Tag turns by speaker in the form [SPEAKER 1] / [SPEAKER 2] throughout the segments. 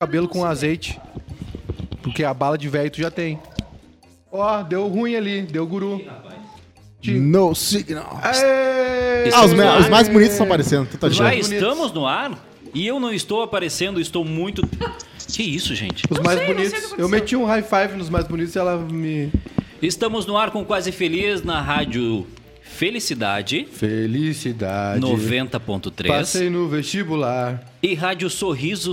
[SPEAKER 1] cabelo com azeite. Porque a bala de velho tu já tem. Ó, deu ruim ali, deu guru.
[SPEAKER 2] No signal.
[SPEAKER 1] Aê!
[SPEAKER 2] Ah, os, me- os mais bonitos estão aparecendo. Tu tá
[SPEAKER 3] Já
[SPEAKER 2] achando?
[SPEAKER 1] bonitos.
[SPEAKER 3] estamos no ar e eu não estou aparecendo, estou muito. Que isso, gente?
[SPEAKER 1] Os mais
[SPEAKER 4] sei, não sei o que
[SPEAKER 1] bonitos. Eu
[SPEAKER 4] aconteceu.
[SPEAKER 1] meti um high five nos mais bonitos e ela me.
[SPEAKER 3] Estamos no ar com Quase Feliz na rádio Felicidade
[SPEAKER 1] Felicidade.
[SPEAKER 3] 90.3
[SPEAKER 1] Passei no vestibular,
[SPEAKER 3] e rádio Sorriso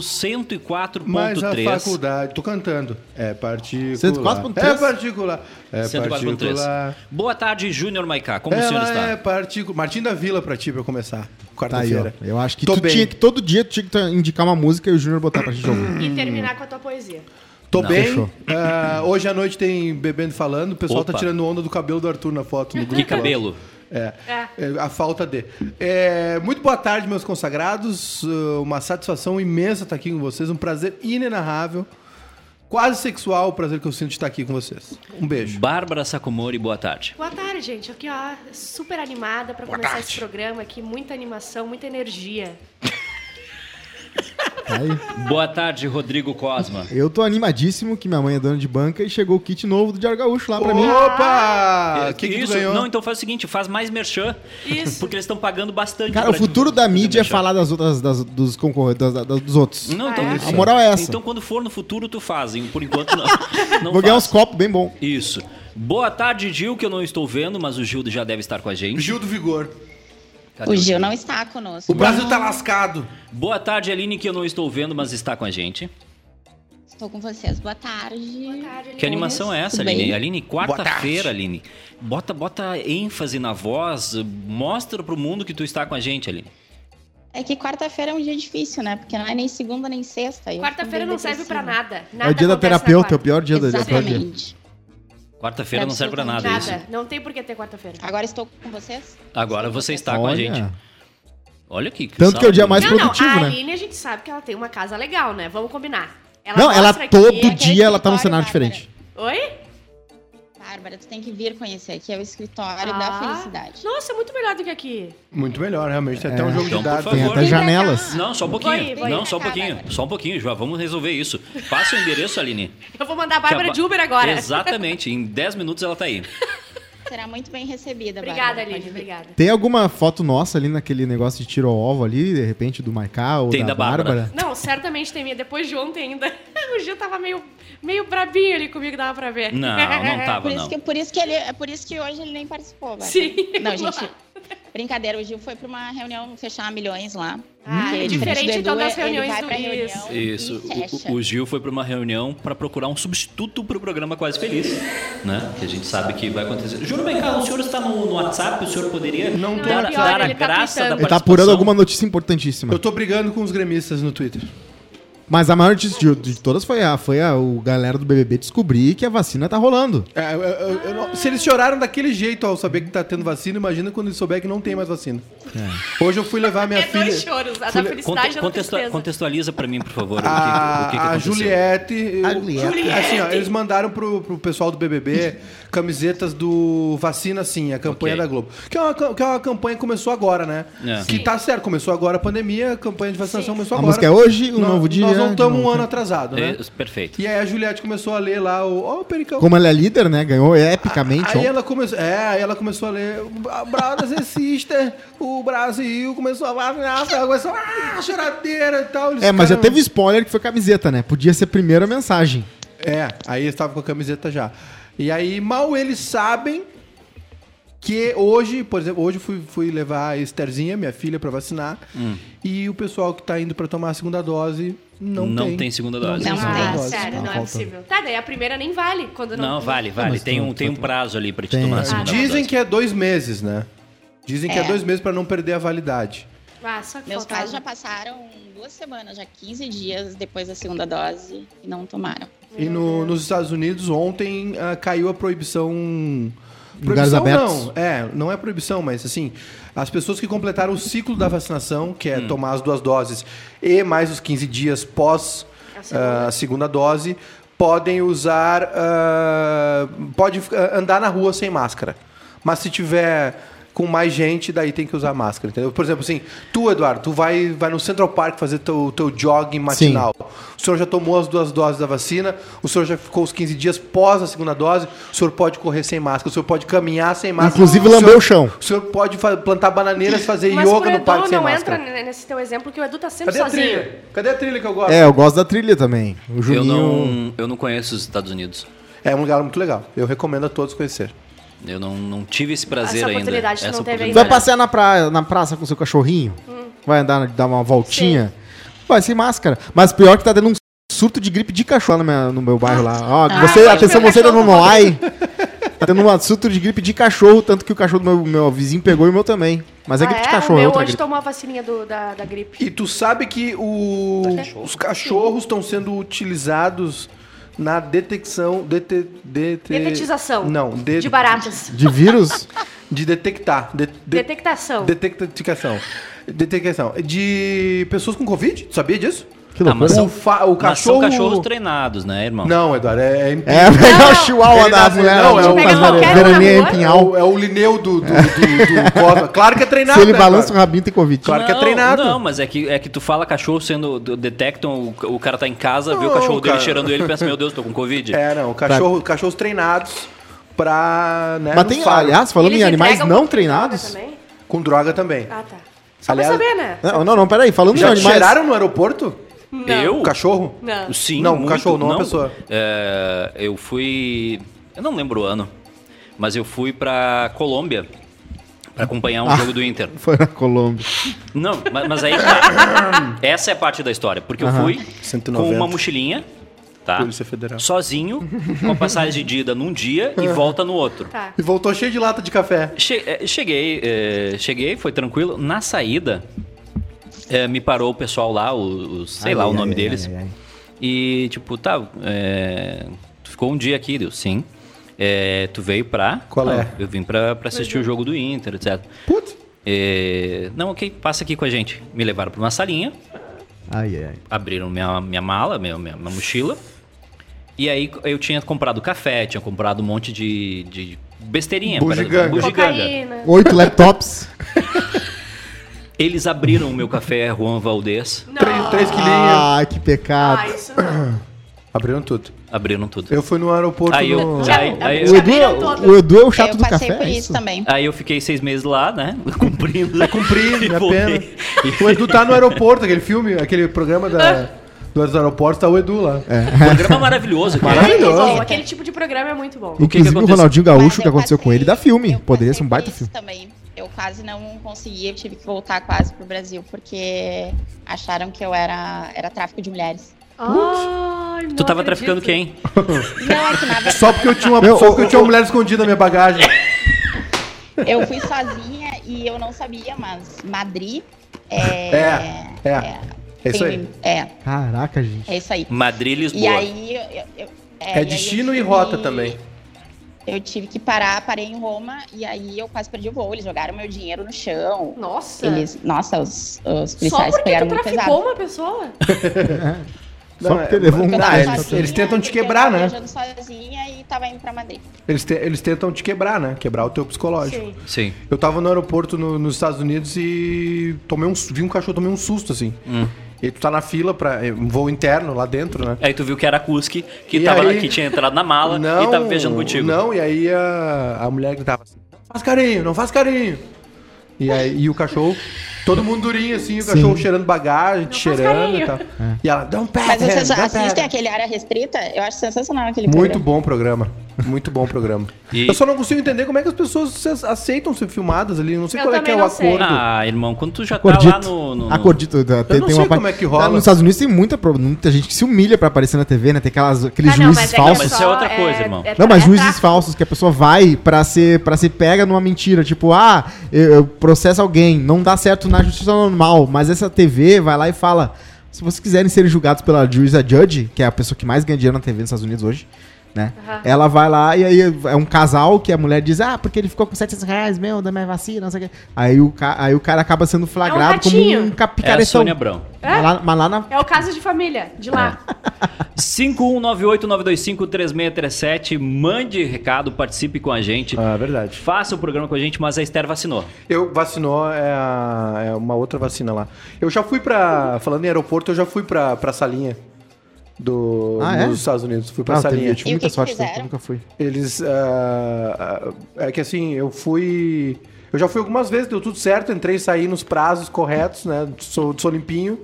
[SPEAKER 1] mas a
[SPEAKER 3] 104.3.
[SPEAKER 1] faculdade. Tô cantando. É particular.
[SPEAKER 2] 104.3.
[SPEAKER 1] É particular. É
[SPEAKER 3] 104.3.
[SPEAKER 1] particular.
[SPEAKER 3] Boa tarde, Júnior Maiká. Como o senhor
[SPEAKER 1] Ela
[SPEAKER 3] está?
[SPEAKER 1] é particular. Martim da Vila pra ti, pra eu começar.
[SPEAKER 2] Tá aí, ó.
[SPEAKER 1] Quarta-feira.
[SPEAKER 2] Eu acho que
[SPEAKER 1] Tô
[SPEAKER 2] tu
[SPEAKER 1] bem.
[SPEAKER 2] tinha que todo dia tu tinha que tá- indicar uma música e o Júnior botar pra gente ouvir.
[SPEAKER 4] E terminar com a tua poesia.
[SPEAKER 1] Tô bem.
[SPEAKER 2] Fechou.
[SPEAKER 1] Ah, hoje à noite tem Bebendo e Falando. O pessoal tá
[SPEAKER 3] Opa.
[SPEAKER 1] tirando onda do cabelo do Arthur na foto. No grupo
[SPEAKER 3] Que
[SPEAKER 1] lá.
[SPEAKER 3] cabelo.
[SPEAKER 1] É,
[SPEAKER 4] É.
[SPEAKER 1] é, a falta de. É, muito boa tarde, meus consagrados. Uh, Uma satisfação imensa estar aqui com vocês. Um prazer inenarrável. Quase sexual o prazer que eu sinto de estar aqui com vocês. Um beijo.
[SPEAKER 3] Bárbara Sacomori, boa tarde.
[SPEAKER 4] Boa tarde, gente. Aqui, ó, super animada pra começar esse programa aqui. Muita animação, muita energia.
[SPEAKER 2] Tá aí.
[SPEAKER 3] Boa tarde, Rodrigo Cosma.
[SPEAKER 2] Eu tô animadíssimo que minha mãe é dona de banca e chegou o kit novo do Diário Gaúcho lá pra mim.
[SPEAKER 1] Opa! O Ah, que, que tu
[SPEAKER 3] É, Isso,
[SPEAKER 1] ganhou?
[SPEAKER 3] Não, então faz o seguinte, faz mais merchan.
[SPEAKER 4] Isso.
[SPEAKER 3] Porque eles estão pagando bastante.
[SPEAKER 2] Cara, o
[SPEAKER 3] pra te-
[SPEAKER 2] futuro da
[SPEAKER 3] fazer
[SPEAKER 2] mídia é
[SPEAKER 3] merchan.
[SPEAKER 2] falar das outras, das- dos concorrentes, das- das- dos outros.
[SPEAKER 3] Não,
[SPEAKER 4] Ah,
[SPEAKER 3] então,
[SPEAKER 4] é?
[SPEAKER 3] isso.
[SPEAKER 2] A moral é essa.
[SPEAKER 3] Então, quando for no futuro, tu fazem. Por enquanto, não. não
[SPEAKER 2] Vou ganhar uns
[SPEAKER 3] faz.
[SPEAKER 2] copos bem bom.
[SPEAKER 3] Isso. Boa tarde, Gil, que eu não estou vendo, mas o Gil já deve estar com a gente.
[SPEAKER 1] Gil do Vigor.
[SPEAKER 3] Cadê
[SPEAKER 5] O Gil não está conosco.
[SPEAKER 1] O Brasil tá lascado.
[SPEAKER 3] Boa tarde, Aline, que eu não estou vendo, mas está com a gente.
[SPEAKER 5] Estou com vocês. Boa tarde.
[SPEAKER 4] Boa tarde,
[SPEAKER 3] Que animação é essa,
[SPEAKER 5] Tudo bem?
[SPEAKER 3] Aline? Aline, quarta-feira, Aline. Bota, bota ênfase na voz, mostra pro mundo que tu está com a gente, Aline.
[SPEAKER 5] É que quarta-feira é um dia difícil, né? Porque não é nem segunda nem sexta. Eu
[SPEAKER 4] Quarta-feira não
[SPEAKER 5] fico bem
[SPEAKER 4] serve pra
[SPEAKER 5] depressiva.
[SPEAKER 4] nada. Nada
[SPEAKER 2] é o dia da
[SPEAKER 4] acontece na
[SPEAKER 2] terapeuta, é o
[SPEAKER 4] quarta.
[SPEAKER 2] pior dia da da terapeuta.
[SPEAKER 5] Exatamente.
[SPEAKER 3] Quarta-feira não serve pra nada, é isso.
[SPEAKER 4] Nada. Não tem por que ter quarta-feira.
[SPEAKER 5] Agora estou com vocês?
[SPEAKER 3] Agora você está Tá com a gente. Olha que.
[SPEAKER 2] Tanto que é o dia
[SPEAKER 3] sabe,
[SPEAKER 2] mais
[SPEAKER 3] né?
[SPEAKER 4] não,
[SPEAKER 2] produtivo,
[SPEAKER 4] não.
[SPEAKER 2] né?
[SPEAKER 4] A Aline, a gente sabe que ela tem uma casa legal, né? Vamos combinar.
[SPEAKER 2] não, ela
[SPEAKER 4] mostra aqui-
[SPEAKER 2] todo dia ela tá num cenário
[SPEAKER 5] escritório, Bárbara.
[SPEAKER 2] diferente.
[SPEAKER 4] Oi?
[SPEAKER 5] Bárbara, tu tem que vir conhecer aqui. É o escritório da
[SPEAKER 4] Ah.
[SPEAKER 5] felicidade.
[SPEAKER 4] Nossa, é muito melhor do que aqui.
[SPEAKER 1] Muito melhor, realmente. Tem até um jogo
[SPEAKER 3] Então,
[SPEAKER 1] de
[SPEAKER 3] por
[SPEAKER 1] dados.
[SPEAKER 3] favor.
[SPEAKER 2] Tem até janelas.
[SPEAKER 3] Não, só um pouquinho.
[SPEAKER 4] Vai, vai.
[SPEAKER 3] Não, só um
[SPEAKER 5] Vai, vai,
[SPEAKER 3] pouquinho.
[SPEAKER 5] vai.
[SPEAKER 3] Só um pouquinho, já vamos resolver isso. Passa o endereço, Aline. que
[SPEAKER 4] Eu vou mandar a
[SPEAKER 3] a
[SPEAKER 4] Bárbara
[SPEAKER 3] Ba-
[SPEAKER 4] de Uber agora.
[SPEAKER 3] Exatamente, em 10 minutos ela tá aí.
[SPEAKER 5] Será muito bem recebida,
[SPEAKER 4] Obrigada,
[SPEAKER 5] Bárbara. Pode
[SPEAKER 4] Aline.
[SPEAKER 5] vir.
[SPEAKER 4] Obrigada.
[SPEAKER 2] Tem alguma foto nossa ali naquele negócio de tiro ao ovo ali, de repente, do Maiká ou
[SPEAKER 3] Tem
[SPEAKER 2] da,
[SPEAKER 3] da Bárbara.
[SPEAKER 2] Bárbara?
[SPEAKER 4] Não, certamente tem minha. Depois de ontem ainda. O Gil tava meio, meio brabinho ali comigo, dava pra ver.
[SPEAKER 3] Não, não tava,
[SPEAKER 5] Por isso,
[SPEAKER 3] não.
[SPEAKER 5] que, por, isso que ele, é por isso que hoje ele nem participou, Bárbara.
[SPEAKER 4] Sim.
[SPEAKER 5] Não, gente. Brincadeira, o Gil foi pra uma reunião fechar milhões lá.
[SPEAKER 4] Ah,
[SPEAKER 5] Porque
[SPEAKER 4] é diferente, então, das reuniões
[SPEAKER 5] ele vai
[SPEAKER 4] do
[SPEAKER 5] pra
[SPEAKER 4] Isso.
[SPEAKER 5] reunião
[SPEAKER 3] Isso,
[SPEAKER 5] e fecha.
[SPEAKER 3] o, o Gil foi para uma reunião para procurar um substituto para o programa Quase Feliz, né? Que a gente sabe que vai acontecer. Juro bem, cara, o senhor está no, no WhatsApp, o senhor poderia
[SPEAKER 1] Não tem
[SPEAKER 3] dar,
[SPEAKER 1] WhatsApp.
[SPEAKER 3] dar a
[SPEAKER 4] Ele tá
[SPEAKER 3] graça da
[SPEAKER 4] tweetando.
[SPEAKER 2] Ele
[SPEAKER 3] participação?
[SPEAKER 2] tá apurando alguma notícia importantíssima.
[SPEAKER 1] Eu tô brigando com os gremistas no Twitter.
[SPEAKER 2] Mas a maior notícia de, de todas foi a, foi a o galera do BBB descobrir que a vacina tá rolando.
[SPEAKER 1] É, eu- eu- eu não- se eles choraram daquele jeito ao saber que tá tendo vacina, imagina quando eles souber que não tem mais vacina. Hoje eu fui levar minha
[SPEAKER 4] É
[SPEAKER 1] filha.
[SPEAKER 4] dois choros, a da
[SPEAKER 1] Fui-
[SPEAKER 3] Conte-
[SPEAKER 4] felicidade e a da
[SPEAKER 3] contextua-
[SPEAKER 4] tristeza.
[SPEAKER 3] contextualiza para mim, por favor,
[SPEAKER 1] A,
[SPEAKER 3] o que, o que, que
[SPEAKER 1] a
[SPEAKER 3] aconteceu.
[SPEAKER 1] Juliette.
[SPEAKER 2] A
[SPEAKER 1] eu-
[SPEAKER 2] Juliette.
[SPEAKER 1] Assim, ó, eles mandaram pro, pro pessoal do BBB camisetas do Vacina Sim, a campanha
[SPEAKER 3] Ok.
[SPEAKER 1] da Globo. Que é, uma, cam- que é uma campanha que começou agora, né?
[SPEAKER 3] É.
[SPEAKER 1] Que tá certo, começou agora a pandemia, a campanha de vacinação começou
[SPEAKER 2] A
[SPEAKER 1] agora.
[SPEAKER 2] música é hoje, um
[SPEAKER 1] Nó-
[SPEAKER 2] novo dia.
[SPEAKER 1] Nós não
[SPEAKER 2] de
[SPEAKER 1] estamos um
[SPEAKER 2] novo
[SPEAKER 1] ano
[SPEAKER 2] tempo.
[SPEAKER 1] atrasado, né?
[SPEAKER 3] É, perfeito.
[SPEAKER 1] E aí a Juliette começou a ler lá o. Ó, o Pericão.
[SPEAKER 2] Como ela é líder, né? Ganhou epicamente.
[SPEAKER 1] Aí
[SPEAKER 2] ó.
[SPEAKER 1] ela começou, é, aí ela começou a ler "Bra- Brothers and Sister, o Brasil começou a "Ah, vacinar, começou a choradeira e tal. eles
[SPEAKER 2] É, mas já
[SPEAKER 1] ficaram-
[SPEAKER 2] teve spoiler que foi camiseta, né? Podia ser a primeira mensagem.
[SPEAKER 1] É, aí eles estavam com a camiseta já. E aí mal eles sabem que hoje, por exemplo, hoje eu fui, fui levar a Estherzinha, minha filha, pra vacinar.
[SPEAKER 3] Hum.
[SPEAKER 1] E o pessoal que tá indo pra tomar a segunda dose não,
[SPEAKER 3] Não
[SPEAKER 1] tem.
[SPEAKER 3] tem segunda dose.
[SPEAKER 5] Não
[SPEAKER 1] segunda
[SPEAKER 5] tem.
[SPEAKER 4] Ah,
[SPEAKER 1] dose.
[SPEAKER 4] sério,
[SPEAKER 2] Ah,
[SPEAKER 4] não é
[SPEAKER 2] falta.
[SPEAKER 4] possível. Tá, daí a primeira nem vale. Quando não,
[SPEAKER 3] Não, vale, vale.
[SPEAKER 2] mas
[SPEAKER 3] tem
[SPEAKER 2] tu-
[SPEAKER 3] um, tem um
[SPEAKER 2] tu-
[SPEAKER 3] prazo ali para te
[SPEAKER 2] Tem.
[SPEAKER 3] tomar a segunda
[SPEAKER 1] Dizem
[SPEAKER 3] dose.
[SPEAKER 1] que é dois meses, né? Dizem que é,
[SPEAKER 5] É.
[SPEAKER 1] dois meses pra não perder a validade.
[SPEAKER 4] Ah, só que
[SPEAKER 5] Meus
[SPEAKER 4] faltava.
[SPEAKER 5] pais já passaram duas semanas, já 15 dias depois da segunda dose e não tomaram.
[SPEAKER 1] E no- nos Estados Unidos ontem ah, caiu a proibição.
[SPEAKER 2] Lugares
[SPEAKER 1] Proibição
[SPEAKER 2] abertos?
[SPEAKER 1] não, é, não é proibição, mas assim, as pessoas que completaram o ciclo da vacinação, que é tomar as duas doses e mais os 15 dias pós ah, a segunda,
[SPEAKER 4] A segunda.
[SPEAKER 1] dose, podem usar, ah, pode ah, andar na rua sem máscara. Mas se tiver com mais gente, daí tem que usar máscara, entendeu? Por exemplo, assim, tu, Eduardo, tu vai, vai no Central Park fazer teu, teu jogging matinal. O senhor já tomou as duas doses da vacina, o senhor já ficou os 15 dias pós a segunda dose, o senhor pode correr sem máscara, o senhor pode caminhar sem máscara.
[SPEAKER 2] Inclusive lamber
[SPEAKER 1] senhor-
[SPEAKER 2] o chão.
[SPEAKER 1] O senhor pode fa- plantar bananeiras, fazer
[SPEAKER 4] Mas
[SPEAKER 1] yoga
[SPEAKER 4] pro
[SPEAKER 1] no
[SPEAKER 4] Edu
[SPEAKER 1] parque sem
[SPEAKER 4] não
[SPEAKER 1] máscara.
[SPEAKER 4] entra ne- nesse teu exemplo que o Edu tá sempre
[SPEAKER 1] Cadê a
[SPEAKER 4] sozinho.
[SPEAKER 1] trilha? Cadê a trilha que eu gosto?
[SPEAKER 2] É, eu gosto da trilha também. O
[SPEAKER 3] Eu
[SPEAKER 2] Juninho.
[SPEAKER 3] não, eu não conheço os Estados Unidos.
[SPEAKER 1] É um lugar muito legal. Eu recomendo a todos conhecer.
[SPEAKER 3] Eu não, não tive esse prazer
[SPEAKER 4] Essa
[SPEAKER 3] ainda.
[SPEAKER 4] oportunidade tu não teve ainda,
[SPEAKER 2] Vai
[SPEAKER 4] né?
[SPEAKER 2] passear na praia, na praça com seu cachorrinho?
[SPEAKER 4] Hum.
[SPEAKER 2] Vai andar, dar uma voltinha? Vai sem máscara. Mas pior que tá tendo um surto de gripe de cachorro no meu, no meu bairro lá. Ó,
[SPEAKER 5] Ah,
[SPEAKER 2] você,
[SPEAKER 5] pode
[SPEAKER 2] atenção,
[SPEAKER 5] ver o
[SPEAKER 2] você da
[SPEAKER 5] cachorro
[SPEAKER 2] Nonoai. Tá tendo um surto de gripe de cachorro, tanto que o cachorro do meu, meu vizinho pegou e o meu também. Mas é gripe
[SPEAKER 4] Ah,
[SPEAKER 2] de cachorro,
[SPEAKER 4] O
[SPEAKER 2] é
[SPEAKER 4] meu
[SPEAKER 2] outra
[SPEAKER 4] hoje
[SPEAKER 2] gripe.
[SPEAKER 4] tomou a vacininha do- da, da gripe.
[SPEAKER 1] E tu sabe que o-
[SPEAKER 4] Tá
[SPEAKER 1] os cachorros estão sendo utilizados na detecção. Dete, dete-
[SPEAKER 4] Detetização.
[SPEAKER 1] Não, de,
[SPEAKER 4] De baratas.
[SPEAKER 2] De vírus?
[SPEAKER 1] de detectar. de- de-
[SPEAKER 4] Detectação.
[SPEAKER 1] Detectificação. Detectação. De pessoas com Covid? Tu sabia disso?
[SPEAKER 2] Que
[SPEAKER 3] Ah, mas
[SPEAKER 2] loucura.
[SPEAKER 3] são-
[SPEAKER 1] O, fa- o
[SPEAKER 3] Mas são
[SPEAKER 1] cachorro.
[SPEAKER 3] cachorros treinados, né, irmão?
[SPEAKER 1] Não, Eduardo, é. é-
[SPEAKER 2] É a melhor
[SPEAKER 4] não.
[SPEAKER 2] chihuahua
[SPEAKER 1] Ele
[SPEAKER 2] da
[SPEAKER 1] nasce-
[SPEAKER 2] mulher. né?
[SPEAKER 1] não, é
[SPEAKER 2] o
[SPEAKER 1] um-
[SPEAKER 4] Pega qualquer um na
[SPEAKER 2] veraneia em
[SPEAKER 4] rua.
[SPEAKER 1] É
[SPEAKER 2] Pinhal.
[SPEAKER 1] o, é o Lineu do, do, do, do Cosma. Claro que é treinado.
[SPEAKER 2] Se ele
[SPEAKER 1] né,
[SPEAKER 2] balança o
[SPEAKER 1] Eduardo?
[SPEAKER 2] rabinho, tem Covid.
[SPEAKER 1] Claro que é
[SPEAKER 3] Não,
[SPEAKER 1] treinado.
[SPEAKER 3] Não, mas é que, é que tu fala cachorro sendo. do- Detectam, o, o cara tá em casa, vê o
[SPEAKER 1] Não,
[SPEAKER 3] cachorro
[SPEAKER 1] cara.
[SPEAKER 3] dele cheirando ele e pensa, meu Deus, tô com Covid.
[SPEAKER 1] É, não. Cachorro, cachorros treinados pra. Né,
[SPEAKER 2] Tá. Mas
[SPEAKER 1] no
[SPEAKER 2] tem,
[SPEAKER 1] faro.
[SPEAKER 2] aliás, falando em
[SPEAKER 4] Eles
[SPEAKER 2] animais
[SPEAKER 4] entregam
[SPEAKER 2] não
[SPEAKER 4] com droga
[SPEAKER 2] treinados.
[SPEAKER 4] um né, também?
[SPEAKER 1] Com droga também.
[SPEAKER 4] Ah, tá. Só
[SPEAKER 1] Aliás-
[SPEAKER 4] pra saber, né?
[SPEAKER 2] Não, não, não, peraí. Falando em
[SPEAKER 1] Já te
[SPEAKER 2] animais.
[SPEAKER 1] cheiraram no aeroporto?
[SPEAKER 3] Eu?
[SPEAKER 1] O cachorro?
[SPEAKER 4] Não.
[SPEAKER 3] Sim.
[SPEAKER 1] Não, um
[SPEAKER 3] muito,
[SPEAKER 1] cachorro, não uma pessoa.
[SPEAKER 3] É, eu fui. Eu não lembro o ano, mas eu fui pra Colômbia pra acompanhar
[SPEAKER 1] Ah.
[SPEAKER 3] um jogo do Inter.
[SPEAKER 2] Foi na Colômbia.
[SPEAKER 3] Não, mas, mas aí. tá. Essa é a parte da história. Porque eu
[SPEAKER 2] Aham.
[SPEAKER 3] fui
[SPEAKER 1] 190.
[SPEAKER 3] com uma mochilinha, tá?
[SPEAKER 1] Polícia Federal.
[SPEAKER 3] Sozinho, com a passagem de ida num dia e volta no outro.
[SPEAKER 4] Tá.
[SPEAKER 1] E voltou cheio de lata de café.
[SPEAKER 3] Che- eh, Cheguei, eh, cheguei, foi tranquilo. Na saída, eh, me parou o pessoal lá, o, o- sei
[SPEAKER 2] Ai,
[SPEAKER 3] lá o
[SPEAKER 2] ai,
[SPEAKER 3] nome
[SPEAKER 2] ai,
[SPEAKER 3] deles.
[SPEAKER 2] ai, ai.
[SPEAKER 3] E tipo, tá, eh, tu ficou um dia aqui, deu sim. Eh, tu veio pra.
[SPEAKER 1] Qual é?
[SPEAKER 3] Ah, Eu vim pra, pra assistir o jogo do Inter, etc.
[SPEAKER 1] Putz.
[SPEAKER 3] Eh, não, ok, passa aqui com a gente. Me levaram pra uma salinha,
[SPEAKER 2] Ai, ai, ai.
[SPEAKER 3] abriram minha, minha mala, minha, minha, minha mochila. E aí eu tinha comprado café, tinha comprado um monte de, de besteirinha. parece-
[SPEAKER 1] Bugiganga.
[SPEAKER 4] Cocaína.
[SPEAKER 2] Oito laptops.
[SPEAKER 3] Eles abriram o meu café, Juan Valdez.
[SPEAKER 1] Três, três quilinhos.
[SPEAKER 2] Ah, que pecado.
[SPEAKER 4] Ah, isso não.
[SPEAKER 1] Abriram tudo.
[SPEAKER 3] Abriram tudo.
[SPEAKER 1] Eu fui no aeroporto
[SPEAKER 3] Aí eu-
[SPEAKER 1] no...
[SPEAKER 3] já- Ai, ai,
[SPEAKER 4] Eles
[SPEAKER 2] o,
[SPEAKER 4] abriram todas.
[SPEAKER 2] Edu, o Edu é o chato
[SPEAKER 5] eu
[SPEAKER 2] do
[SPEAKER 5] passei
[SPEAKER 2] café,
[SPEAKER 5] por
[SPEAKER 2] é
[SPEAKER 5] isso,
[SPEAKER 2] isso?
[SPEAKER 5] também.
[SPEAKER 3] Aí eu fiquei seis meses lá, né? Cumprindo. Vai
[SPEAKER 1] cumprir, minha É pena. O Edu tá no aeroporto, aquele filme, aquele programa da, dos aeroportos, tá o Edu lá.
[SPEAKER 2] É.
[SPEAKER 3] Programa um maravilhoso, cara.
[SPEAKER 4] Muito
[SPEAKER 1] Maravilhoso.
[SPEAKER 4] bom. Aquele tipo de programa é muito bom.
[SPEAKER 3] que que
[SPEAKER 2] Inclusive o
[SPEAKER 3] aconteceu?
[SPEAKER 2] Ronaldinho
[SPEAKER 5] Mas
[SPEAKER 2] Gaúcho, o que
[SPEAKER 5] eu
[SPEAKER 2] aconteceu com
[SPEAKER 5] passei-
[SPEAKER 2] ele, dá filme.
[SPEAKER 5] eu
[SPEAKER 2] Poderia
[SPEAKER 5] passei
[SPEAKER 2] ser um baita
[SPEAKER 5] por isso
[SPEAKER 2] filme.
[SPEAKER 5] também. Eu quase não consegui, eu tive que voltar quase pro Brasil, porque acharam que eu era, era tráfico de mulheres.
[SPEAKER 4] Ai, não
[SPEAKER 3] Tu tava
[SPEAKER 4] acredito.
[SPEAKER 3] traficando quem?
[SPEAKER 5] Não, é que na verdade
[SPEAKER 1] Só porque eu tinha uma,
[SPEAKER 2] Meu,
[SPEAKER 1] só porque
[SPEAKER 2] o-
[SPEAKER 1] eu tinha uma mulher escondida na minha bagagem.
[SPEAKER 5] eu fui sozinha e eu não sabia, mas Madrid é.
[SPEAKER 1] É, é. É isso aí.
[SPEAKER 5] É,
[SPEAKER 2] Caraca, gente.
[SPEAKER 5] é isso aí.
[SPEAKER 3] Madrid,
[SPEAKER 5] E
[SPEAKER 3] Lisboa.
[SPEAKER 5] aí. eu- eu- eu-
[SPEAKER 1] É
[SPEAKER 5] e aí
[SPEAKER 1] destino
[SPEAKER 5] eu
[SPEAKER 1] e
[SPEAKER 5] tive-
[SPEAKER 1] rota também.
[SPEAKER 5] Eu tive que parar, parei em Roma e aí eu quase perdi o voo. Eles jogaram meu dinheiro no chão.
[SPEAKER 4] Nossa.
[SPEAKER 5] Eles, nossa, os, os
[SPEAKER 4] Só
[SPEAKER 5] policiais
[SPEAKER 4] porque
[SPEAKER 5] pegaram
[SPEAKER 4] tu
[SPEAKER 5] muito
[SPEAKER 4] traficou
[SPEAKER 5] pesado.
[SPEAKER 4] uma pessoa?
[SPEAKER 2] Só porque levou um
[SPEAKER 1] não,
[SPEAKER 5] tava
[SPEAKER 1] eles,
[SPEAKER 5] sozinha,
[SPEAKER 1] eles tentam te
[SPEAKER 5] porque eu
[SPEAKER 1] quebrar,
[SPEAKER 5] tava
[SPEAKER 1] né?
[SPEAKER 5] viajando sozinha e tava indo pra Madrid.
[SPEAKER 1] Eles, te- eles tentam te quebrar, né? Quebrar o teu psicológico.
[SPEAKER 4] Sim.
[SPEAKER 3] Sim.
[SPEAKER 1] Eu tava no aeroporto no- nos Estados Unidos e tomei um, su- vi um cachorro, tomei um susto, assim.
[SPEAKER 3] Hum.
[SPEAKER 1] E tu tá na fila pra é, um voo interno lá dentro, né?
[SPEAKER 3] Aí tu viu que era a Kuski, que,
[SPEAKER 1] E
[SPEAKER 3] tava,
[SPEAKER 1] aí-
[SPEAKER 3] que tinha entrado na mala e tava viajando contigo.
[SPEAKER 1] Não, e aí a, a mulher gritava assim, não faz carinho, não faz carinho. E aí e o cachorro, todo mundo durinho assim, o
[SPEAKER 2] Sim. É.
[SPEAKER 1] cachorro cheirando bagagem, te
[SPEAKER 4] faz
[SPEAKER 1] cheirando
[SPEAKER 4] carinho.
[SPEAKER 1] e tal. E ela, um não pega,
[SPEAKER 5] Mas vocês
[SPEAKER 1] não
[SPEAKER 5] assistem
[SPEAKER 1] pega.
[SPEAKER 5] aquele área restrita? Eu acho sensacional aquele
[SPEAKER 1] Muito
[SPEAKER 4] né?
[SPEAKER 5] programa.
[SPEAKER 1] bom programa. Muito bom programa.
[SPEAKER 3] E-
[SPEAKER 1] Eu só não consigo entender como é que as pessoas se- aceitam ser filmadas ali. Não sei
[SPEAKER 4] Eu
[SPEAKER 1] qual é que é
[SPEAKER 4] também
[SPEAKER 1] o
[SPEAKER 4] não sei.
[SPEAKER 1] acordo.
[SPEAKER 3] Ah, irmão, quando tu já tá lá no.
[SPEAKER 2] Acordito.
[SPEAKER 3] no-
[SPEAKER 2] Acordito. Tem, tem
[SPEAKER 1] não
[SPEAKER 2] uma
[SPEAKER 1] sei
[SPEAKER 2] parte-
[SPEAKER 1] como é que rola.
[SPEAKER 2] Nos Estados Unidos tem muita, pro- muita gente que se humilha pra aparecer na TV, né? Tem aquelas, aqueles
[SPEAKER 4] Ah, não,
[SPEAKER 2] juízes
[SPEAKER 4] mas é que
[SPEAKER 2] falsos.
[SPEAKER 3] Mas isso
[SPEAKER 4] só
[SPEAKER 3] é outra coisa, irmão.
[SPEAKER 2] Não, mas
[SPEAKER 4] é
[SPEAKER 2] juízes
[SPEAKER 4] tráfico.
[SPEAKER 2] falsos, que a pessoa vai pra ser, pra ser pega numa mentira. Tipo, ah, eu, eu processo alguém, não dá certo na justiça normal. Mas essa TV vai lá e fala: se vocês quiserem ser julgados pela juíza judge, que é a pessoa que mais ganha dinheiro na TV nos Estados Unidos hoje, né, né?
[SPEAKER 4] Aham.
[SPEAKER 2] Ela vai lá e aí é um casal que a mulher diz, ah, porque ele ficou com 700 reais, meu, da minha vacina, não sei o quê. Aí o, ca- aí o cara acaba sendo flagrado como
[SPEAKER 4] ratinho.
[SPEAKER 2] um
[SPEAKER 3] É a
[SPEAKER 2] capicaretão.
[SPEAKER 3] Sônia Abrão.
[SPEAKER 4] É?
[SPEAKER 2] mas, lá, mas lá na...
[SPEAKER 4] É o caso de família, de
[SPEAKER 2] É.
[SPEAKER 4] lá.
[SPEAKER 3] É. 5198-925-3637. Mande recado, participe com a gente.
[SPEAKER 1] Ah,
[SPEAKER 2] é
[SPEAKER 1] verdade.
[SPEAKER 3] Faça o programa com a gente, mas a Esther vacinou.
[SPEAKER 1] Eu vacinou é, a- é uma outra vacina lá. Eu já fui pra. Falando em aeroporto, eu já fui pra, pra salinha do
[SPEAKER 2] Ah, é?
[SPEAKER 1] nos Estados Unidos. Fui pra
[SPEAKER 2] Não, teve,
[SPEAKER 1] salinha.
[SPEAKER 2] eu tive
[SPEAKER 5] E o
[SPEAKER 2] muita
[SPEAKER 5] que que
[SPEAKER 2] sorte, né?
[SPEAKER 5] fizeram?
[SPEAKER 2] eu nunca fui.
[SPEAKER 1] Eles. ah, ah, é que assim, eu fui. Eu já fui algumas vezes, deu tudo certo, entrei e saí nos prazos corretos, né? Sou, sou limpinho.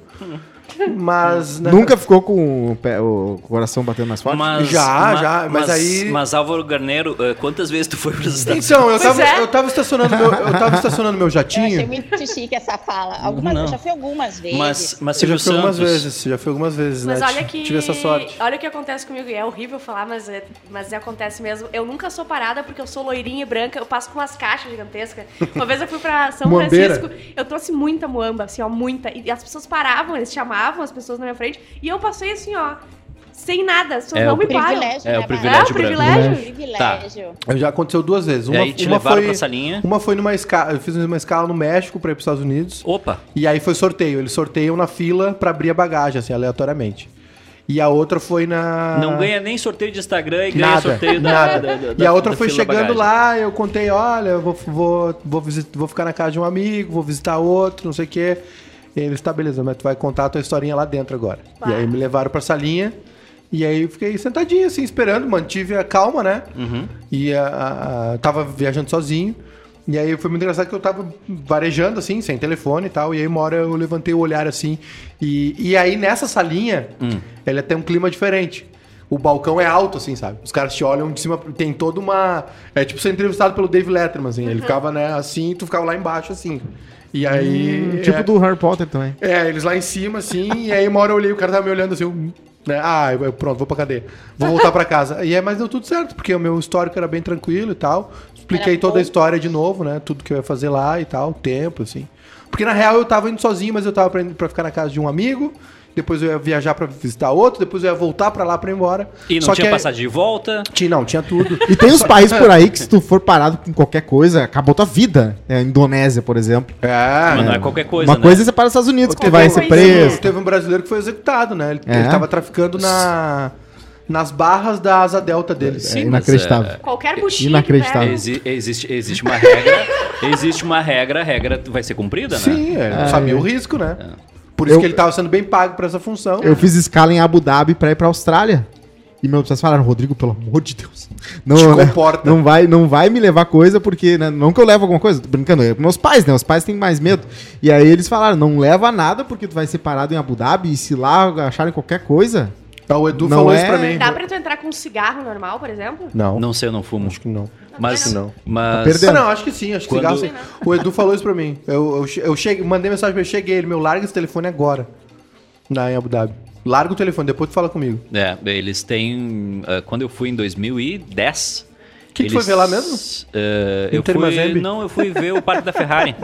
[SPEAKER 1] Mas. né,
[SPEAKER 2] Nunca ficou com o, pé- o coração batendo mais forte?
[SPEAKER 3] Mas,
[SPEAKER 1] Já, já, mas aí-
[SPEAKER 3] Mas Álvaro Garneiro, eh, quantas vezes tu foi para os Estados
[SPEAKER 1] Então, eu
[SPEAKER 4] Pois
[SPEAKER 1] tava,
[SPEAKER 4] é.
[SPEAKER 1] eu tava estacionando meu, eu tava estacionando meu
[SPEAKER 5] Eu achei
[SPEAKER 1] jatinho.
[SPEAKER 5] muito chique essa fala. Algumas,
[SPEAKER 3] Não.
[SPEAKER 5] eu já fui algumas vezes.
[SPEAKER 3] Mas, mas
[SPEAKER 1] Eu já
[SPEAKER 3] Silvio
[SPEAKER 1] fui algumas
[SPEAKER 3] Santos.
[SPEAKER 1] vezes, já fui algumas vezes,
[SPEAKER 4] Mas
[SPEAKER 1] né? Ti-
[SPEAKER 4] olha que.
[SPEAKER 1] Tive essa sorte.
[SPEAKER 4] Olha o que acontece comigo. E é horrível falar, mas, é- mas é- acontece mesmo. Eu nunca sou parada porque eu sou loirinha e branca. Eu passo com umas caixas gigantescas. Uma vez eu fui pra São
[SPEAKER 1] Muambeira.
[SPEAKER 4] Francisco. Eu trouxe muita muamba, assim, ó, muita. E as pessoas paravam, eles chamavam as pessoas na minha frente. E eu passei assim, ó, sem nada. As pessoas
[SPEAKER 3] É,
[SPEAKER 4] não
[SPEAKER 3] o
[SPEAKER 4] me param.
[SPEAKER 5] privilégio,
[SPEAKER 3] É,
[SPEAKER 5] né,
[SPEAKER 3] o
[SPEAKER 5] Bárbara?
[SPEAKER 3] privilégio Tá.
[SPEAKER 4] É, o privilégio. branco.
[SPEAKER 5] Privilégio.
[SPEAKER 1] Eu Já aconteceu duas vezes. Uma,
[SPEAKER 3] e aí te
[SPEAKER 1] uma
[SPEAKER 3] levaram
[SPEAKER 1] foi,
[SPEAKER 3] pra salinha.
[SPEAKER 1] Uma foi numa escala. Eu fiz uma escala no México pra ir pros Estados Unidos.
[SPEAKER 3] Opa,
[SPEAKER 1] E aí foi sorteio. Eles sorteiam na fila pra abrir a bagagem, assim, aleatoriamente. E a outra foi na.
[SPEAKER 3] não ganha nem sorteio de Instagram e ganha
[SPEAKER 1] Ah. nada.
[SPEAKER 3] sorteio da,
[SPEAKER 1] nada.
[SPEAKER 3] da- da-
[SPEAKER 1] e
[SPEAKER 3] da-
[SPEAKER 1] a outra
[SPEAKER 3] da
[SPEAKER 1] foi
[SPEAKER 3] fila da
[SPEAKER 1] chegando lá,
[SPEAKER 3] bagagem.
[SPEAKER 1] eu contei, olha, eu vou, vou, vou, visit, vou ficar na casa de um amigo, vou visitar outro, não sei o quê. E eles, tá, beleza, mas tu vai contar a tua historinha lá dentro agora.
[SPEAKER 4] Bah.
[SPEAKER 1] E aí me levaram pra salinha. E aí eu fiquei sentadinho, assim, esperando, mantive a calma, né? E a, a- a- tava viajando sozinho. E aí foi muito engraçado que eu tava varejando, assim, sem telefone e tal. E aí uma hora eu levantei o olhar assim. E, e aí nessa salinha,
[SPEAKER 2] Hum.
[SPEAKER 1] ele tem um clima diferente. O balcão é alto, assim, sabe? Os caras te olham de cima, tem toda uma. É tipo ser entrevistado pelo Dave Letterman, assim. Ele ficava, né, assim, e tu ficava lá embaixo, assim. E aí.
[SPEAKER 2] Hum, tipo
[SPEAKER 1] é-
[SPEAKER 2] do Harry Potter também.
[SPEAKER 1] é, eles lá em cima, assim, e aí uma hora eu olhei, o cara tava me olhando assim, eu, né? Ah, eu- eu- pronto, vou pra cadeia. Vou voltar pra casa. E é, mas deu tudo certo, porque o meu histórico era bem tranquilo e tal. Expliquei
[SPEAKER 5] Era
[SPEAKER 1] toda
[SPEAKER 5] bom.
[SPEAKER 1] a história de novo, né? Tudo que eu ia fazer lá e tal, o tempo, assim. Porque na real eu tava indo sozinho, mas eu tava pra, pra ficar na casa de um amigo. Depois eu ia viajar pra visitar outro, depois eu ia voltar pra lá pra ir embora.
[SPEAKER 3] E não
[SPEAKER 1] Só
[SPEAKER 3] tinha
[SPEAKER 1] que-
[SPEAKER 3] passagem de volta.
[SPEAKER 1] Tinha, não, tinha tudo.
[SPEAKER 2] E tem uns países por aí que se tu for parado com qualquer coisa, acabou tua vida. É, Indonésia, por exemplo.
[SPEAKER 1] É,
[SPEAKER 3] mas não é qualquer coisa,
[SPEAKER 2] Uma
[SPEAKER 3] né?
[SPEAKER 2] coisa é você para os Estados Unidos, que tu
[SPEAKER 1] Teve
[SPEAKER 2] vai
[SPEAKER 1] um-
[SPEAKER 2] ser
[SPEAKER 4] coisa, né?
[SPEAKER 2] preso.
[SPEAKER 1] Teve um brasileiro que foi executado, né? Ele,
[SPEAKER 2] É?
[SPEAKER 1] ele tava traficando na, nas barras da asa delta dele.
[SPEAKER 2] É
[SPEAKER 3] Sim, mas,
[SPEAKER 2] inacreditável.
[SPEAKER 4] Qualquer buchinha.
[SPEAKER 2] Inacreditável.
[SPEAKER 4] que
[SPEAKER 1] Tá.
[SPEAKER 3] Exi- existe, existe uma regra. existe uma regra, a regra vai ser cumprida, né? É.
[SPEAKER 1] Sim, é, ele sabia o risco, né? Por isso
[SPEAKER 2] Eu-
[SPEAKER 1] que ele tava sendo bem pago pra essa função.
[SPEAKER 2] Eu fiz escala em Abu Dhabi pra ir pra Austrália. E meus pais falaram, Rodrigo, pelo amor de Deus. Não,
[SPEAKER 1] Te
[SPEAKER 2] né,
[SPEAKER 1] comporta."
[SPEAKER 2] não vai, não vai me levar coisa, porque. né, não que eu levo alguma coisa, tô brincando. É pros meus pais, né? Os pais têm mais medo. E aí eles falaram, não leva nada, porque tu vai ser parado em Abu Dhabi. E se lá acharem qualquer coisa.
[SPEAKER 1] Ah, o Edu
[SPEAKER 2] Não
[SPEAKER 1] falou
[SPEAKER 2] é-
[SPEAKER 1] isso pra mim.
[SPEAKER 4] pega. Dá pra tu entrar com um cigarro normal, por exemplo?
[SPEAKER 1] Não,
[SPEAKER 3] Não sei, eu não fumo.
[SPEAKER 1] acho que não.
[SPEAKER 3] Mas,
[SPEAKER 1] não.
[SPEAKER 3] mas
[SPEAKER 2] perdendo.
[SPEAKER 1] Ah, não, acho que sim, acho que
[SPEAKER 3] Quando-
[SPEAKER 1] cigarro sim. Assim, O Edu falou isso pra mim. Eu, eu, che- eu cheguei, mandei mensagem pra ele, cheguei, ele meu, larga esse telefone agora. Na em Abu Dhabi. Larga o telefone, depois tu fala comigo.
[SPEAKER 3] É, eles têm. ah, quando eu fui em 2010.
[SPEAKER 1] Que que
[SPEAKER 3] eles-
[SPEAKER 1] foi ver lá mesmo?
[SPEAKER 3] Ah, eu
[SPEAKER 1] Inter
[SPEAKER 3] fui,
[SPEAKER 1] Mazembe?
[SPEAKER 3] não, eu fui ver o Parque da Ferrari.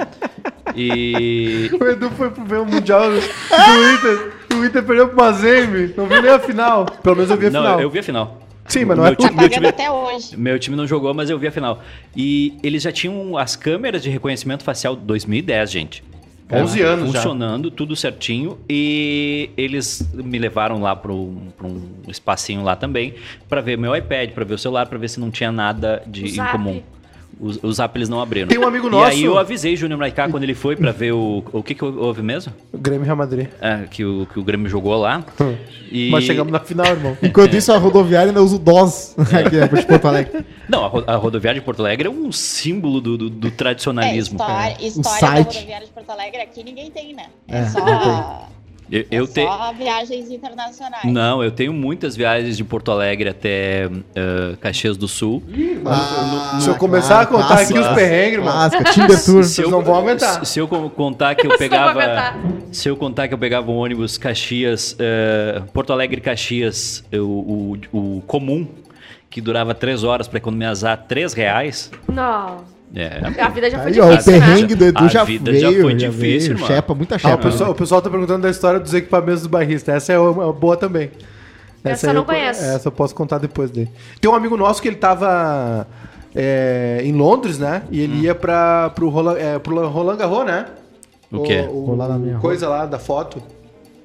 [SPEAKER 3] E.
[SPEAKER 1] O Edu foi pro ver o Mundial do Inter. e O Inter perdeu pro Mazembe. Não vi nem a final. Pelo menos eu vi a
[SPEAKER 3] não,
[SPEAKER 1] final.
[SPEAKER 3] eu vi a final.
[SPEAKER 1] Sim, mas não
[SPEAKER 3] Meu
[SPEAKER 1] é
[SPEAKER 3] time-
[SPEAKER 5] Tá
[SPEAKER 3] meu
[SPEAKER 5] pagando
[SPEAKER 3] time,
[SPEAKER 5] até hoje.
[SPEAKER 3] meu time não jogou, mas eu vi a final. E eles já tinham as câmeras de reconhecimento facial 2010, gente.
[SPEAKER 1] 11 anos já.
[SPEAKER 3] Funcionando, tudo certinho. E eles me levaram lá para um, pra um espacinho lá também, para ver meu iPad, para ver o celular, para ver se não tinha nada de
[SPEAKER 4] O
[SPEAKER 3] em
[SPEAKER 4] Zap.
[SPEAKER 3] comum. Os, os apps não abriram.
[SPEAKER 1] Tem um amigo
[SPEAKER 3] E
[SPEAKER 1] nosso-
[SPEAKER 3] aí eu avisei Júnior Maiká quando ele foi para ver o. O que, que houve mesmo?
[SPEAKER 1] Grêmio e Real Madrid.
[SPEAKER 3] É, que, o, que o Grêmio jogou lá. E-
[SPEAKER 1] Mas chegamos na final, irmão.
[SPEAKER 3] É.
[SPEAKER 2] Enquanto isso, a rodoviária ainda usa o DOS aqui é, de Porto Alegre.
[SPEAKER 3] Não, a, ro- a rodoviária de Porto Alegre é um símbolo do, do- do
[SPEAKER 5] É,
[SPEAKER 3] tradicionalismo.
[SPEAKER 5] história, história da
[SPEAKER 2] site.
[SPEAKER 5] rodoviária de Porto Alegre aqui ninguém tem, né?
[SPEAKER 2] É,
[SPEAKER 5] É, só,
[SPEAKER 3] Eu, eu
[SPEAKER 5] é
[SPEAKER 3] te-
[SPEAKER 5] só viagens internacionais.
[SPEAKER 3] Não, eu tenho muitas viagens de Porto Alegre até eh, Caxias do Sul.
[SPEAKER 2] Hum,
[SPEAKER 3] Ah,
[SPEAKER 1] se Ah, eu
[SPEAKER 2] ah,
[SPEAKER 1] começar a contar
[SPEAKER 2] tá,
[SPEAKER 3] tá
[SPEAKER 1] aqui os perrengues, irmão.
[SPEAKER 2] Clássica, Tinder Tour.
[SPEAKER 1] Vocês não vão aguentar.
[SPEAKER 3] Se, se eu con- contar que eu
[SPEAKER 4] Vocês não vão
[SPEAKER 3] pegava.
[SPEAKER 4] aguentar.
[SPEAKER 3] Se eu contar que eu pegava um ônibus Caxias. eh, Porto Alegre Caxias, eh, o, o- o comum, que durava três horas para economizar três reais.
[SPEAKER 4] Não.
[SPEAKER 3] É,
[SPEAKER 4] A vida já foi
[SPEAKER 2] Aí, ó, o
[SPEAKER 4] difícil, né?
[SPEAKER 2] perrengue do Edu
[SPEAKER 3] A
[SPEAKER 2] já
[SPEAKER 3] vida
[SPEAKER 2] veio.
[SPEAKER 3] já foi
[SPEAKER 2] já
[SPEAKER 3] difícil,
[SPEAKER 2] veio.
[SPEAKER 3] mano.
[SPEAKER 2] Chepa, muita
[SPEAKER 1] Ah,
[SPEAKER 2] chepa.
[SPEAKER 1] o, pessoal, o pessoal tá perguntando da história dos equipamentos do barrista. Essa é uma boa é também.
[SPEAKER 4] Essa eu não conheço.
[SPEAKER 1] Essa eu posso contar depois dele. Tem um amigo nosso que ele tava é, em Londres, né? E
[SPEAKER 3] Hum.
[SPEAKER 1] ele ia pra, pro, Roland, é, pro Roland Garros, né?
[SPEAKER 3] O quê?
[SPEAKER 1] O,
[SPEAKER 2] Rolar na minha
[SPEAKER 1] coisa lá da foto.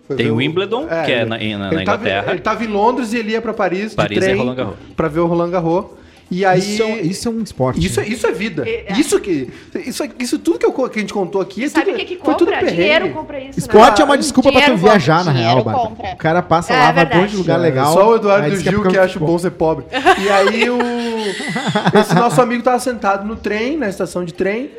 [SPEAKER 1] Foi
[SPEAKER 3] Tem
[SPEAKER 1] ver
[SPEAKER 3] Wimbledon, que é
[SPEAKER 1] ele-
[SPEAKER 3] na- em- na- na
[SPEAKER 1] ele tava-
[SPEAKER 3] Inglaterra.
[SPEAKER 1] ele tava em Londres e ele ia pra Paris,
[SPEAKER 3] Paris
[SPEAKER 1] de
[SPEAKER 3] é
[SPEAKER 1] trem
[SPEAKER 3] Roland Garros.
[SPEAKER 1] pra ver o Roland Garros. E aí...
[SPEAKER 2] Isso, é, um- isso é um esporte.
[SPEAKER 1] Isso, é- isso é vida.
[SPEAKER 4] É.
[SPEAKER 1] Isso que. Isso, isso tudo que, eu co- que a gente contou aqui. é
[SPEAKER 4] Sabe o
[SPEAKER 1] tudo-
[SPEAKER 4] que que
[SPEAKER 1] foi tudo
[SPEAKER 4] compra?
[SPEAKER 1] perrengue.
[SPEAKER 4] Dinheiro compra isso, né?
[SPEAKER 2] Esporte é
[SPEAKER 1] Ah,
[SPEAKER 2] uma desculpa pra tu
[SPEAKER 4] Dinheiro compra.
[SPEAKER 2] viajar, na
[SPEAKER 5] Dinheiro
[SPEAKER 2] real, Bárbara.
[SPEAKER 5] compra.
[SPEAKER 2] O cara passa
[SPEAKER 4] É
[SPEAKER 2] lá, vai pra um monte de
[SPEAKER 4] verdade.
[SPEAKER 2] lugar legal.
[SPEAKER 1] né? Só o Eduardo
[SPEAKER 2] aí
[SPEAKER 1] do
[SPEAKER 2] diz é
[SPEAKER 1] Gil
[SPEAKER 2] porque
[SPEAKER 1] que
[SPEAKER 2] é um
[SPEAKER 1] acha bom ser pobre. E aí o. Esse nosso amigo tava sentado no trem, na estação de trem.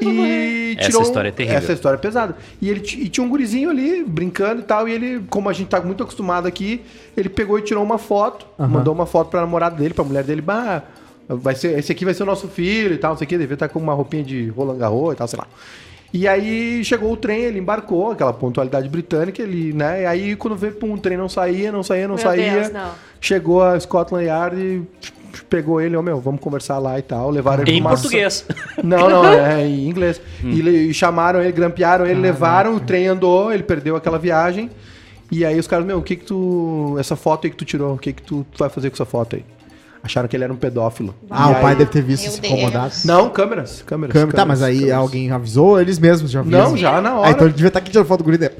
[SPEAKER 1] E
[SPEAKER 3] Essa
[SPEAKER 1] tirou. um-
[SPEAKER 3] história é terrível.
[SPEAKER 1] Essa história é pesada. E ele ti- e tinha um gurizinho ali brincando e tal. E ele, como a gente tá muito acostumado aqui, ele pegou e tirou uma foto.
[SPEAKER 2] Aham.
[SPEAKER 1] Mandou uma foto pra namorada dele, pra mulher dele. Bah, vai ser, esse aqui vai ser o nosso filho e tal, não sei o que. Devia estar com uma roupinha de Roland Garros e tal, sei lá. E aí chegou o trem, ele embarcou, aquela pontualidade britânica, ele, né? E aí quando veio, pum, o trem não saía, não saía, não
[SPEAKER 4] Meu
[SPEAKER 1] saía.
[SPEAKER 4] Deus, não.
[SPEAKER 1] Chegou a Scotland Yard e pegou ele, ó, meu, vamos conversar lá e tal. Levaram ele
[SPEAKER 3] Em
[SPEAKER 1] pra uma sa-
[SPEAKER 3] português.
[SPEAKER 1] não, não, é em inglês. E, le- e chamaram ele, grampearam ele, levaram, o trem andou, ele perdeu aquela viagem. E aí os caras, meu, o que que tu. Essa foto aí que tu tirou, o que que tu, tu vai fazer com essa foto aí? Acharam que ele era um pedófilo.
[SPEAKER 2] Ah,
[SPEAKER 1] E
[SPEAKER 2] o pai
[SPEAKER 1] aí-
[SPEAKER 2] deve ter visto
[SPEAKER 5] Meu
[SPEAKER 2] se
[SPEAKER 5] Deus.
[SPEAKER 2] incomodado.
[SPEAKER 1] Não, câmeras, câmeras.
[SPEAKER 2] Câmera, tá,
[SPEAKER 1] câmeras,
[SPEAKER 2] mas aí
[SPEAKER 1] câmeras.
[SPEAKER 2] alguém avisou, eles mesmos já avisaram.
[SPEAKER 1] Não, já na hora.
[SPEAKER 2] Ah, então ele devia estar aqui tirando foto do guri dele.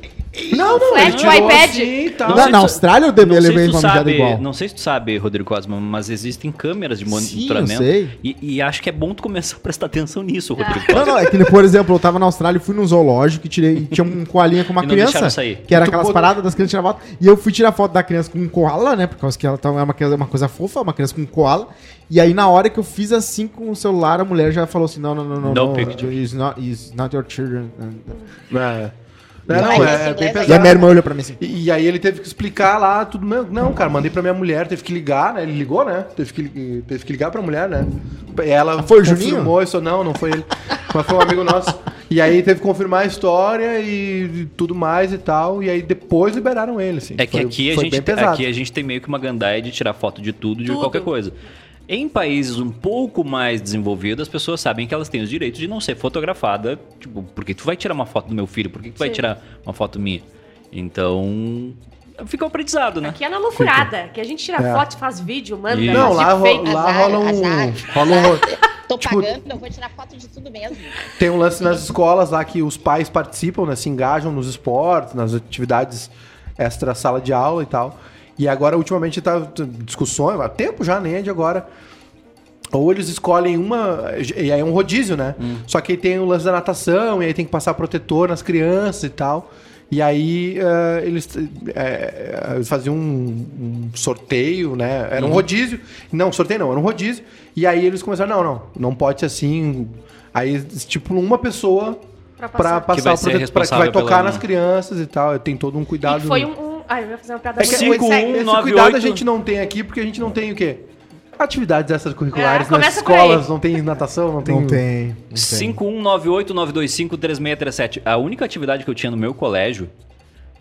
[SPEAKER 1] Não, não,
[SPEAKER 4] Flash
[SPEAKER 1] ele
[SPEAKER 4] no
[SPEAKER 1] tirou
[SPEAKER 4] iPad.
[SPEAKER 1] assim e tal.
[SPEAKER 2] Não,
[SPEAKER 3] sei se
[SPEAKER 2] na
[SPEAKER 3] tu-
[SPEAKER 2] Austrália eu dei-
[SPEAKER 3] não sei
[SPEAKER 2] levei
[SPEAKER 3] se tu
[SPEAKER 2] uma mijada
[SPEAKER 3] sabe-
[SPEAKER 2] igual.
[SPEAKER 3] Não sei se tu sabe, Rodrigo Cosma, mas existem câmeras de
[SPEAKER 2] Sim, eu
[SPEAKER 3] monitoramento.
[SPEAKER 2] sei.
[SPEAKER 3] E, e acho que é bom tu começar a prestar atenção nisso,
[SPEAKER 4] Tá.
[SPEAKER 3] Rodrigo
[SPEAKER 2] Não,
[SPEAKER 3] Cosma.
[SPEAKER 2] não, é que, por exemplo, eu tava na Austrália e fui num zoológico e tirei, e tinha um coalinha com uma
[SPEAKER 3] E não
[SPEAKER 2] criança.
[SPEAKER 3] deixaram sair.
[SPEAKER 2] Que era
[SPEAKER 1] Tu
[SPEAKER 2] aquelas
[SPEAKER 1] botou-
[SPEAKER 2] paradas das crianças tirar foto. E eu fui tirar foto da criança com um koala, né? Por causa que ela tava, era uma, criança- uma coisa fofa, uma criança com um koala. E aí, na hora que eu fiz assim com o celular, a mulher já falou assim: não, não, não, não.
[SPEAKER 3] No
[SPEAKER 2] não
[SPEAKER 3] picture.
[SPEAKER 2] It's not, it's not your children.
[SPEAKER 1] É. Não, não, é, é bem
[SPEAKER 5] E a
[SPEAKER 1] pesado.
[SPEAKER 2] E a minha irmã olhou pra mim assim.
[SPEAKER 1] E, e aí ele teve que explicar lá tudo. Não, não, cara, mandei pra minha mulher, teve que ligar, né? Ele ligou, né? Teve que, li- teve que ligar pra mulher, né? Ela
[SPEAKER 2] Ah, foi o
[SPEAKER 1] confirmou isso, não, não foi ele. mas foi um amigo nosso. E aí teve que confirmar a história e tudo mais e tal. E aí depois liberaram ele, assim.
[SPEAKER 3] É que
[SPEAKER 1] Foi-
[SPEAKER 3] aqui, a
[SPEAKER 1] foi
[SPEAKER 3] gente,
[SPEAKER 1] bem pesado.
[SPEAKER 3] aqui a gente tem meio que uma gandaia de tirar foto de tudo, de
[SPEAKER 4] Tudo.
[SPEAKER 3] qualquer coisa. Em países um pouco mais desenvolvidos, as pessoas sabem que elas têm os direitos de não ser fotografada. Tipo, porque tu vai tirar uma foto do meu filho? Por que tu vai
[SPEAKER 4] Sim.
[SPEAKER 3] tirar uma foto minha? Então, fica um aprendizado, né?
[SPEAKER 4] Aqui é na loucurada, que a gente tira
[SPEAKER 1] É.
[SPEAKER 4] foto, faz vídeo, manda. um
[SPEAKER 3] Isso.
[SPEAKER 1] Não, lá, ro-
[SPEAKER 4] deepfake.
[SPEAKER 1] lá
[SPEAKER 5] Azar,
[SPEAKER 1] rola um.
[SPEAKER 5] azar.
[SPEAKER 1] Rola um ro-
[SPEAKER 5] Tô
[SPEAKER 1] Tipo-
[SPEAKER 5] pagando, eu vou tirar foto de tudo mesmo.
[SPEAKER 1] Tem um lance nas escolas lá que os pais participam, né? Se engajam nos esportes, nas atividades extra sala de aula e tal. E agora, ultimamente, tá t- discussões, há tempo já, nem é de agora. Ou eles escolhem uma. E aí é um rodízio, né?
[SPEAKER 3] Hum.
[SPEAKER 1] Só que aí tem o lance da natação, e aí tem que passar protetor nas crianças e tal. E aí eh, eles, eh, eles faziam um, um sorteio, né?
[SPEAKER 3] Uhum.
[SPEAKER 1] Era um rodízio. Não, sorteio não, era um rodízio. E aí eles começaram, não, não, não pode ser assim. Aí estipulam uma pessoa
[SPEAKER 4] Pra
[SPEAKER 1] pra
[SPEAKER 4] passar.
[SPEAKER 1] passar
[SPEAKER 3] Que vai
[SPEAKER 1] o protetor, pra, que
[SPEAKER 3] ser
[SPEAKER 1] vai
[SPEAKER 3] responsável pela-
[SPEAKER 1] tocar nas crianças e tal. Tem todo um cuidado.
[SPEAKER 4] E foi
[SPEAKER 1] no-
[SPEAKER 4] um, um. Ai, eu ia fazer uma piada
[SPEAKER 1] é que
[SPEAKER 4] muito
[SPEAKER 1] esse,
[SPEAKER 3] Cinco,
[SPEAKER 4] ruim, sério.
[SPEAKER 3] um,
[SPEAKER 1] esse
[SPEAKER 3] nove,
[SPEAKER 1] cuidado a
[SPEAKER 3] oito.
[SPEAKER 1] gente não tem aqui porque a gente não tem o quê? Atividades extracurriculares
[SPEAKER 4] É,
[SPEAKER 1] nas
[SPEAKER 4] começa por aí.
[SPEAKER 1] escolas, não tem natação, não tem.
[SPEAKER 2] Não tem. não tem.
[SPEAKER 3] 5198-925-3637. A única atividade que eu tinha no meu colégio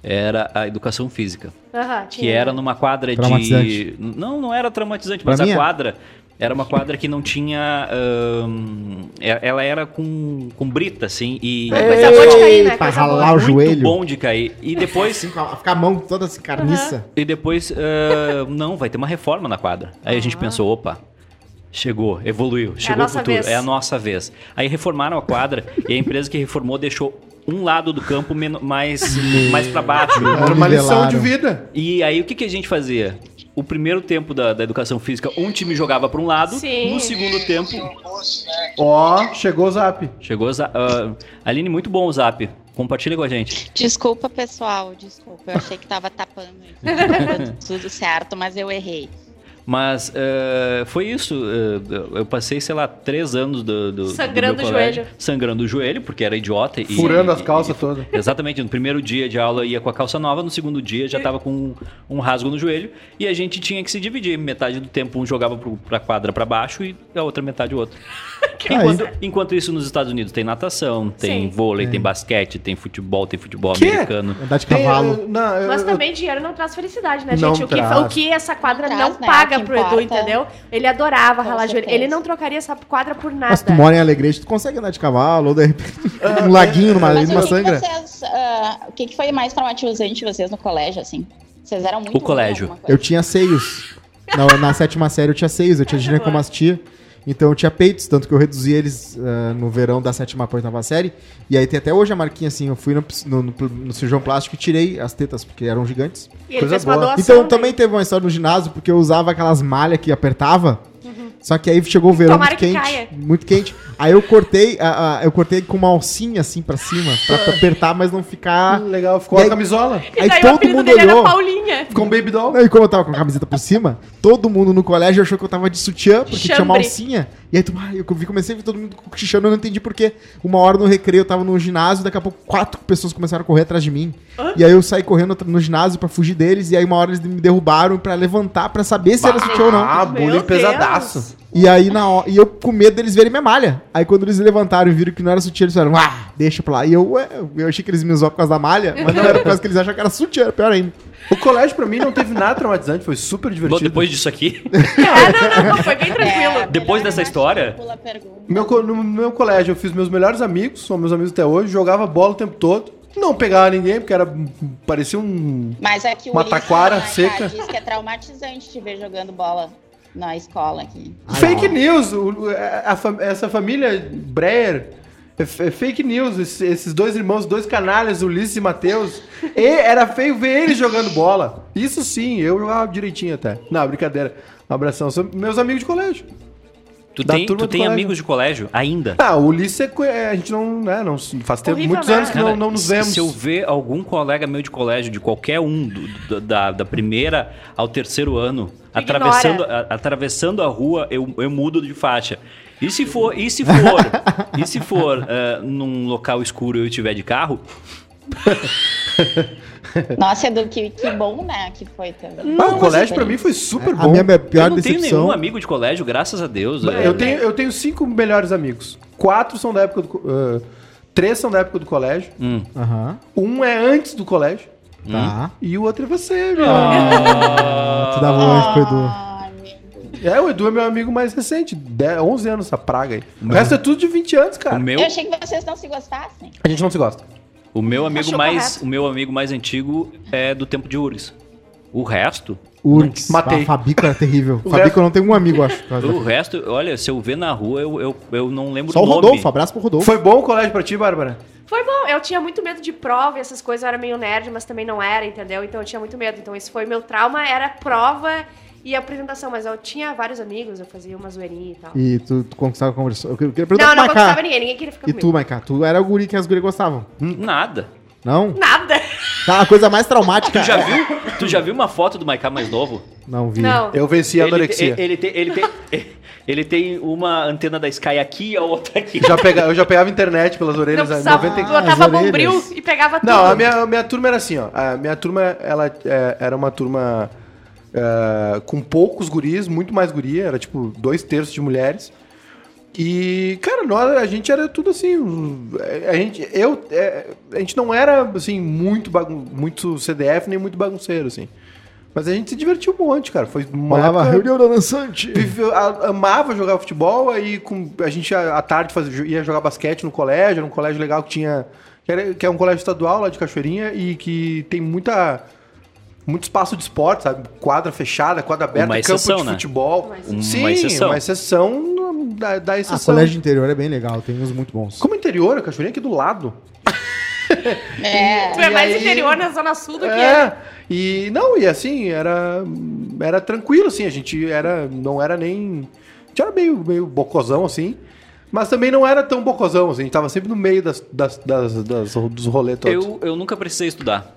[SPEAKER 3] era a educação física.
[SPEAKER 1] um,
[SPEAKER 4] Aham,
[SPEAKER 3] Que
[SPEAKER 4] tinha.
[SPEAKER 3] era numa quadra de.
[SPEAKER 2] Traumatizante.
[SPEAKER 3] Não, não era traumatizante,
[SPEAKER 2] Pra
[SPEAKER 3] mas
[SPEAKER 2] mim
[SPEAKER 3] a
[SPEAKER 2] é.
[SPEAKER 3] quadra era uma quadra que não tinha. ahn, é- ela era com, com brita, assim, e.
[SPEAKER 4] Coisa boa de cair, né?
[SPEAKER 2] Pra
[SPEAKER 4] Coisa boa.
[SPEAKER 2] ralar o
[SPEAKER 3] muito
[SPEAKER 2] joelho.
[SPEAKER 3] bom de cair. E depois.
[SPEAKER 2] Assim, com a- ficar a mão toda assim, carniça.
[SPEAKER 3] e depois. ahn, não, vai ter uma reforma na quadra. Aí a gente pensou, opa. Chegou, evoluiu, chegou o
[SPEAKER 4] nossa
[SPEAKER 3] futuro,
[SPEAKER 4] vez.
[SPEAKER 3] é a nossa vez. Aí reformaram a quadra e a empresa que reformou deixou um lado do campo men- mais, mais para baixo.
[SPEAKER 1] Era uma lição
[SPEAKER 2] Nivelaram.
[SPEAKER 1] de vida.
[SPEAKER 3] E aí o que, que a gente fazia? O primeiro tempo da, da educação física, um time jogava para um lado,
[SPEAKER 4] Sim.
[SPEAKER 3] no segundo tempo.
[SPEAKER 1] Ó, chegou o zap.
[SPEAKER 3] Chegou o Za- ah, Aline, muito bom o zap. Compartilha com a gente.
[SPEAKER 5] Desculpa, pessoal, desculpa. Eu achei que tava tapando, tava tudo certo, mas eu errei.
[SPEAKER 3] Mas ah, foi isso. ah, eu passei, sei lá, três anos do. do- do
[SPEAKER 4] Sangrando
[SPEAKER 3] meu
[SPEAKER 4] o
[SPEAKER 3] colégio,
[SPEAKER 4] joelho.
[SPEAKER 3] Sangrando o joelho, porque era idiota. E,
[SPEAKER 1] Furando
[SPEAKER 3] e-
[SPEAKER 1] as calças
[SPEAKER 3] e-
[SPEAKER 1] todas.
[SPEAKER 3] Exatamente, no primeiro dia de aula eu ia com a calça nova, no segundo dia já tava com um, um rasgo no joelho e a gente tinha que se dividir. Metade do tempo um jogava pro, pra quadra pra baixo e a outra metade o outro. enquanto, enquanto isso, nos Estados Unidos tem natação, tem
[SPEAKER 4] Sim.
[SPEAKER 3] vôlei, tem basquete, tem futebol, tem futebol
[SPEAKER 1] É. Quê?
[SPEAKER 3] americano.
[SPEAKER 2] Andar de
[SPEAKER 1] Tem,
[SPEAKER 2] cavalo.
[SPEAKER 1] eu- não, eu-
[SPEAKER 4] Mas
[SPEAKER 1] eu-
[SPEAKER 4] também dinheiro não traz felicidade, né,
[SPEAKER 1] Não
[SPEAKER 4] gente? O que,
[SPEAKER 1] traz.
[SPEAKER 4] o que essa quadra
[SPEAKER 5] Não
[SPEAKER 4] não,
[SPEAKER 5] traz, né?
[SPEAKER 4] paga
[SPEAKER 5] O que
[SPEAKER 4] pro Edu,
[SPEAKER 5] importa.
[SPEAKER 4] entendeu? Ele adorava
[SPEAKER 5] Com
[SPEAKER 4] ralar joelho.
[SPEAKER 5] certeza.
[SPEAKER 4] Ele não trocaria essa quadra por nada.
[SPEAKER 2] Mas tu mora em Alegrete, tu consegue andar de cavalo, ou de repente um laguinho numa,
[SPEAKER 5] mas o
[SPEAKER 2] numa
[SPEAKER 5] que, que
[SPEAKER 2] sangra.
[SPEAKER 5] vocês, ah, o que, que foi mais traumatizante de vocês no colégio, assim? Vocês eram muito. ruim em
[SPEAKER 3] colégio.
[SPEAKER 5] alguma coisa.
[SPEAKER 2] Eu tinha seios. Na, na sétima série eu tinha seios, eu tinha ginecomastia. Então eu tinha peitos, tanto que eu reduzi eles ah, no verão da sétima pra oitava série. E aí tem até hoje a marquinha assim, eu fui no, ps- no, no- no cirurgião plástico e tirei as tetas, porque eram gigantes.
[SPEAKER 4] E ele
[SPEAKER 1] Coisa
[SPEAKER 4] fez uma
[SPEAKER 1] boa.
[SPEAKER 4] doação.
[SPEAKER 2] Então
[SPEAKER 4] né?
[SPEAKER 2] também teve uma história no ginásio, porque eu usava aquelas malhas que apertava. Só que aí chegou o verão
[SPEAKER 4] Uhum. Tomara
[SPEAKER 2] muito
[SPEAKER 4] que
[SPEAKER 2] quente,
[SPEAKER 4] caia.
[SPEAKER 2] muito quente. Aí eu cortei, a- a- eu cortei com uma alcinha assim pra cima, pra apertar, mas não
[SPEAKER 1] ah,
[SPEAKER 2] ficar.
[SPEAKER 1] Legal, ficou
[SPEAKER 2] E
[SPEAKER 1] a
[SPEAKER 2] aí-
[SPEAKER 1] camisola.
[SPEAKER 4] E
[SPEAKER 2] Aí
[SPEAKER 4] daí o
[SPEAKER 2] todo
[SPEAKER 4] apelido
[SPEAKER 2] mundo
[SPEAKER 4] dele
[SPEAKER 2] olhou.
[SPEAKER 4] era Paulinha.
[SPEAKER 1] Ficou um baby doll.
[SPEAKER 2] Não, e como eu tava com a camiseta por cima, todo mundo no colégio achou que eu tava de sutiã, porque tinha uma
[SPEAKER 4] Chambre.
[SPEAKER 2] alcinha. E aí tu, ah, eu vi, comecei a ver todo mundo cochichando, eu não entendi porquê. Uma hora no recreio eu tava no ginásio, daqui a pouco quatro pessoas começaram a correr atrás de mim. E aí eu saí correndo no ginásio pra fugir deles, e aí uma hora eles me derrubaram pra levantar pra saber se era sutiã ou não.
[SPEAKER 1] Ah, bullying
[SPEAKER 4] Meu
[SPEAKER 1] pesadaço.
[SPEAKER 2] E aí na hora, e eu com medo deles verem minha malha. Aí quando eles levantaram e viram que não era sutiã, eles falaram, ah, deixa pra lá. E eu, ué, eu achei que eles me zoavam por causa da malha, mas não era por causa que eles achavam que era sutiã, era pior ainda.
[SPEAKER 1] O colégio pra mim não teve nada traumatizante, foi super
[SPEAKER 3] Bom,
[SPEAKER 1] divertido.
[SPEAKER 3] depois disso aqui,
[SPEAKER 4] É, não, não, não, foi bem tranquilo.
[SPEAKER 5] É,
[SPEAKER 3] Depois
[SPEAKER 5] melhor
[SPEAKER 3] dessa
[SPEAKER 5] eu acho
[SPEAKER 3] história-
[SPEAKER 5] que pula a pergunta.
[SPEAKER 1] Meu, co- no meu colégio eu fiz meus melhores amigos, são meus amigos até hoje, jogava bola o tempo todo, não pegava ninguém, porque era. parecia um.
[SPEAKER 5] Mas é que o
[SPEAKER 1] Uma
[SPEAKER 5] Ulisses
[SPEAKER 1] taquara
[SPEAKER 5] lá já
[SPEAKER 1] seca.
[SPEAKER 5] Diz que é traumatizante te ver jogando bola na escola aqui.
[SPEAKER 1] fake news! o- é, a- a fam- essa família Breyer. É, f- é fake news, esse- esses dois irmãos, dois canalhas, Ulisses e Matheus. E era feio ver eles jogando bola. Isso sim, eu jogava direitinho até. Não, brincadeira. Um abração. São meus amigos de colégio.
[SPEAKER 3] tu
[SPEAKER 1] Da
[SPEAKER 3] tem,
[SPEAKER 1] turma
[SPEAKER 3] tu
[SPEAKER 1] do
[SPEAKER 3] tem
[SPEAKER 1] colégio.
[SPEAKER 3] amigos de colégio ainda?
[SPEAKER 1] Ah, o Ulisses é, co- é, a gente não, né, não faz tempo,
[SPEAKER 4] Horrível,
[SPEAKER 1] muitos
[SPEAKER 4] né?
[SPEAKER 1] anos que não, não nos
[SPEAKER 3] se-
[SPEAKER 1] vemos.
[SPEAKER 3] Se eu ver algum colega meu de colégio, de qualquer um, do- do- da, da primeira ao terceiro ano, atravessando, a- atravessando a rua, eu, eu mudo de faixa. E se for, e se for, e se for eh, num local escuro e eu estiver de carro,
[SPEAKER 5] Nossa, Edu, que, que bom, né? Que foi também.
[SPEAKER 1] Bah,
[SPEAKER 5] Uma
[SPEAKER 1] É. Ah, o colégio pra
[SPEAKER 5] experiência.
[SPEAKER 1] mim foi super
[SPEAKER 2] É, A
[SPEAKER 1] bom.
[SPEAKER 2] minha pior
[SPEAKER 3] eu não tenho
[SPEAKER 2] decepção.
[SPEAKER 3] nenhum amigo de colégio, graças a Deus. eh,
[SPEAKER 1] Eu tenho, eu tenho cinco melhores amigos. Quatro são da época do. co- ah, três são da época do colégio.
[SPEAKER 3] hum.
[SPEAKER 2] Aham.
[SPEAKER 1] Um é antes do colégio.
[SPEAKER 2] Tá.
[SPEAKER 1] E o outro é você, meu.
[SPEAKER 2] Ah, tu dá longe pro Edu.
[SPEAKER 5] Ai, meu Deus.
[SPEAKER 1] É, o Edu é meu amigo mais recente. dez 11 anos essa praga aí. O resto é tudo de 20 anos,
[SPEAKER 3] O
[SPEAKER 1] cara.
[SPEAKER 3] meu,
[SPEAKER 5] Eu... achei que vocês não se gostassem.
[SPEAKER 1] A gente não se gosta.
[SPEAKER 3] o meu amigo
[SPEAKER 4] Achou
[SPEAKER 3] mais,
[SPEAKER 4] correto.
[SPEAKER 3] o meu amigo mais antigo é do tempo de URGS. O resto,
[SPEAKER 2] Urks.
[SPEAKER 1] Matei.
[SPEAKER 2] A Fabico era terrível.
[SPEAKER 1] O
[SPEAKER 2] Fabico eu não tenho um amigo, acho.
[SPEAKER 3] o resto, olha, se eu ver na rua, eu, eu, eu não lembro
[SPEAKER 2] Só o
[SPEAKER 3] o nome.
[SPEAKER 2] Rodolfo, abraço pro Rodolfo.
[SPEAKER 1] Foi bom o colégio pra ti, Bárbara?
[SPEAKER 4] Foi bom, eu tinha muito medo de prova e essas coisas, eu era meio nerd, mas também não era, entendeu? Então eu tinha muito medo. Então esse foi meu trauma, era prova e apresentação, mas eu tinha vários amigos, eu fazia uma zoeirinha e tal.
[SPEAKER 2] E tu, tu conquistava a conversa. Eu queria queria perguntar
[SPEAKER 4] Não,
[SPEAKER 2] pro
[SPEAKER 4] não
[SPEAKER 2] Maiká.
[SPEAKER 4] conquistava ninguém, ninguém queria ficar
[SPEAKER 2] E tu,
[SPEAKER 4] comigo.
[SPEAKER 2] Maiká, tu era o guri que as gurias gostavam.
[SPEAKER 3] Nada.
[SPEAKER 2] Não?
[SPEAKER 4] Nada.
[SPEAKER 2] Tá, a coisa mais traumática.
[SPEAKER 3] Tu já viu? Tu já viu uma foto do Maiká mais novo?
[SPEAKER 2] Não vi.
[SPEAKER 4] Não.
[SPEAKER 1] Eu venci a anorexia.
[SPEAKER 3] Tem, ele, tem, ele, tem, ele tem uma antena da Sky aqui e a outra aqui.
[SPEAKER 1] Já pega, eu já pegava internet pelas
[SPEAKER 4] Não
[SPEAKER 1] orelhas. né?
[SPEAKER 4] precisava,
[SPEAKER 1] 90 e-
[SPEAKER 4] botava
[SPEAKER 2] as orelhas.
[SPEAKER 4] bombril e pegava tudo.
[SPEAKER 1] Não, a minha, a minha turma era assim, ó. A minha turma, ela é, era uma turma é, com poucos guris, muito mais guria, era tipo dois terços de mulheres. E, cara, nós, a gente era tudo assim. um, A gente, eu, é, a gente não era, assim, muito, bagun muito CDF nem muito bagunceiro, assim. Mas a gente se divertiu um monte, cara. Foi uma
[SPEAKER 2] Falava
[SPEAKER 1] época-
[SPEAKER 2] reunião da dançante.
[SPEAKER 1] Viveu- a- amava jogar futebol, aí com, a gente à à tarde fazia- ia jogar basquete no colégio, era um colégio legal que tinha. Que, era- que é um colégio estadual lá de Cachoeirinha e que tem muita. Muito espaço de esporte, sabe? Quadra fechada, quadra aberta,
[SPEAKER 3] Uma
[SPEAKER 1] campo
[SPEAKER 3] exceção,
[SPEAKER 1] de
[SPEAKER 3] né?
[SPEAKER 1] futebol.
[SPEAKER 4] Uma
[SPEAKER 3] exceção.
[SPEAKER 1] Sim,
[SPEAKER 3] Uma exceção.
[SPEAKER 1] uma exceção da, da
[SPEAKER 2] Ah,
[SPEAKER 1] exceção.
[SPEAKER 2] colégio de interior é bem legal, tem uns muito bons.
[SPEAKER 1] Como interior, a Cachoeirinha é aqui do lado.
[SPEAKER 5] É.
[SPEAKER 4] Tu é
[SPEAKER 1] E
[SPEAKER 4] mais
[SPEAKER 1] aí-
[SPEAKER 4] interior na Zona Sul do que eu.
[SPEAKER 1] É, e não, e assim, era era tranquilo, assim, a gente era, não era nem, a gente era meio, meio bocozão, assim, mas também não era tão bocozão, assim, a gente tava sempre no meio das, das, das, das- dos rolê todos.
[SPEAKER 3] Eu, eu nunca precisei estudar.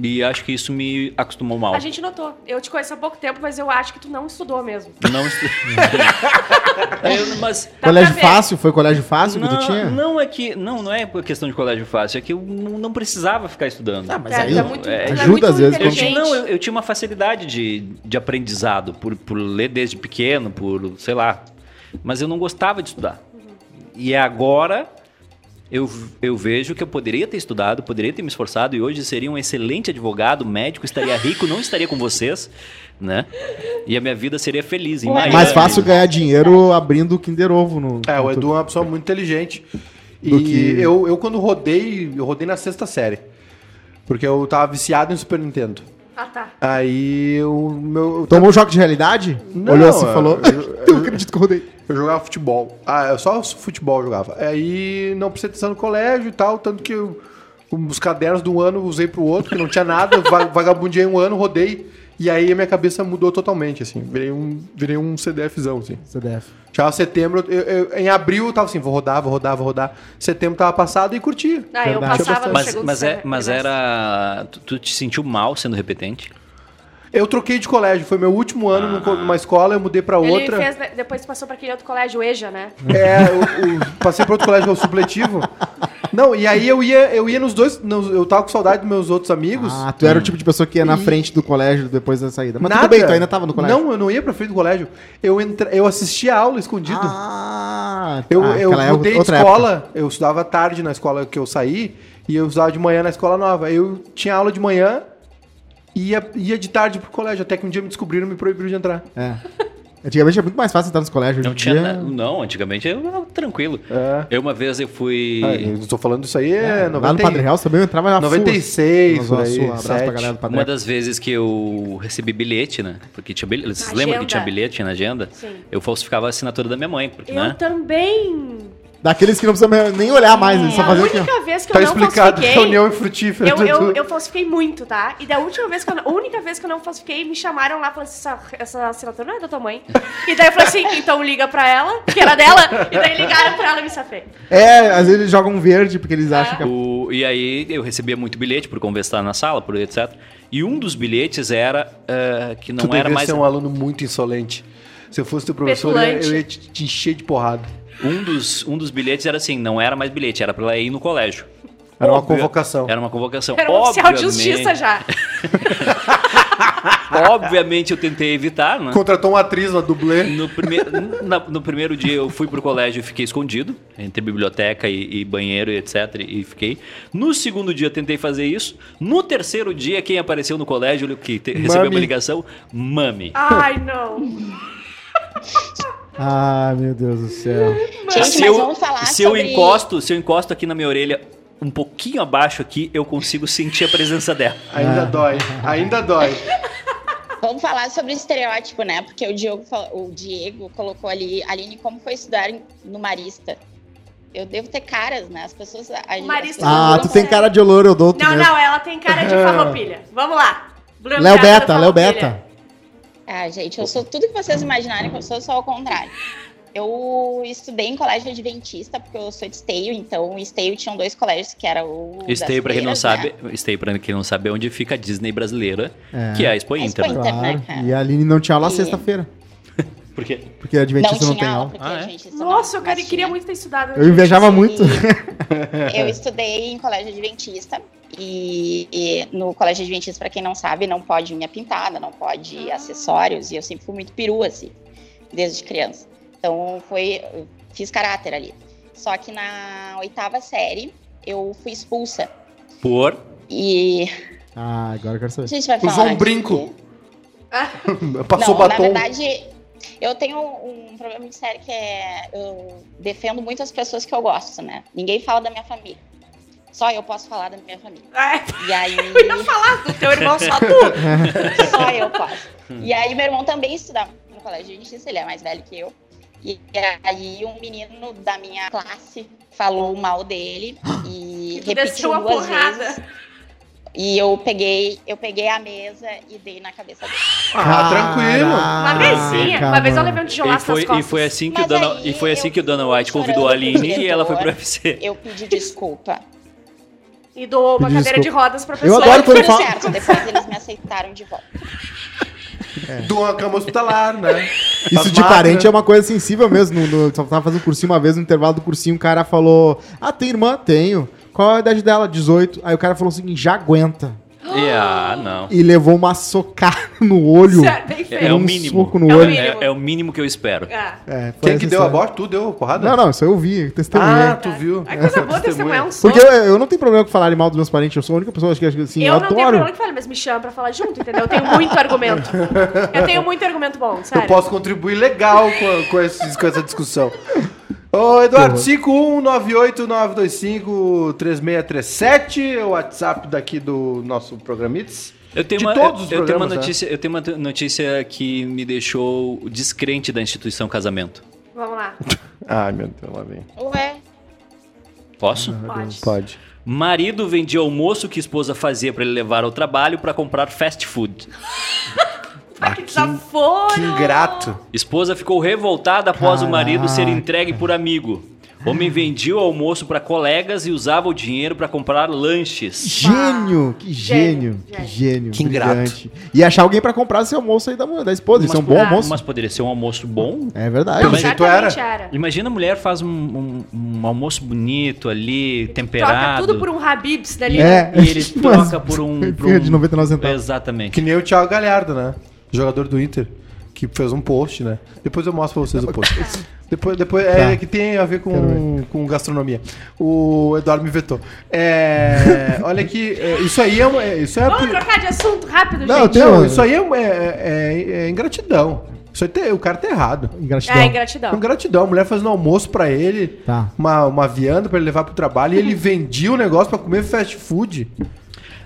[SPEAKER 3] E acho que isso me acostumou mal.
[SPEAKER 4] A gente notou. Eu te conheço há pouco tempo, mas eu acho que tu não estudou mesmo.
[SPEAKER 3] Não estu... eu, mas
[SPEAKER 4] Dá
[SPEAKER 2] colégio
[SPEAKER 4] pra ver.
[SPEAKER 2] fácil? Foi colégio fácil que tu tinha?
[SPEAKER 3] não, não é que não, não é por questão de colégio fácil, é que eu não não precisava ficar estudando.
[SPEAKER 2] Ah, mas
[SPEAKER 4] Tá,
[SPEAKER 2] aí
[SPEAKER 4] tá muito,
[SPEAKER 3] é,
[SPEAKER 4] tu é
[SPEAKER 2] ajuda
[SPEAKER 4] muito
[SPEAKER 2] às vezes quando-
[SPEAKER 3] Eu
[SPEAKER 4] inteligente.
[SPEAKER 3] tinha, não, eu, eu tinha uma facilidade de, de aprendizado por, por ler desde pequeno, por sei lá. Mas eu não gostava de estudar. E é agora eu, eu vejo que eu poderia ter estudado, poderia ter me esforçado e hoje seria um excelente advogado, médico, estaria rico, não estaria com vocês, né? E a minha vida seria feliz. em
[SPEAKER 5] Ué,
[SPEAKER 3] Miami.
[SPEAKER 2] Mais fácil ganhar dinheiro abrindo o Kinder Ovo no.
[SPEAKER 1] É, o
[SPEAKER 2] no-
[SPEAKER 1] Edu é uma pessoa muito inteligente, e
[SPEAKER 2] Do que-
[SPEAKER 1] eu, eu quando rodei, eu rodei na sexta série, porque eu tava viciado em Super Nintendo.
[SPEAKER 4] Ah, tá.
[SPEAKER 1] Aí o meu.
[SPEAKER 2] Tomou um choque de realidade?
[SPEAKER 1] Não,
[SPEAKER 2] Olhou assim e
[SPEAKER 1] é-
[SPEAKER 2] falou. Eu acredito que eu rodei.
[SPEAKER 1] Eu jogava futebol. Ah, eu só futebol eu jogava. É, Aí não precisei testar no colégio e tal, tanto que eu, os cadernos de um ano usei pro outro, que não tinha nada, va- vagabundei um ano, rodei. E aí a minha cabeça mudou totalmente, assim. Virei um, virei um CDFzão, assim.
[SPEAKER 2] CDF.
[SPEAKER 1] Já setembro, eu- eu- em abril eu tava assim, vou rodar, vou rodar, vou rodar. Setembro tava passado e curtia.
[SPEAKER 4] Ah, eu
[SPEAKER 2] Verdade.
[SPEAKER 4] passava no
[SPEAKER 3] Mas,
[SPEAKER 4] segundo
[SPEAKER 3] mas, é,
[SPEAKER 4] semestre.
[SPEAKER 3] mas era. Tu, tu te sentiu mal sendo repetente?
[SPEAKER 1] Eu troquei de colégio, foi meu último ano num co- numa escola, eu mudei pra
[SPEAKER 4] Ah. Ele
[SPEAKER 1] outra.
[SPEAKER 4] fez, né, depois passou pra aquele outro colégio, o EJA, né?
[SPEAKER 1] É, o- o- passei para outro colégio que é o supletivo. Não, e aí eu ia, eu ia nos dois. nos- eu tava com saudade dos meus outros amigos. hum.
[SPEAKER 2] Ah, tu era o tipo de pessoa que ia na frente do colégio depois da saída. Mas tudo bem, tu ainda tava no colégio.
[SPEAKER 1] Não, eu não ia pra frente do colégio. Eu, entra, eu assistia a aula escondido.
[SPEAKER 2] Ah,
[SPEAKER 1] eu
[SPEAKER 2] ah,
[SPEAKER 1] eu
[SPEAKER 2] aquela é
[SPEAKER 1] mudei de
[SPEAKER 2] outra
[SPEAKER 1] escola, eu estudava tarde na escola que eu saí, e eu estudava de manhã na escola nova. Eu tinha aula de manhã e ia, ia de tarde pro colégio, até que um dia me descobriram e me proibiram de entrar.
[SPEAKER 2] É. Antigamente era muito mais fácil entrar nos colégios.
[SPEAKER 3] Não
[SPEAKER 2] hoje em
[SPEAKER 3] tinha.
[SPEAKER 2] dia-
[SPEAKER 3] na- Não, antigamente eu era tranquilo.
[SPEAKER 1] É.
[SPEAKER 3] Eu uma vez eu fui.
[SPEAKER 1] Ah, eu tô falando isso aí, é,
[SPEAKER 2] Lá no
[SPEAKER 1] 90,
[SPEAKER 2] Padre Real também eu entrava na
[SPEAKER 1] 96,
[SPEAKER 2] Sua,
[SPEAKER 1] por aí,
[SPEAKER 2] abraço pra
[SPEAKER 1] 7.
[SPEAKER 2] galera do Padre
[SPEAKER 3] Uma
[SPEAKER 2] Real.
[SPEAKER 3] das vezes que eu recebi bilhete, né? Porque tinha bilhete. Vocês
[SPEAKER 4] Agenda.
[SPEAKER 3] lembram que tinha bilhete na agenda?
[SPEAKER 4] Sim.
[SPEAKER 3] Eu falsificava a assinatura da minha mãe, porque,
[SPEAKER 4] Eu
[SPEAKER 3] né?
[SPEAKER 4] também.
[SPEAKER 2] Daqueles que não precisam nem olhar mais, eles
[SPEAKER 4] É
[SPEAKER 2] só
[SPEAKER 4] a
[SPEAKER 2] fazem aqui, ó.
[SPEAKER 4] única vez que eu
[SPEAKER 1] Tá
[SPEAKER 4] não
[SPEAKER 1] explicado,
[SPEAKER 4] falsifiquei.
[SPEAKER 1] reunião é frutífera.
[SPEAKER 4] Eu, eu,
[SPEAKER 1] Dudu.
[SPEAKER 4] eu falsifiquei muito, tá? E da última vez que eu, não- a única vez que eu não falsifiquei, me chamaram lá e falaram assim, essa, essa assinatura não é da tua mãe. E daí eu falei assim, então liga pra ela, que era dela. E daí ligaram pra ela e me safei.
[SPEAKER 2] É, às vezes eles jogam verde porque eles acham que é.
[SPEAKER 3] O- e aí eu recebia muito bilhete por conversar na sala, por etc. E um dos bilhetes era eh, que não
[SPEAKER 1] tu
[SPEAKER 3] era
[SPEAKER 1] devia
[SPEAKER 3] mais
[SPEAKER 1] ser um aluno muito insolente. Se eu fosse teu professor, eu,
[SPEAKER 4] Petulante.
[SPEAKER 1] eu ia te, te encher de porrada.
[SPEAKER 3] um dos um dos bilhetes era assim, não era mais bilhete, era pra ela ir no colégio.
[SPEAKER 1] Era uma
[SPEAKER 3] Óbvio-
[SPEAKER 1] convocação.
[SPEAKER 3] Era uma convocação.
[SPEAKER 4] Era um oficial de
[SPEAKER 3] Obviamente-
[SPEAKER 4] justiça já.
[SPEAKER 3] Obviamente eu tentei evitar, né?
[SPEAKER 1] Contratou uma atriz, uma dublê.
[SPEAKER 3] No, prime... na- no primeiro dia eu fui pro colégio e fiquei escondido, entre biblioteca e, e banheiro e etc. E fiquei. No segundo dia eu tentei fazer isso. No terceiro dia, quem apareceu no colégio, que te- recebeu uma
[SPEAKER 1] Mami.
[SPEAKER 3] ligação, mami.
[SPEAKER 4] Ai, não.
[SPEAKER 2] Ah, meu Deus do céu.
[SPEAKER 5] Gente,
[SPEAKER 3] se
[SPEAKER 5] mas
[SPEAKER 3] eu,
[SPEAKER 5] vamos falar
[SPEAKER 3] se eu
[SPEAKER 5] sobre-
[SPEAKER 3] encosto, se eu encosto aqui na minha orelha, um pouquinho abaixo aqui, eu consigo sentir a presença dela.
[SPEAKER 1] Ainda dói, ainda dói.
[SPEAKER 5] Vamos falar sobre estereótipo, né? Porque o Diogo, fal- o Diego colocou ali, Aline, como foi estudar em- no Marista? Eu devo ter caras, né? As pessoas. a- as
[SPEAKER 4] Marista é.
[SPEAKER 5] pessoas
[SPEAKER 2] Ah,
[SPEAKER 5] não
[SPEAKER 2] tu tem cara de olor, eu dou outro
[SPEAKER 4] Não,
[SPEAKER 2] mesmo.
[SPEAKER 4] não, ela tem cara de farroupilha. Vamos lá.
[SPEAKER 2] É. Léo Beta, Léo
[SPEAKER 4] Farroupilha.
[SPEAKER 2] Beta.
[SPEAKER 5] Ah, gente, eu sou tudo que vocês imaginarem que eu sou, só ao contrário. Eu estudei em colégio adventista, porque eu sou de Esteio, então em Esteio tinham dois colégios, que era o... das
[SPEAKER 3] Esteio, pra quem não
[SPEAKER 5] freiras, né?
[SPEAKER 3] sabe, Esteio, pra quem não sabe, é onde fica a Disney brasileira,
[SPEAKER 2] É.
[SPEAKER 3] que é a Expo
[SPEAKER 5] A
[SPEAKER 3] Inter.
[SPEAKER 5] Expo
[SPEAKER 3] né?
[SPEAKER 5] Inter.
[SPEAKER 2] Claro.
[SPEAKER 5] né, cara?
[SPEAKER 2] E a Aline não tinha aula
[SPEAKER 5] E-
[SPEAKER 2] sexta-feira.
[SPEAKER 3] Porque
[SPEAKER 2] Porque a
[SPEAKER 5] Não
[SPEAKER 2] Adventista não,
[SPEAKER 5] tinha
[SPEAKER 2] tem
[SPEAKER 5] aula,
[SPEAKER 2] aula.
[SPEAKER 5] porque
[SPEAKER 3] Ah, é?
[SPEAKER 5] adventista não-
[SPEAKER 4] Nossa, eu
[SPEAKER 5] mas
[SPEAKER 4] queria, queria
[SPEAKER 5] tinha.
[SPEAKER 4] muito ter estudado.
[SPEAKER 2] Eu invejava
[SPEAKER 5] Sim.
[SPEAKER 2] muito.
[SPEAKER 5] Eu estudei em colégio adventista e, e no colégio adventista, para quem não sabe, não pode unha pintada, não
[SPEAKER 1] Ah.
[SPEAKER 5] pode acessórios e eu sempre fui muito perua assim, desde criança. Então foi, eu fiz caráter ali. Só que na oitava série eu fui expulsa
[SPEAKER 3] por.
[SPEAKER 5] e
[SPEAKER 2] Ah, agora eu quero
[SPEAKER 5] a
[SPEAKER 2] saber.
[SPEAKER 5] gente vai
[SPEAKER 1] Usou
[SPEAKER 5] falar.
[SPEAKER 1] um
[SPEAKER 5] de-
[SPEAKER 1] brinco.
[SPEAKER 5] Não,
[SPEAKER 4] Ah.
[SPEAKER 1] Passou
[SPEAKER 5] na
[SPEAKER 1] batom.
[SPEAKER 5] verdade eu tenho um problema muito sério que é eu defendo muito as pessoas que eu gosto, né? Ninguém fala da minha família. Só eu posso falar da minha família.
[SPEAKER 4] Ai,
[SPEAKER 5] E aí
[SPEAKER 4] É, eu ia falar do teu irmão só tu.
[SPEAKER 5] Só eu posso.
[SPEAKER 4] Hum.
[SPEAKER 5] E aí, meu irmão também estudava no colégio de justiça, ele é mais velho que eu. E aí, um menino da minha classe falou mal dele e
[SPEAKER 4] Que tu
[SPEAKER 5] repetiu
[SPEAKER 4] desceu a
[SPEAKER 5] duas
[SPEAKER 4] porrada.
[SPEAKER 5] vezes. E eu peguei, eu peguei a mesa e dei na cabeça dele.
[SPEAKER 1] Ah, tranquilo.
[SPEAKER 4] Uma
[SPEAKER 2] Caraca,
[SPEAKER 4] vezinha. Uma vez eu
[SPEAKER 2] mano.
[SPEAKER 4] levei um
[SPEAKER 3] E
[SPEAKER 4] tijolaço nas
[SPEAKER 3] foi,
[SPEAKER 4] costas.
[SPEAKER 3] e foi assim que o
[SPEAKER 5] Mas
[SPEAKER 3] Dana,
[SPEAKER 5] aí
[SPEAKER 3] e foi assim
[SPEAKER 5] eu
[SPEAKER 3] que o Dana
[SPEAKER 5] fui
[SPEAKER 3] White convidou a
[SPEAKER 5] chorando pro
[SPEAKER 3] Aline e ela foi pro
[SPEAKER 5] diretor.
[SPEAKER 3] UFC.
[SPEAKER 5] Eu pedi desculpa.
[SPEAKER 4] E doou uma
[SPEAKER 2] Pedi
[SPEAKER 4] cadeira de
[SPEAKER 2] desculpa.
[SPEAKER 4] rodas pra
[SPEAKER 2] Eu
[SPEAKER 4] pessoa.
[SPEAKER 2] adoro quando
[SPEAKER 5] Tudo
[SPEAKER 2] fala.
[SPEAKER 5] certo, depois eles me aceitaram de volta.
[SPEAKER 1] De uma cama hospitalar, né?
[SPEAKER 2] Isso de parente é uma coisa sensível mesmo. No, no, só tava fazendo cursinho uma vez, no intervalo do cursinho, um cara falou: Ah, tem irmã? Tenho. Qual a idade dela? 18. Aí o cara falou o seguinte: já aguenta.
[SPEAKER 3] E, ah, não.
[SPEAKER 2] E levou uma socada no olho.
[SPEAKER 4] Sério, bem feio.
[SPEAKER 3] É, o
[SPEAKER 2] um
[SPEAKER 3] mínimo.
[SPEAKER 2] soco no
[SPEAKER 4] É o
[SPEAKER 2] olho.
[SPEAKER 4] mínimo.
[SPEAKER 3] É, é o mínimo que eu espero.
[SPEAKER 4] Ah.
[SPEAKER 2] É, foi
[SPEAKER 1] Quem que deu
[SPEAKER 2] necessário.
[SPEAKER 1] a bosta? Tu deu a porrada?
[SPEAKER 2] Não, não, isso eu vi, testemunhei.
[SPEAKER 1] Ah, tu viu.
[SPEAKER 4] A coisa boa testemunhar é um soco.
[SPEAKER 2] Porque eu, eu não tenho problema com falar mal dos meus parentes, eu sou a única pessoa que acho que assim, eu,
[SPEAKER 4] eu não tenho
[SPEAKER 2] adoro.
[SPEAKER 4] problema que fale, mas me chama pra falar junto, entendeu? Eu tenho muito argumento. Eu tenho muito argumento bom,
[SPEAKER 1] Eu
[SPEAKER 4] sério.
[SPEAKER 1] posso contribuir legal com, a- com, esses- com essa discussão. Ô, Eduardo, 51989253637 é o WhatsApp daqui do nosso Programitz.
[SPEAKER 3] Eu tenho
[SPEAKER 1] de
[SPEAKER 3] uma,
[SPEAKER 1] todos os
[SPEAKER 3] eu, eu tenho uma
[SPEAKER 1] programas, né?
[SPEAKER 3] notícia, eu tenho uma t- notícia que me deixou descrente da instituição casamento.
[SPEAKER 4] Vamos lá.
[SPEAKER 1] Ai, meu Deus, lá vem.
[SPEAKER 5] Ué,
[SPEAKER 3] Posso?
[SPEAKER 1] Uhum.
[SPEAKER 4] Pode.
[SPEAKER 1] Pode.
[SPEAKER 3] Marido vendia almoço que esposa fazia pra ele levar ao trabalho pra comprar fast food.
[SPEAKER 4] Ah, que desaforo!
[SPEAKER 1] Que ingrato.
[SPEAKER 3] Esposa ficou revoltada após o marido ser
[SPEAKER 2] Caraca.
[SPEAKER 3] entregue por amigo. Homem vendia o almoço pra colegas e usava o dinheiro pra comprar lanches.
[SPEAKER 2] Gênio! Que gênio!
[SPEAKER 4] Gênio,
[SPEAKER 2] Que gênio!
[SPEAKER 1] Que ingrato.
[SPEAKER 2] brilhante. E achar alguém pra comprar seu almoço aí da, da esposa. Isso é um bom
[SPEAKER 3] po-
[SPEAKER 2] almoço.
[SPEAKER 3] Mas poderia ser um almoço bom.
[SPEAKER 2] É verdade.
[SPEAKER 1] Pelo jeito era.
[SPEAKER 4] Certamente era.
[SPEAKER 3] Imagina a mulher faz um, um- um almoço bonito ali,
[SPEAKER 4] Troca
[SPEAKER 3] temperado.
[SPEAKER 4] tudo por um Habibs dali.
[SPEAKER 2] É.
[SPEAKER 3] E ele troca por um... Por um...
[SPEAKER 2] De 99 centavos.
[SPEAKER 3] Exatamente.
[SPEAKER 1] Que nem o Thiago Galhardo, né? Jogador do Inter. Que fez um post, né? Depois eu mostro pra vocês o post. Depois, depois é
[SPEAKER 2] Tá.
[SPEAKER 1] que tem a ver
[SPEAKER 2] Quero
[SPEAKER 1] com, com gastronomia. O Eduardo me vetou. É, olha aqui, é, isso aí é, uma- é, isso é a
[SPEAKER 4] Vamos
[SPEAKER 1] pri-
[SPEAKER 4] trocar de assunto rápido,
[SPEAKER 2] Não,
[SPEAKER 4] gente.
[SPEAKER 2] tem-
[SPEAKER 1] Não, isso aí é, é- é- é ingratidão. Isso aí tem- o cara tá errado.
[SPEAKER 2] Ingratidão.
[SPEAKER 4] É,
[SPEAKER 1] É
[SPEAKER 4] ingratidão.
[SPEAKER 1] ingratidão. A mulher fazendo almoço pra ele,
[SPEAKER 2] Tá.
[SPEAKER 1] uma, uma vianda pra ele levar pro trabalho e ele vendia o negócio pra comer fast food.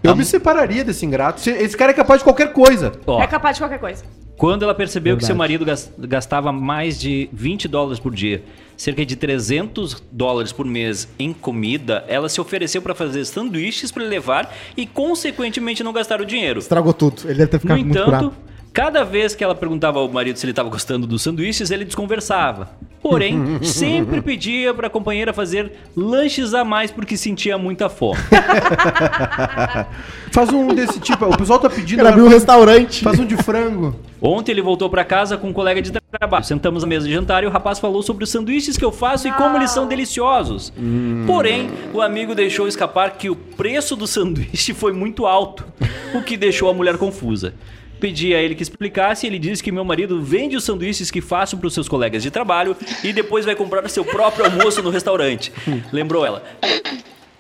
[SPEAKER 1] Eu
[SPEAKER 3] Ah,
[SPEAKER 1] me separaria desse ingrato. Esse- Esse cara é capaz de qualquer coisa.
[SPEAKER 3] Ó,
[SPEAKER 4] É capaz de qualquer coisa.
[SPEAKER 3] Quando ela percebeu que
[SPEAKER 2] Verdade.
[SPEAKER 3] seu marido gas- gastava mais de 20 dólares por dia, cerca de 300 dólares por mês em comida, ela se ofereceu para fazer sanduíches para levar e, consequentemente, não gastar o dinheiro.
[SPEAKER 2] Estragou tudo. Ele deve ter
[SPEAKER 3] No
[SPEAKER 2] ficado muito
[SPEAKER 3] entanto,
[SPEAKER 2] bravo.
[SPEAKER 3] cada vez que ela perguntava ao marido se ele estava gostando dos sanduíches, ele desconversava. Porém, sempre pedia para a companheira fazer lanches a mais porque sentia muita fome.
[SPEAKER 1] Faz um desse tipo. O pessoal tá pedindo.
[SPEAKER 2] Ele abriu um restaurante.
[SPEAKER 1] Faz um de frango.
[SPEAKER 3] Ontem ele voltou pra casa com um colega de trabalho. Sentamos à mesa de jantar e o rapaz falou sobre os sanduíches que eu faço e como eles são deliciosos. Porém, o amigo deixou escapar que o preço do sanduíche foi muito alto, o que deixou a mulher confusa. Pedi a ele que explicasse e ele disse que meu marido vende os sanduíches que faço para os seus colegas de trabalho e depois vai comprar seu próprio almoço no restaurante. Lembrou ela.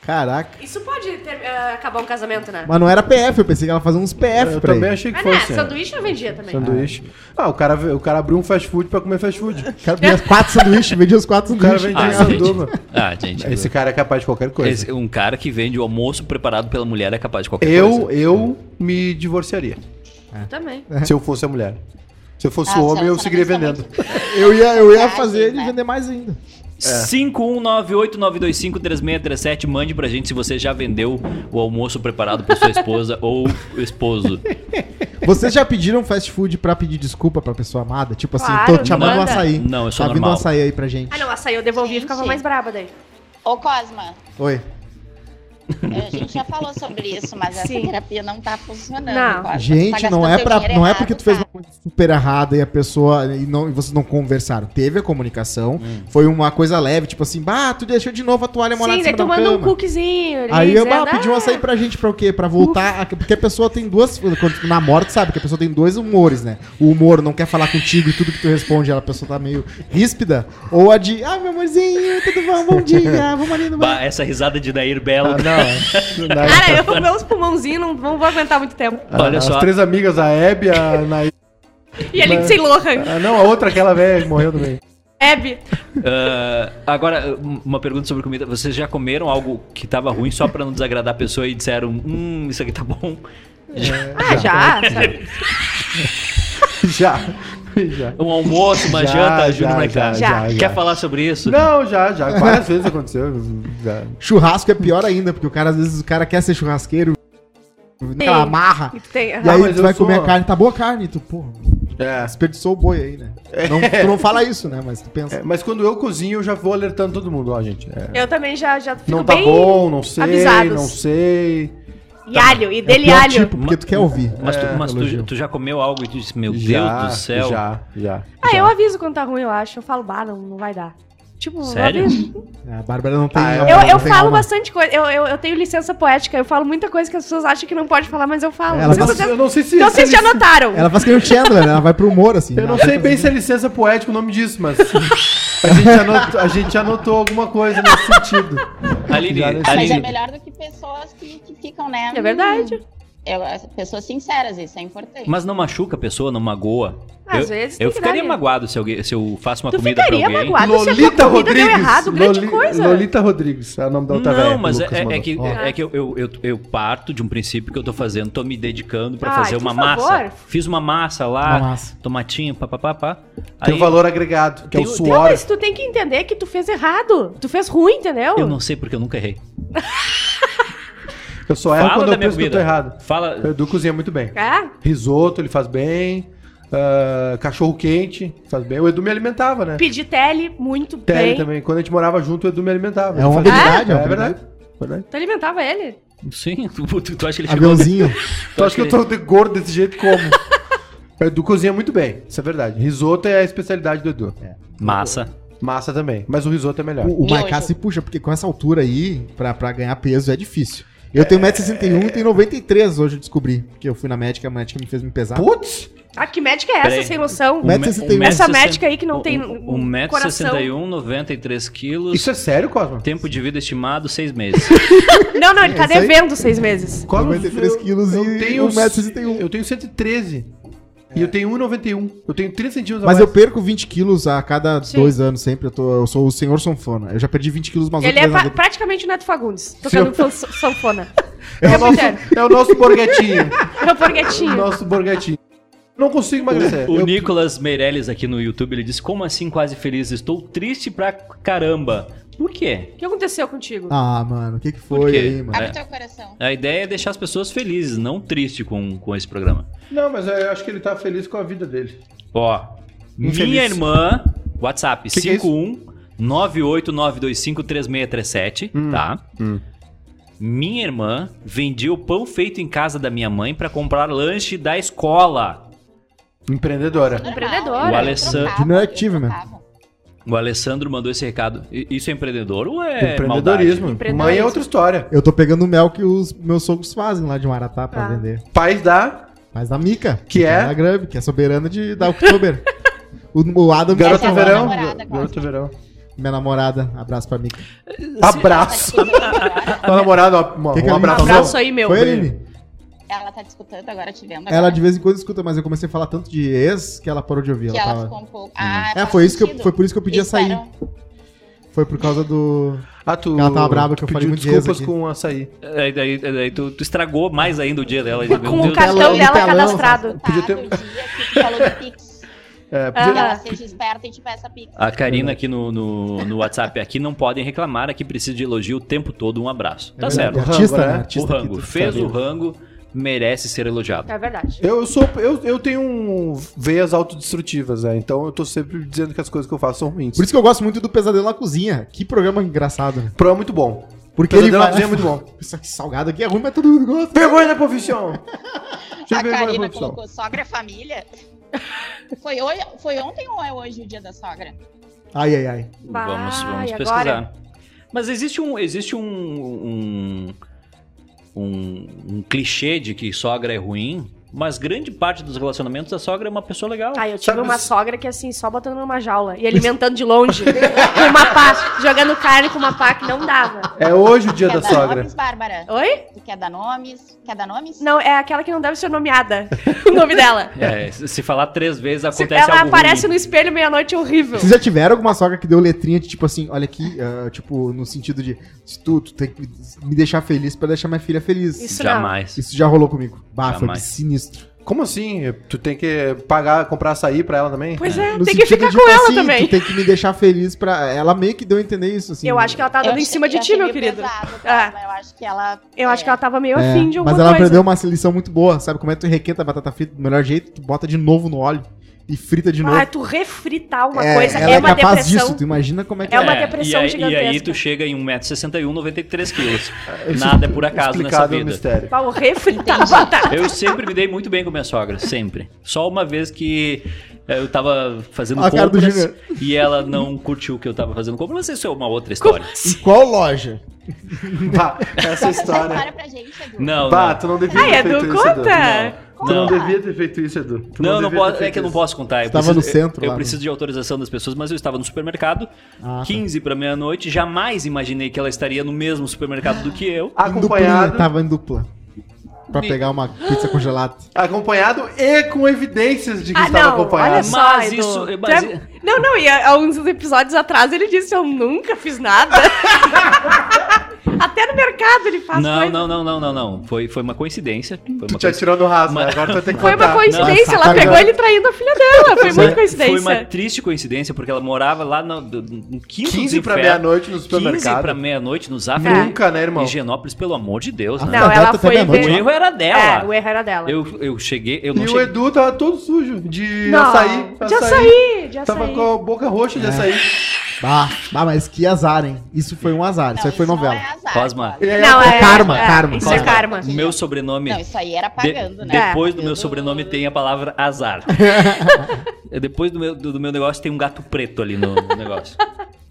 [SPEAKER 2] Caraca.
[SPEAKER 4] Isso pode ter- eh, acabar um casamento, né?
[SPEAKER 2] Mas não era PF, eu pensei que ela fazia uns PF
[SPEAKER 1] Eu
[SPEAKER 2] pra
[SPEAKER 1] também
[SPEAKER 2] ele.
[SPEAKER 1] achei que
[SPEAKER 4] Mas,
[SPEAKER 1] fosse.
[SPEAKER 4] né,
[SPEAKER 1] é.
[SPEAKER 4] sanduíche eu vendia também.
[SPEAKER 1] Sanduíche. Ah, o cara, o cara abriu um fast food pra comer fast food.
[SPEAKER 2] O cara vendia quatro sanduíches, vendia os quatro
[SPEAKER 1] O cara
[SPEAKER 2] sanduíches.
[SPEAKER 1] vende
[SPEAKER 3] Ah,
[SPEAKER 1] sanduba.
[SPEAKER 3] gente. Ah, gente.
[SPEAKER 1] Esse cara é capaz de qualquer coisa.
[SPEAKER 3] esse- um cara que vende o almoço preparado pela mulher é capaz de qualquer coisa.
[SPEAKER 1] Eu, eu me divorciaria.
[SPEAKER 4] Eu Ah, também.
[SPEAKER 1] Se eu fosse a mulher. Se eu fosse
[SPEAKER 5] Ah,
[SPEAKER 1] o homem,
[SPEAKER 5] se
[SPEAKER 1] eu
[SPEAKER 5] ela
[SPEAKER 1] seguiria
[SPEAKER 5] também
[SPEAKER 1] vendendo.
[SPEAKER 2] Eu ia, eu ia
[SPEAKER 5] Viagem,
[SPEAKER 2] fazer ele
[SPEAKER 5] né?
[SPEAKER 2] vender mais ainda.
[SPEAKER 1] É.
[SPEAKER 3] 51989253637. Mande pra gente se você já vendeu o almoço preparado pra sua esposa ou o esposo.
[SPEAKER 2] Vocês já pediram fast food pra pedir desculpa pra pessoa amada? Tipo assim,
[SPEAKER 4] Claro,
[SPEAKER 2] tô te amando um
[SPEAKER 4] manda.
[SPEAKER 2] açaí.
[SPEAKER 3] Não, eu sou
[SPEAKER 2] Tá vindo um
[SPEAKER 3] normal.
[SPEAKER 2] açaí aí pra gente.
[SPEAKER 4] Ah, não, açaí eu devolvi e
[SPEAKER 5] Gente.
[SPEAKER 4] ficava mais braba daí.
[SPEAKER 5] ô Cosma,
[SPEAKER 2] Oi.
[SPEAKER 5] a gente já falou sobre isso, mas essa
[SPEAKER 4] Sim.
[SPEAKER 5] terapia não tá funcionando.
[SPEAKER 4] Não.
[SPEAKER 5] Cosma. Tá
[SPEAKER 2] Gente,
[SPEAKER 5] gastando
[SPEAKER 2] não é
[SPEAKER 5] teu
[SPEAKER 2] para
[SPEAKER 5] dinheiro
[SPEAKER 2] não é
[SPEAKER 5] errado,
[SPEAKER 2] porque tu fez
[SPEAKER 5] tá?
[SPEAKER 2] uma coisa super errada e a pessoa e não e vocês não conversaram. Teve a comunicação,
[SPEAKER 3] Hum.
[SPEAKER 2] foi uma coisa leve, tipo assim, bah, tu deixou de novo a toalha molhada
[SPEAKER 4] Sim,
[SPEAKER 2] em
[SPEAKER 4] daí
[SPEAKER 2] cima
[SPEAKER 5] né,
[SPEAKER 4] tu
[SPEAKER 2] da
[SPEAKER 4] manda um
[SPEAKER 2] cama.
[SPEAKER 4] cookiezinho. ali,
[SPEAKER 2] Aí eu
[SPEAKER 4] né?
[SPEAKER 2] bah, pedi um açaí pra gente pra o quê? Pra voltar. a- porque a pessoa tem duas. Quando tu namora, tu sabe que a pessoa tem dois humores, né? O humor não quer falar contigo e tudo que tu responde, ela- a pessoa tá meio ríspida. Ou a de, ah, meu amorzinho, tudo bom? Bom dia, vamos ali no
[SPEAKER 3] Bah,
[SPEAKER 2] bar.
[SPEAKER 3] essa risada de Nair Belo.
[SPEAKER 1] Ah, não.
[SPEAKER 4] Cara, eu, meus pulmãozinhos não, não vou aguentar muito tempo.
[SPEAKER 3] Olha
[SPEAKER 1] Ah, As
[SPEAKER 3] só.
[SPEAKER 1] três amigas, a Hebe, a Naí.
[SPEAKER 4] E ele
[SPEAKER 1] Mas-
[SPEAKER 4] de sem Lohan.
[SPEAKER 1] Ah, não, a outra, aquela velha que morreu também.
[SPEAKER 4] Hebe.
[SPEAKER 3] Ah, agora, uma pergunta sobre comida. Vocês já comeram algo que tava ruim só pra não desagradar a pessoa e disseram, hum, isso aqui tá bom?
[SPEAKER 1] É.
[SPEAKER 4] Ah, já? sabe?
[SPEAKER 1] Já. Já.
[SPEAKER 3] Um almoço, uma
[SPEAKER 1] Já,
[SPEAKER 3] janta,
[SPEAKER 1] já,
[SPEAKER 3] Júnior Maiká.
[SPEAKER 4] já, já,
[SPEAKER 3] tá? Quer
[SPEAKER 1] já.
[SPEAKER 3] falar sobre isso?
[SPEAKER 1] Não, já, já. Várias vezes aconteceu. Já.
[SPEAKER 2] Churrasco é pior ainda, porque o cara, às vezes, o cara quer ser churrasqueiro, aquela amarra.
[SPEAKER 4] E tu tem-
[SPEAKER 2] E
[SPEAKER 1] Ah,
[SPEAKER 2] aí
[SPEAKER 1] mas
[SPEAKER 2] tu
[SPEAKER 1] eu
[SPEAKER 2] vai
[SPEAKER 1] sou-
[SPEAKER 2] comer a carne, tá boa a carne, tu, pô,
[SPEAKER 1] É.
[SPEAKER 2] desperdiçou o boi aí, né? Não, tu não fala isso, né? Mas tu pensa.
[SPEAKER 1] É, Mas quando eu cozinho, eu já vou alertando todo mundo, ó, gente. é,
[SPEAKER 4] Eu também já, já fico
[SPEAKER 1] Não tá
[SPEAKER 4] bem
[SPEAKER 1] bom, não sei,
[SPEAKER 4] avisados.
[SPEAKER 1] não sei.
[SPEAKER 4] E alho, e
[SPEAKER 2] É o
[SPEAKER 4] dele
[SPEAKER 2] pior
[SPEAKER 4] alho.
[SPEAKER 2] tipo, porque tu quer ouvir. É,
[SPEAKER 3] Mas, tu, mas tu-
[SPEAKER 2] elogio.
[SPEAKER 3] tu já comeu algo e tu disse, meu
[SPEAKER 1] É, já,
[SPEAKER 3] Deus do céu.
[SPEAKER 1] Já, já.
[SPEAKER 4] Ah,
[SPEAKER 1] já.
[SPEAKER 4] eu aviso quando tá ruim, eu acho. Eu falo, bah, não, não vai dar. Tipo, eu
[SPEAKER 3] Sério?
[SPEAKER 4] aviso.
[SPEAKER 2] É, A Bárbara não tem.
[SPEAKER 1] Ah,
[SPEAKER 2] não
[SPEAKER 4] Eu,
[SPEAKER 2] tem
[SPEAKER 4] eu falo
[SPEAKER 2] alma.
[SPEAKER 4] bastante coisa. Eu, eu, eu tenho licença poética. Eu falo muita coisa que as pessoas acham que não pode falar, mas eu falo.
[SPEAKER 2] Ela
[SPEAKER 4] Não
[SPEAKER 1] Eu
[SPEAKER 4] sei se
[SPEAKER 1] não
[SPEAKER 2] faz-
[SPEAKER 1] sei-
[SPEAKER 4] vocês,
[SPEAKER 1] eu não sei se.
[SPEAKER 4] não sei se
[SPEAKER 1] se
[SPEAKER 4] já notaram.
[SPEAKER 2] Ela faz que nem o Chandler, né? ela vai pro humor, assim.
[SPEAKER 1] Eu não sei bem se é licença poética o nome disso, mas. A gente anotou, a gente anotou alguma coisa nesse sentido.
[SPEAKER 3] Aline,
[SPEAKER 1] Já nesse
[SPEAKER 5] Mas é
[SPEAKER 3] Aline,
[SPEAKER 5] melhor do que pessoas que, que ficam, né?
[SPEAKER 2] assim,
[SPEAKER 4] É verdade.
[SPEAKER 5] hum, Eu, as pessoas sinceras, isso é importante.
[SPEAKER 3] Mas não machuca a pessoa, não magoa.
[SPEAKER 4] Às
[SPEAKER 3] eu,
[SPEAKER 4] vezes tem
[SPEAKER 3] eu
[SPEAKER 4] que dar
[SPEAKER 3] ficaria
[SPEAKER 4] ali.
[SPEAKER 3] magoado se, alguém, se eu faço uma
[SPEAKER 4] Tu
[SPEAKER 3] comida pra
[SPEAKER 4] ficaria
[SPEAKER 3] alguém.
[SPEAKER 4] magoado se é a
[SPEAKER 1] Lolita
[SPEAKER 4] tua comida
[SPEAKER 1] Rodrigues.
[SPEAKER 4] deu errado, grande
[SPEAKER 1] Loli-
[SPEAKER 4] coisa.
[SPEAKER 1] Lolita Rodrigues, é o nome da outra
[SPEAKER 3] não,
[SPEAKER 1] velha
[SPEAKER 3] mas
[SPEAKER 1] o Lucas
[SPEAKER 3] é, é
[SPEAKER 1] mandou.
[SPEAKER 3] que,
[SPEAKER 1] Ó.
[SPEAKER 4] Ah.
[SPEAKER 3] é que eu, eu, eu, eu parto de um princípio que eu tô fazendo, tô me dedicando pra
[SPEAKER 4] Ah,
[SPEAKER 3] fazer
[SPEAKER 4] então,
[SPEAKER 3] uma
[SPEAKER 4] por
[SPEAKER 3] massa.
[SPEAKER 4] favor.
[SPEAKER 3] Fiz uma massa lá,
[SPEAKER 2] Uma massa.
[SPEAKER 3] tomatinho, papapá. pá.
[SPEAKER 1] Tem
[SPEAKER 3] Aí
[SPEAKER 1] o valor agregado, que é o
[SPEAKER 3] Tem-
[SPEAKER 4] Não,
[SPEAKER 1] suor.
[SPEAKER 4] mas tu tem que entender que tu fez errado. Tu fez ruim, entendeu?
[SPEAKER 3] eu não sei porque eu nunca errei.
[SPEAKER 1] Eu só erro
[SPEAKER 3] Fala
[SPEAKER 1] é quando
[SPEAKER 3] da
[SPEAKER 1] eu
[SPEAKER 3] minha
[SPEAKER 1] penso que eu tô
[SPEAKER 3] comida.
[SPEAKER 1] errado. O
[SPEAKER 3] Fala.
[SPEAKER 1] Edu cozinha muito bem.
[SPEAKER 4] Ah,
[SPEAKER 1] Risoto, ele faz bem. Ah, cachorro quente, faz bem. O Edu me alimentava, né?
[SPEAKER 4] pedi tele muito
[SPEAKER 1] Tele
[SPEAKER 4] bem.
[SPEAKER 1] também. Quando a gente morava junto, o Edu me alimentava.
[SPEAKER 2] É uma
[SPEAKER 1] Ele fazia-
[SPEAKER 2] habilidade, é
[SPEAKER 1] é,
[SPEAKER 2] uma
[SPEAKER 1] verdade. verdade.
[SPEAKER 4] Tu alimentava ele?
[SPEAKER 3] Sim, tu, tu- tu acha que ele chegou.
[SPEAKER 2] Aviãozinho.
[SPEAKER 1] Tu acha Então que eu tô de gordo desse jeito como? o Edu cozinha muito bem, isso é verdade. Risoto é a especialidade do Edu.
[SPEAKER 3] Massa.
[SPEAKER 1] Massa também, mas o risoto é melhor.
[SPEAKER 2] O, o
[SPEAKER 5] Miojo.
[SPEAKER 2] Maiká se puxa, porque com essa altura aí, pra, pra ganhar peso é difícil. Eu tenho 1,61m e tenho 93 hoje, eu descobri. Porque eu fui na médica, a médica me fez me pesar.
[SPEAKER 1] Putz!
[SPEAKER 4] Ah, que médica é essa,
[SPEAKER 3] Peraí.
[SPEAKER 4] sem noção?
[SPEAKER 2] Um metro e sessenta e um.
[SPEAKER 4] Essa médica aí que não tem um
[SPEAKER 3] 1,61m, 93 quilos.
[SPEAKER 1] Isso é sério, Cosmo?
[SPEAKER 3] Tempo de vida estimado, seis meses.
[SPEAKER 4] Não, não, ele tá
[SPEAKER 2] isso aí?
[SPEAKER 4] devendo seis meses.
[SPEAKER 1] Cosmo,
[SPEAKER 2] 93 quilos um e 1,61.
[SPEAKER 1] Eu tenho 113. E eu tenho 1,91. Eu tenho 30 centímetros
[SPEAKER 2] Mas
[SPEAKER 1] a
[SPEAKER 2] eu
[SPEAKER 1] mais.
[SPEAKER 2] perco 20 quilos a cada
[SPEAKER 4] Sim.
[SPEAKER 2] dois anos sempre. Eu, tô, eu sou o senhor sanfona. Eu já perdi 20 quilos umas
[SPEAKER 4] Ele
[SPEAKER 2] oito
[SPEAKER 4] é
[SPEAKER 2] vezes na
[SPEAKER 4] pra-
[SPEAKER 2] vida.
[SPEAKER 4] praticamente o Neto Fagundes, tocando fan- sanfona.
[SPEAKER 1] É o
[SPEAKER 4] tempo
[SPEAKER 1] nosso,
[SPEAKER 4] inteiro.
[SPEAKER 1] é o nosso borguetinho.
[SPEAKER 4] Meu
[SPEAKER 1] o
[SPEAKER 4] porguetinho.
[SPEAKER 1] nosso borguetinho. Não consigo emagrecer.
[SPEAKER 3] O
[SPEAKER 1] Eu-
[SPEAKER 3] Nicolas Meirelles aqui no YouTube, ele disse, como assim quase feliz? Estou triste pra caramba. Por quê?
[SPEAKER 4] O que aconteceu contigo?
[SPEAKER 2] Ah, mano, o que que
[SPEAKER 3] Por
[SPEAKER 2] foi
[SPEAKER 3] quê?
[SPEAKER 2] aí, mano?
[SPEAKER 5] Abre
[SPEAKER 3] É.
[SPEAKER 5] teu coração.
[SPEAKER 3] A ideia é deixar as pessoas felizes, não triste com, com esse programa.
[SPEAKER 1] Não, mas eu acho que ele tá feliz com a vida dele.
[SPEAKER 3] Ó,
[SPEAKER 1] Infeliz.
[SPEAKER 3] minha irmã, WhatsApp,
[SPEAKER 1] Que que é isso?
[SPEAKER 3] 51 989253637,
[SPEAKER 1] Hum.
[SPEAKER 3] tá? Minha irmã vendia o pão feito em casa da minha mãe pra comprar lanche da escola.
[SPEAKER 1] Empreendedora.
[SPEAKER 4] Empreendedora.
[SPEAKER 3] O Alessandro-
[SPEAKER 2] Inactiva, né?
[SPEAKER 5] mesmo.
[SPEAKER 3] O Alessandro mandou esse recado. I- Isso é empreendedor ou é
[SPEAKER 1] Empreendedorismo.
[SPEAKER 3] maldade?
[SPEAKER 1] Mãe é outra história.
[SPEAKER 2] Eu tô pegando o mel que os meus sogros fazem lá de Maratá pra
[SPEAKER 4] Ah.
[SPEAKER 2] vender.
[SPEAKER 1] Pais da
[SPEAKER 2] Mas da Mica.
[SPEAKER 1] Que é?
[SPEAKER 2] Da Grub, que é soberana de, da Oktober. o, o Adam me
[SPEAKER 1] Garota
[SPEAKER 5] Essa é
[SPEAKER 2] falou,
[SPEAKER 5] a minha
[SPEAKER 1] Verão.
[SPEAKER 5] namorada,
[SPEAKER 1] Garota Verão.
[SPEAKER 2] Minha namorada. Abraço pra Mica.
[SPEAKER 1] Abraço.
[SPEAKER 5] Ela tá discutindo agora-
[SPEAKER 1] Meu namorado, ó, uma-
[SPEAKER 2] Que que
[SPEAKER 1] um
[SPEAKER 2] é
[SPEAKER 1] abraço.
[SPEAKER 2] isso?
[SPEAKER 4] Abraço aí, meu.
[SPEAKER 2] foi, Aline?
[SPEAKER 5] Ela tá discutando agora, te vendo.
[SPEAKER 2] Ela
[SPEAKER 5] agora,
[SPEAKER 2] de vez em quando escuta, mas eu comecei a falar tanto de ex que ela parou de ouvir.
[SPEAKER 5] que
[SPEAKER 2] ela
[SPEAKER 5] ela
[SPEAKER 2] tava-
[SPEAKER 5] ficou um pouco. Ah,
[SPEAKER 2] É,
[SPEAKER 5] faz
[SPEAKER 2] foi, isso que eu-
[SPEAKER 5] sentido. um
[SPEAKER 2] foi por isso que eu pedi a sair.
[SPEAKER 5] Espero-
[SPEAKER 2] Foi por causa do.
[SPEAKER 1] Ah, tu,
[SPEAKER 2] Ela tava brava
[SPEAKER 1] tu
[SPEAKER 2] que eu
[SPEAKER 1] pediu
[SPEAKER 2] falei muito
[SPEAKER 1] desculpas
[SPEAKER 2] dias aqui.
[SPEAKER 1] com açaí.
[SPEAKER 3] Aí, É, daí- daí tu, tu estragou mais ainda o dia dela. Meu
[SPEAKER 4] Com o
[SPEAKER 3] Deus.
[SPEAKER 4] cartão
[SPEAKER 2] Telão,
[SPEAKER 4] dela
[SPEAKER 2] telão.
[SPEAKER 1] Podia
[SPEAKER 4] cadastrado.
[SPEAKER 5] Podia
[SPEAKER 1] ter-
[SPEAKER 5] ter... dia que tu falou do Pix.
[SPEAKER 1] É,
[SPEAKER 5] Que
[SPEAKER 1] podia-
[SPEAKER 5] ela tá seja esperta e te peça Pix.
[SPEAKER 3] A Karina aqui no, no, no WhatsApp aqui não podem reclamar, aqui precisa de elogio o tempo todo. Um abraço. Tá
[SPEAKER 2] É
[SPEAKER 3] certo.
[SPEAKER 2] verdade,
[SPEAKER 1] O
[SPEAKER 2] Artista,
[SPEAKER 1] rango,
[SPEAKER 2] né?
[SPEAKER 1] né?
[SPEAKER 3] O
[SPEAKER 2] Artista
[SPEAKER 3] rango
[SPEAKER 2] que tu
[SPEAKER 3] fez
[SPEAKER 2] sabe.
[SPEAKER 3] o rango, merece ser elogiado.
[SPEAKER 4] É verdade.
[SPEAKER 1] Eu sou. Eu, eu tenho um- veias autodestrutivas, é. Então eu tô sempre dizendo que as coisas que eu faço são ruins.
[SPEAKER 2] Por isso que eu gosto muito do Pesadelo na Cozinha. Que programa engraçado, né?
[SPEAKER 1] Pro é muito bom.
[SPEAKER 2] Porque
[SPEAKER 1] Pesadelo na
[SPEAKER 2] ele vai...
[SPEAKER 1] Cozinha é muito bom.
[SPEAKER 2] Isso aqui salgado aqui é ruim, mas todo mundo gosta.
[SPEAKER 1] Vergonha da profissão! Tive
[SPEAKER 5] A
[SPEAKER 1] vergonha da
[SPEAKER 5] Karina
[SPEAKER 1] profissão.
[SPEAKER 5] colocou sogra é família. Foi, hoje, foi ontem ou é hoje o dia da sogra?
[SPEAKER 2] Ai, ai, ai.
[SPEAKER 4] Vai,
[SPEAKER 3] vamos vamos
[SPEAKER 4] agora?
[SPEAKER 3] pesquisar. Mas existe um existe um, um, um- um clichê de que sogra é ruim, mas grande parte dos relacionamentos a sogra é uma pessoa legal.
[SPEAKER 4] Ah, eu tive
[SPEAKER 1] Sabe
[SPEAKER 4] uma
[SPEAKER 1] isso?
[SPEAKER 4] sogra que assim, só botando numa jaula e alimentando de longe com uma pá, jogando carne com uma pá que não dava.
[SPEAKER 1] É hoje o dia da
[SPEAKER 5] dar
[SPEAKER 1] sogra.
[SPEAKER 5] nomes, Bárbara?
[SPEAKER 4] Oi?
[SPEAKER 5] Tu quer dar nomes? Quer dar nomes?
[SPEAKER 4] Não, é aquela que não deve ser nomeada. o nome dela.
[SPEAKER 3] É, se se falar três vezes
[SPEAKER 4] Se-
[SPEAKER 3] acontece
[SPEAKER 4] Ela
[SPEAKER 3] algo
[SPEAKER 4] aparece
[SPEAKER 3] ruim.
[SPEAKER 4] no espelho meia-noite horrível.
[SPEAKER 2] Vocês já tiveram alguma sogra que deu letrinha de tipo assim, olha aqui, ah, tipo, no sentido de se tu, tu tem que me deixar feliz pra deixar minha filha feliz. Isso,
[SPEAKER 4] Isso. não.
[SPEAKER 3] Jamais.
[SPEAKER 2] já rolou comigo. Bah, foi
[SPEAKER 3] Jamais.
[SPEAKER 2] sinistro.
[SPEAKER 1] Como assim? Tu tem que pagar, comprar açaí pra ela também?
[SPEAKER 4] Pois é,
[SPEAKER 2] No
[SPEAKER 4] tem que
[SPEAKER 2] sentido
[SPEAKER 4] ficar
[SPEAKER 2] de,
[SPEAKER 4] com
[SPEAKER 2] tipo,
[SPEAKER 4] ela
[SPEAKER 2] assim,
[SPEAKER 4] também.
[SPEAKER 2] Tu tem que me deixar feliz pra. Ela meio que deu a entender isso, assim.
[SPEAKER 4] Eu acho que ela tá
[SPEAKER 5] Eu
[SPEAKER 4] dando em
[SPEAKER 5] achei-
[SPEAKER 4] cima de
[SPEAKER 5] eu
[SPEAKER 4] ti,
[SPEAKER 5] achei
[SPEAKER 4] meu
[SPEAKER 5] meio
[SPEAKER 4] querido.
[SPEAKER 5] pesado pra
[SPEAKER 4] Ah.
[SPEAKER 5] ela, Eu acho que ela.
[SPEAKER 4] Eu acho que ela tava meio
[SPEAKER 2] É,
[SPEAKER 4] afim de alguma
[SPEAKER 2] mas ela
[SPEAKER 4] coisa.
[SPEAKER 2] aprendeu uma lição muito boa, sabe? Como é que tu requenta a batata frita do melhor jeito, tu bota de novo no óleo e frita de novo.
[SPEAKER 4] Ah, tu refritar uma
[SPEAKER 2] é,
[SPEAKER 4] coisa
[SPEAKER 2] ela
[SPEAKER 4] é
[SPEAKER 2] é,
[SPEAKER 4] uma
[SPEAKER 2] capaz
[SPEAKER 4] depressão.
[SPEAKER 2] disso, tu imagina como é que
[SPEAKER 4] É uma
[SPEAKER 3] e
[SPEAKER 4] depressão
[SPEAKER 3] aí- E um, aí
[SPEAKER 4] gigantesca.
[SPEAKER 3] tu chega em 1,61m, 93kg. Nada é por acaso nessa
[SPEAKER 1] o
[SPEAKER 3] vida.
[SPEAKER 1] mistério.
[SPEAKER 4] Pau, refritar Tá, a batata.
[SPEAKER 3] Eu sempre me dei muito bem com minha sogra, sempre. Só uma vez que eh, eu tava fazendo
[SPEAKER 2] A cara do
[SPEAKER 3] compras
[SPEAKER 2] Júnior.
[SPEAKER 3] e ela não curtiu que eu tava fazendo compras. Mas isso é uma outra
[SPEAKER 4] Como
[SPEAKER 3] história.
[SPEAKER 2] Em
[SPEAKER 4] assim?
[SPEAKER 2] qual loja?
[SPEAKER 1] Bah, Tá, essa é história.
[SPEAKER 5] É. pra gente, Edu.
[SPEAKER 3] Não,
[SPEAKER 1] Bah,
[SPEAKER 3] não.
[SPEAKER 1] tu não devia
[SPEAKER 4] Ai,
[SPEAKER 1] ter feito
[SPEAKER 4] Edu,
[SPEAKER 1] isso, Edu.
[SPEAKER 4] conta!
[SPEAKER 1] Tu não
[SPEAKER 3] Não.
[SPEAKER 1] devia ter feito isso, Edu. Tu
[SPEAKER 3] Não, não
[SPEAKER 1] devia ter
[SPEAKER 3] posso, é
[SPEAKER 1] feito
[SPEAKER 3] que eu não
[SPEAKER 1] isso.
[SPEAKER 3] posso contar. Eu
[SPEAKER 2] Você tava
[SPEAKER 3] preciso-
[SPEAKER 2] no centro
[SPEAKER 3] Eu,
[SPEAKER 2] lá, né?
[SPEAKER 3] preciso de autorização das pessoas, mas eu estava no supermercado,
[SPEAKER 2] Ah, tá.
[SPEAKER 3] 15 pra meia-noite. Jamais imaginei que ela estaria no mesmo supermercado do que eu.
[SPEAKER 2] Em duplinha,
[SPEAKER 1] Acompanhado.
[SPEAKER 2] tava em dupla. pra pegar uma pizza congelada.
[SPEAKER 1] Acompanhado e com evidências de que estava
[SPEAKER 4] Ah, olha
[SPEAKER 1] acompanhado.
[SPEAKER 4] só,
[SPEAKER 3] Mas
[SPEAKER 4] Edu.
[SPEAKER 3] isso-
[SPEAKER 4] Tu
[SPEAKER 3] mas-
[SPEAKER 4] é- Não, não, e há há uns episódios atrás ele disse, eu nunca fiz nada. Até no mercado ele faz
[SPEAKER 3] Não,
[SPEAKER 4] coisa.
[SPEAKER 3] não, não, não, não, não. Foi, foi uma coincidência. Foi uma
[SPEAKER 1] Tu te atirou no raso, né? Agora tu tem que
[SPEAKER 4] Foi
[SPEAKER 1] contar.
[SPEAKER 4] uma coincidência, ela
[SPEAKER 2] sacanagem.
[SPEAKER 4] pegou ele traindo a filha dela. Foi
[SPEAKER 2] Foi-
[SPEAKER 4] muita
[SPEAKER 3] Foi
[SPEAKER 4] coincidência.
[SPEAKER 3] uma triste coincidência, porque ela morava lá no, do- no quinto
[SPEAKER 1] 15
[SPEAKER 3] do
[SPEAKER 1] pra
[SPEAKER 3] inferno.
[SPEAKER 1] meia-noite no
[SPEAKER 3] 15 pra
[SPEAKER 1] supermercado.
[SPEAKER 3] meia-noite no Zafra.
[SPEAKER 4] É.
[SPEAKER 1] Nunca, né, irmão?
[SPEAKER 3] Em Genópolis, pelo amor de Deus, né?
[SPEAKER 4] Não,
[SPEAKER 2] Tá aberto
[SPEAKER 4] ela
[SPEAKER 2] até
[SPEAKER 4] foi
[SPEAKER 2] meia-noite,
[SPEAKER 3] O
[SPEAKER 4] ver-
[SPEAKER 3] erro era
[SPEAKER 4] É,
[SPEAKER 3] dela.
[SPEAKER 4] o erro era dela.
[SPEAKER 3] eu, eu cheguei, eu não
[SPEAKER 1] E o
[SPEAKER 3] cheguei.
[SPEAKER 1] Edu tava todo sujo de
[SPEAKER 4] Não,
[SPEAKER 1] açaí.
[SPEAKER 4] de açaí, de açaí.
[SPEAKER 1] Tava com a boca roxa
[SPEAKER 2] É.
[SPEAKER 1] de açaí.
[SPEAKER 2] Ah, ah, mas que azar, hein? Isso foi um azar, isso aí foi
[SPEAKER 5] isso
[SPEAKER 2] novela.
[SPEAKER 5] Não é azar,
[SPEAKER 3] Cosma.
[SPEAKER 5] Cosma.
[SPEAKER 1] É,
[SPEAKER 4] Não, é,
[SPEAKER 2] karma,
[SPEAKER 4] é,
[SPEAKER 2] karma,
[SPEAKER 4] Isso é
[SPEAKER 3] Cosma,
[SPEAKER 4] karma. É.
[SPEAKER 3] O meu sobrenome.
[SPEAKER 5] Não, isso aí era
[SPEAKER 3] de-
[SPEAKER 5] pagando, né?
[SPEAKER 3] Depois do meu
[SPEAKER 5] Eu-
[SPEAKER 3] sobrenome tem a palavra azar. depois do meu, do, do meu negócio tem um gato preto ali no, no negócio.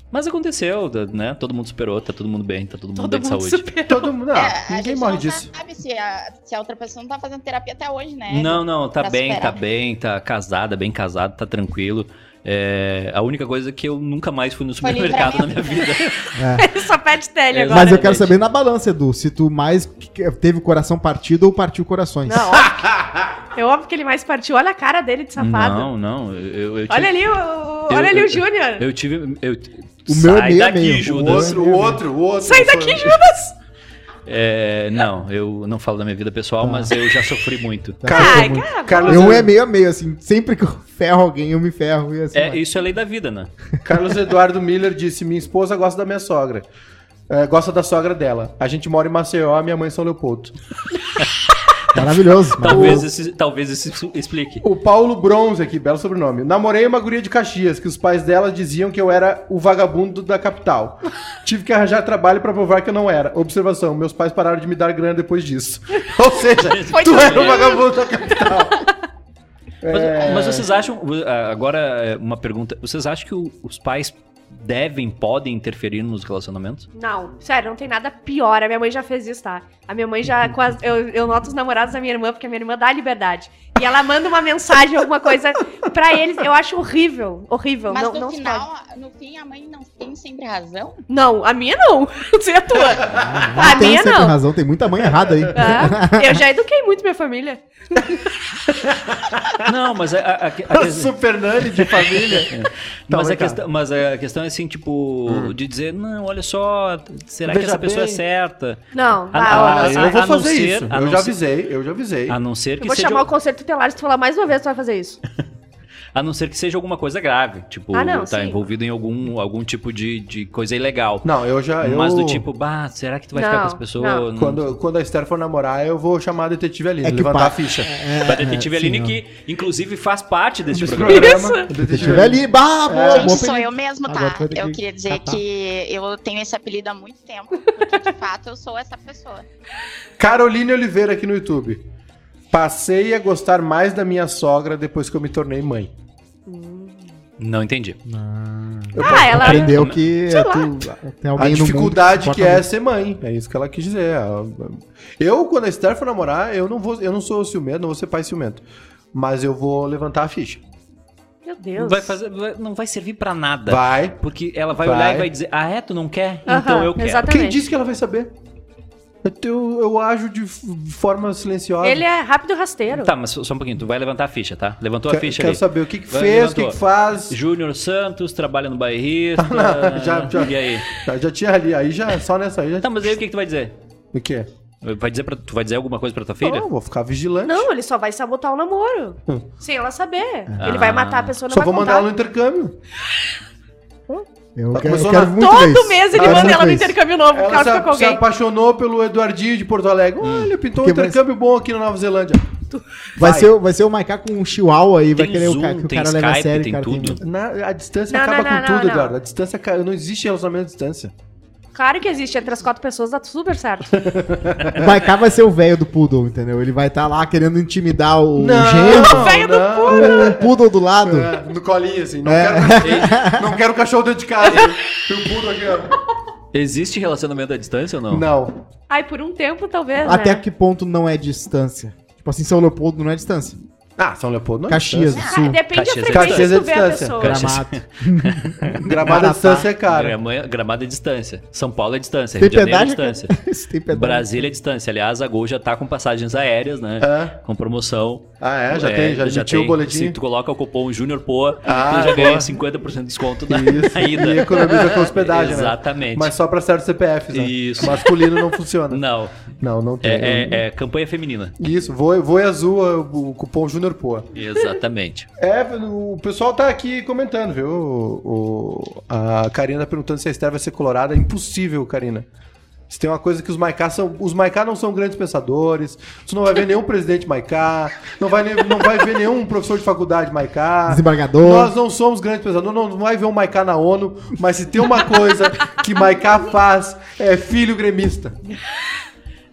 [SPEAKER 3] Mas aconteceu, da- né? Todo mundo superou, tá todo mundo bem, tá todo mundo
[SPEAKER 4] Todo
[SPEAKER 3] bem de
[SPEAKER 4] mundo
[SPEAKER 3] saúde.
[SPEAKER 4] super.
[SPEAKER 1] Todo mundo.
[SPEAKER 5] É,
[SPEAKER 1] Ah,
[SPEAKER 5] a
[SPEAKER 1] ninguém
[SPEAKER 5] gente
[SPEAKER 1] morre
[SPEAKER 5] não
[SPEAKER 4] tá-
[SPEAKER 1] disso.
[SPEAKER 5] sabe se a, se a outra pessoa não tá fazendo terapia até hoje, né?
[SPEAKER 3] Não, não, tá
[SPEAKER 5] Pra
[SPEAKER 3] bem,
[SPEAKER 5] superar.
[SPEAKER 3] tá bem, tá casada, bem casado, tá tranquilo. É, a única coisa é que eu nunca mais fui no
[SPEAKER 5] Foi
[SPEAKER 3] supermercado na minha
[SPEAKER 5] livramento, né?
[SPEAKER 3] vida.
[SPEAKER 4] Ele só pede tele
[SPEAKER 2] Mas
[SPEAKER 4] agora.
[SPEAKER 2] eu
[SPEAKER 3] Exatamente.
[SPEAKER 2] quero saber na balança, Edu, se tu mais que- teve o coração partido ou partiu corações.
[SPEAKER 4] Não, óbvio. É óbvio que ele mais partiu. Olha a cara dele de safado.
[SPEAKER 3] Não, não, eu, eu, eu
[SPEAKER 4] Olha
[SPEAKER 3] tive,
[SPEAKER 4] ali o, o- olha ali
[SPEAKER 3] eu-
[SPEAKER 4] o Júnior.
[SPEAKER 3] eu tive. Eu,
[SPEAKER 2] O meu é
[SPEAKER 3] Sai
[SPEAKER 2] meio né? a
[SPEAKER 3] daqui,
[SPEAKER 2] meio.
[SPEAKER 1] O
[SPEAKER 3] Judas.
[SPEAKER 1] outro, o outro, o outro.
[SPEAKER 4] Sai daqui, Judas!
[SPEAKER 3] É, não, eu não falo da minha vida pessoal,
[SPEAKER 2] Tá.
[SPEAKER 3] mas eu já sofri muito.
[SPEAKER 2] Tá,
[SPEAKER 1] Cara,
[SPEAKER 2] foi
[SPEAKER 4] Ai,
[SPEAKER 2] muito-
[SPEAKER 4] cara.
[SPEAKER 1] Carlos,
[SPEAKER 2] eu é meio a meio, assim, sempre que eu ferro alguém, eu me ferro. E assim,
[SPEAKER 3] É,
[SPEAKER 2] vai.
[SPEAKER 3] isso é lei da vida, né?
[SPEAKER 1] Carlos Eduardo Miller disse: Minha esposa gosta da minha sogra. É, gosta da sogra dela. A gente mora em Maceió, minha mãe em São Leopoldo.
[SPEAKER 2] Maravilhoso.
[SPEAKER 3] Talvez esse, talvez isso explique.
[SPEAKER 1] O Paulo Bronze aqui, belo sobrenome. Namorei uma guria de Caxias, que os pais dela diziam que eu era o vagabundo da capital. Tive que arranjar trabalho pra provar que eu não era. Observação, meus pais pararam de me dar grana depois disso. Ou seja,
[SPEAKER 4] Foi
[SPEAKER 1] tu
[SPEAKER 4] tudo
[SPEAKER 1] era o vagabundo da capital.
[SPEAKER 2] É.
[SPEAKER 3] Mas, mas vocês acham. ah, Agora, é, uma pergunta. Vocês acham que o- os pais devem, podem interferir nos relacionamentos?
[SPEAKER 4] Não, sério, não tem nada pior. A minha mãe já fez isso, tá? A minha mãe
[SPEAKER 3] Uhum.
[SPEAKER 4] já. com as- eu, eu noto os namorados da minha irmã, porque a minha irmã dá liberdade. E ela manda uma mensagem, alguma coisa pra eles. Eu acho horrível, horrível.
[SPEAKER 5] Mas
[SPEAKER 4] não,
[SPEAKER 5] no
[SPEAKER 4] não se pode.
[SPEAKER 5] final, no fim, a mãe não tem sempre razão?
[SPEAKER 4] Não, a minha não. Não sei a tua. a
[SPEAKER 2] Não tem
[SPEAKER 4] minha
[SPEAKER 2] sempre
[SPEAKER 4] não.
[SPEAKER 2] razão, tem muita mãe errada aí.
[SPEAKER 4] Ah, eu já eduquei muito minha família.
[SPEAKER 3] Não, mas é, a, a- a- a
[SPEAKER 1] A
[SPEAKER 3] questão-
[SPEAKER 1] Super Nani
[SPEAKER 3] Ah,
[SPEAKER 1] de família.
[SPEAKER 3] mas,
[SPEAKER 1] vem
[SPEAKER 3] a
[SPEAKER 1] cá.
[SPEAKER 3] questão, mas a questão é assim, tipo, de dizer, não, olha só, será que
[SPEAKER 1] Veja
[SPEAKER 3] essa pessoa
[SPEAKER 1] bem.
[SPEAKER 3] é certa?
[SPEAKER 4] Não, vai,
[SPEAKER 3] Ah,
[SPEAKER 4] olha
[SPEAKER 3] eu
[SPEAKER 4] só.
[SPEAKER 1] eu vou
[SPEAKER 3] a não
[SPEAKER 1] fazer
[SPEAKER 3] ser-
[SPEAKER 1] isso.
[SPEAKER 3] a
[SPEAKER 1] Eu
[SPEAKER 3] não
[SPEAKER 1] já
[SPEAKER 3] ser-
[SPEAKER 1] avisei, eu já avisei.
[SPEAKER 3] A não ser
[SPEAKER 4] Eu
[SPEAKER 3] que
[SPEAKER 4] vou
[SPEAKER 3] seja.
[SPEAKER 4] chamar o conselho tutelar se tu falar mais uma vez, tu vai fazer isso.
[SPEAKER 3] A não ser que seja alguma coisa grave. Tipo,
[SPEAKER 4] Ah, não,
[SPEAKER 3] tá
[SPEAKER 4] sim.
[SPEAKER 3] envolvido em algum, algum tipo de, de coisa ilegal.
[SPEAKER 1] Não, eu já. Eu...
[SPEAKER 3] Mas do tipo, bah, será que tu vai ficar
[SPEAKER 4] Não,
[SPEAKER 3] com as pessoas?
[SPEAKER 4] não.
[SPEAKER 3] Não.
[SPEAKER 1] Quando, quando a Esther for namorar, eu vou chamar a detetive Aline,
[SPEAKER 2] É que o
[SPEAKER 1] levantar
[SPEAKER 2] pa-
[SPEAKER 1] a ficha.
[SPEAKER 2] É,
[SPEAKER 3] Da detetive Aline, que inclusive faz parte desse
[SPEAKER 1] Desse
[SPEAKER 3] programa.
[SPEAKER 1] programa,
[SPEAKER 2] Se
[SPEAKER 1] detetive
[SPEAKER 2] tiver
[SPEAKER 1] Aline.
[SPEAKER 2] ali, bah,
[SPEAKER 1] É.
[SPEAKER 2] boa,
[SPEAKER 5] Gente,
[SPEAKER 2] É, boa
[SPEAKER 5] sou
[SPEAKER 2] pergunta.
[SPEAKER 5] eu mesmo,
[SPEAKER 2] Agora
[SPEAKER 5] tá?
[SPEAKER 2] tu vai ter
[SPEAKER 5] Eu
[SPEAKER 2] que
[SPEAKER 5] queria dizer
[SPEAKER 2] catar.
[SPEAKER 5] que eu tenho esse apelido há muito tempo, porque de fato eu sou essa pessoa.
[SPEAKER 1] Caroline Oliveira aqui no YouTube. Passei a gostar mais da minha sogra depois que eu me tornei mãe.
[SPEAKER 3] Não entendi.
[SPEAKER 1] Eu
[SPEAKER 4] Ah, ela.
[SPEAKER 2] Aprendeu que
[SPEAKER 4] Sei lá.
[SPEAKER 2] tu- tem
[SPEAKER 1] A
[SPEAKER 2] alguém no mundo um-
[SPEAKER 1] dificuldade que,
[SPEAKER 2] suporta
[SPEAKER 1] é
[SPEAKER 2] muito.
[SPEAKER 1] ser mãe. É isso que ela quis dizer. Ela- Eu, quando a Esther for namorar, eu não vou. Eu não sou ciumento, não vou ser pai ciumento. Mas eu vou levantar a ficha.
[SPEAKER 4] Meu Deus.
[SPEAKER 3] Vai fazer, vai- não vai servir pra nada.
[SPEAKER 1] Vai.
[SPEAKER 3] Porque ela vai,
[SPEAKER 1] Vai.
[SPEAKER 3] olhar e vai dizer, ah, é? Tu não quer?
[SPEAKER 4] Aham,
[SPEAKER 3] então eu quero.
[SPEAKER 4] exatamente.
[SPEAKER 1] Quem disse que ela vai saber? Eu, tenho- eu ajo de f- forma silenciosa.
[SPEAKER 4] Ele é rápido e rasteiro.
[SPEAKER 3] Tá, mas só só um pouquinho. Tu vai levantar a ficha, tá? Levantou
[SPEAKER 1] Quer-
[SPEAKER 3] a ficha
[SPEAKER 1] Quero
[SPEAKER 3] ali.
[SPEAKER 1] saber o que, que
[SPEAKER 3] Vai,
[SPEAKER 1] fez, o que, que
[SPEAKER 3] levantou.
[SPEAKER 1] faz.
[SPEAKER 3] Júnior Santos, trabalha no bairrista.
[SPEAKER 1] Já- já.
[SPEAKER 3] E aí?
[SPEAKER 1] Já, já tinha ali, aí já, só nessa aí já.
[SPEAKER 3] Tá, mas aí o que, que tu vai dizer?
[SPEAKER 1] O quê?
[SPEAKER 3] Vai dizer pra, tu vai dizer alguma coisa pra tua filha?
[SPEAKER 1] Não, vou ficar vigilante.
[SPEAKER 4] Não, ele só vai sabotar o namoro. Sem ela saber. Ele
[SPEAKER 3] Ah.
[SPEAKER 4] vai matar a pessoa, não
[SPEAKER 1] Só
[SPEAKER 4] vai
[SPEAKER 1] vou mandar ela
[SPEAKER 4] contar.
[SPEAKER 1] no intercâmbio.
[SPEAKER 2] Eu
[SPEAKER 1] Tá
[SPEAKER 2] quero, eu
[SPEAKER 1] começando
[SPEAKER 2] quero
[SPEAKER 1] a-
[SPEAKER 2] muito ver
[SPEAKER 4] Todo
[SPEAKER 2] isso.
[SPEAKER 4] mês ele
[SPEAKER 2] Eu
[SPEAKER 4] manda
[SPEAKER 2] quero
[SPEAKER 4] ela no
[SPEAKER 2] muito ver isso.
[SPEAKER 4] intercâmbio novo, porque
[SPEAKER 1] Ela
[SPEAKER 4] ela
[SPEAKER 1] se,
[SPEAKER 4] fica com
[SPEAKER 1] se
[SPEAKER 4] alguém.
[SPEAKER 1] apaixonou pelo Eduardinho de Porto Alegre. Olha, pintou um
[SPEAKER 2] Que mais-
[SPEAKER 1] intercâmbio bom aqui na Nova Zelândia.
[SPEAKER 2] Vai ser, o- vai ser o Maiká com um chihuahua aí, vai
[SPEAKER 3] Tem
[SPEAKER 2] querer o
[SPEAKER 3] Zoom,
[SPEAKER 2] cara, que o
[SPEAKER 3] tem
[SPEAKER 2] cara leva a
[SPEAKER 3] Skype,
[SPEAKER 2] sério.
[SPEAKER 3] tem
[SPEAKER 2] cara,
[SPEAKER 3] tudo.
[SPEAKER 1] Na- a distância
[SPEAKER 4] Não,
[SPEAKER 1] acaba
[SPEAKER 4] não,
[SPEAKER 1] com
[SPEAKER 4] não,
[SPEAKER 1] tudo,
[SPEAKER 4] não,
[SPEAKER 1] Eduardo.
[SPEAKER 4] não.
[SPEAKER 1] A distância ca- não existe relacionamento à distância.
[SPEAKER 4] Claro que existe, entre as quatro pessoas dá super certo.
[SPEAKER 2] O Maiká vai ser o velho do poodle, entendeu? Ele vai estar lá querendo intimidar o genro,
[SPEAKER 4] velho do
[SPEAKER 1] não.
[SPEAKER 2] o poodle do lado.
[SPEAKER 1] É, no colinho, assim. Não, quero, não quero cachorro dentro de casa. Tem um burro aqui, ó.
[SPEAKER 3] Existe relacionamento à distância ou não?
[SPEAKER 1] Não.
[SPEAKER 4] Ai, por um tempo, talvez,
[SPEAKER 2] Até
[SPEAKER 4] né?
[SPEAKER 2] que ponto não é distância? Tipo assim, São Leopoldo não é distância.
[SPEAKER 1] Ah, São Leopoldo não é
[SPEAKER 2] Caxias do
[SPEAKER 1] distância.
[SPEAKER 2] Sul.
[SPEAKER 4] depende da
[SPEAKER 3] Caxias é
[SPEAKER 4] frequência que tu vê
[SPEAKER 1] distância.
[SPEAKER 4] a pessoa.
[SPEAKER 3] Caxias-
[SPEAKER 2] Gramado.
[SPEAKER 1] Gramado à distância é cara.
[SPEAKER 3] Grama- Gramado é distância. São Paulo é distância.
[SPEAKER 2] Tem
[SPEAKER 3] Rio de Janeiro é
[SPEAKER 2] pedágio?
[SPEAKER 3] distância.
[SPEAKER 2] cara? Se Tem pedágio.
[SPEAKER 3] Brasília é distância. Aliás, a Gol já tá com passagens aéreas, né?
[SPEAKER 1] É.
[SPEAKER 3] Com promoção.
[SPEAKER 1] Ah, é? Já tem? Já emitiu o
[SPEAKER 3] tem.
[SPEAKER 1] boletim?
[SPEAKER 3] Se tu coloca o cupom Júnior Poa,
[SPEAKER 1] Ah,
[SPEAKER 3] tu já ganha
[SPEAKER 1] boa.
[SPEAKER 3] 50% de desconto na,
[SPEAKER 1] Isso.
[SPEAKER 3] na ida.
[SPEAKER 1] E economiza com hospedagem, né?
[SPEAKER 3] Exatamente.
[SPEAKER 1] Mas só pra certos CPFs, né?
[SPEAKER 3] Isso.
[SPEAKER 1] Masculino não funciona.
[SPEAKER 3] Não,
[SPEAKER 1] Não, não tem. um-
[SPEAKER 3] é, é- é campanha feminina.
[SPEAKER 1] Isso, vou, vou azul é o cupom Júnior Poa.
[SPEAKER 3] Exatamente.
[SPEAKER 1] É, o pessoal tá aqui comentando, viu? O- o- a Karina tá perguntando se a Esther vai ser colorada. É Impossível, Karina. Se tem uma coisa que os Maiká são. Os Maiká não são grandes pensadores. Tu não vai ver nenhum presidente Maiká. Não vai, nem- não vai ver nenhum professor de faculdade Maiká.
[SPEAKER 2] Ah, Desembargador.
[SPEAKER 1] Nós não somos grandes pensadores. Não, não vai ver um Maiká na ONU. Mas se tem uma coisa que Maiká faz, é filho gremista.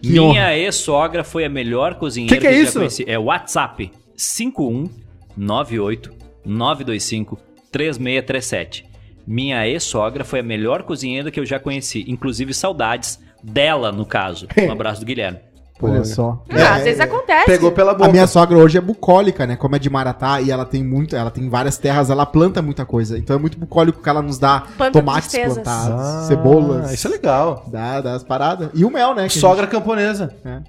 [SPEAKER 2] Que
[SPEAKER 3] Minha
[SPEAKER 2] honra.
[SPEAKER 3] ex-sogra foi a melhor cozinheira
[SPEAKER 1] Que que é
[SPEAKER 3] eu já
[SPEAKER 1] isso?
[SPEAKER 3] conheci. É WhatsApp 5198 925 3637. Minha ex-sogra foi a melhor cozinheira que eu já conheci. Inclusive saudades dela, no caso. Um abraço do Guilherme.
[SPEAKER 2] Olha só.
[SPEAKER 4] Ah, às vezes acontece.
[SPEAKER 1] É. Pegou pela
[SPEAKER 2] É A
[SPEAKER 1] boca.
[SPEAKER 2] minha sogra hoje é bucólica, né? Como é de Maratá e ela tem muito, ela tem várias terras, ela planta muita coisa. Então é muito bucólico que ela nos dá
[SPEAKER 4] Planta
[SPEAKER 2] tomates
[SPEAKER 4] tristezas.
[SPEAKER 2] plantados,
[SPEAKER 1] Ah,
[SPEAKER 2] cebolas.
[SPEAKER 1] Isso é legal.
[SPEAKER 2] Dá, dá as paradas. E o
[SPEAKER 1] é
[SPEAKER 2] mel, né? que a gente-
[SPEAKER 1] Sogra camponesa.
[SPEAKER 2] É.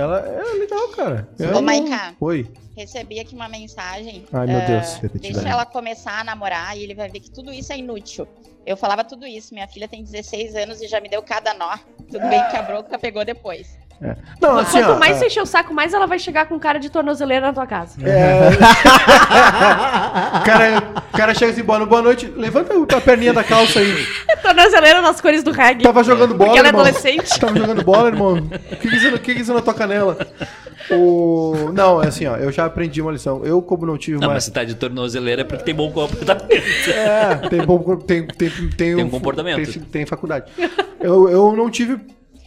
[SPEAKER 1] Ela é legal, cara.
[SPEAKER 5] Ô,
[SPEAKER 1] Eu-
[SPEAKER 5] Maiká.
[SPEAKER 1] Oi.
[SPEAKER 5] Recebi aqui uma mensagem.
[SPEAKER 1] Ai, meu Deus.
[SPEAKER 5] É, Deixa ela começar a namorar e ele vai ver que tudo isso é inútil. Eu falava tudo isso. Minha filha tem 16 anos e já me deu cada nó. Tudo bem que a broca pegou depois.
[SPEAKER 1] Não, assim, ó,
[SPEAKER 4] Quanto
[SPEAKER 3] é.
[SPEAKER 4] mais você encher o saco, mais ela vai chegar com cara de tornozeleira na tua casa.
[SPEAKER 1] o cara, o cara chega assim, boa no- boa noite, levanta o- a perninha da calça aí.
[SPEAKER 4] tornozeleira nas cores do reggae.
[SPEAKER 1] Tava jogando bola,
[SPEAKER 4] Porque ela é
[SPEAKER 1] Tá irmão.
[SPEAKER 4] adolescente.
[SPEAKER 1] Tava jogando bola, irmão. O que que isso, o que que isso na tua canela? O... Não, é assim, ó, eu já aprendi uma lição. Eu, como não tive
[SPEAKER 3] Não, mas
[SPEAKER 1] mais...
[SPEAKER 3] se tá de tornozeleira é porque tem bom comportamento.
[SPEAKER 1] É, tem, bom, cor- tem, tem, tem,
[SPEAKER 3] Tem um comportamento.
[SPEAKER 1] Tem, tem faculdade. Eu, eu não tive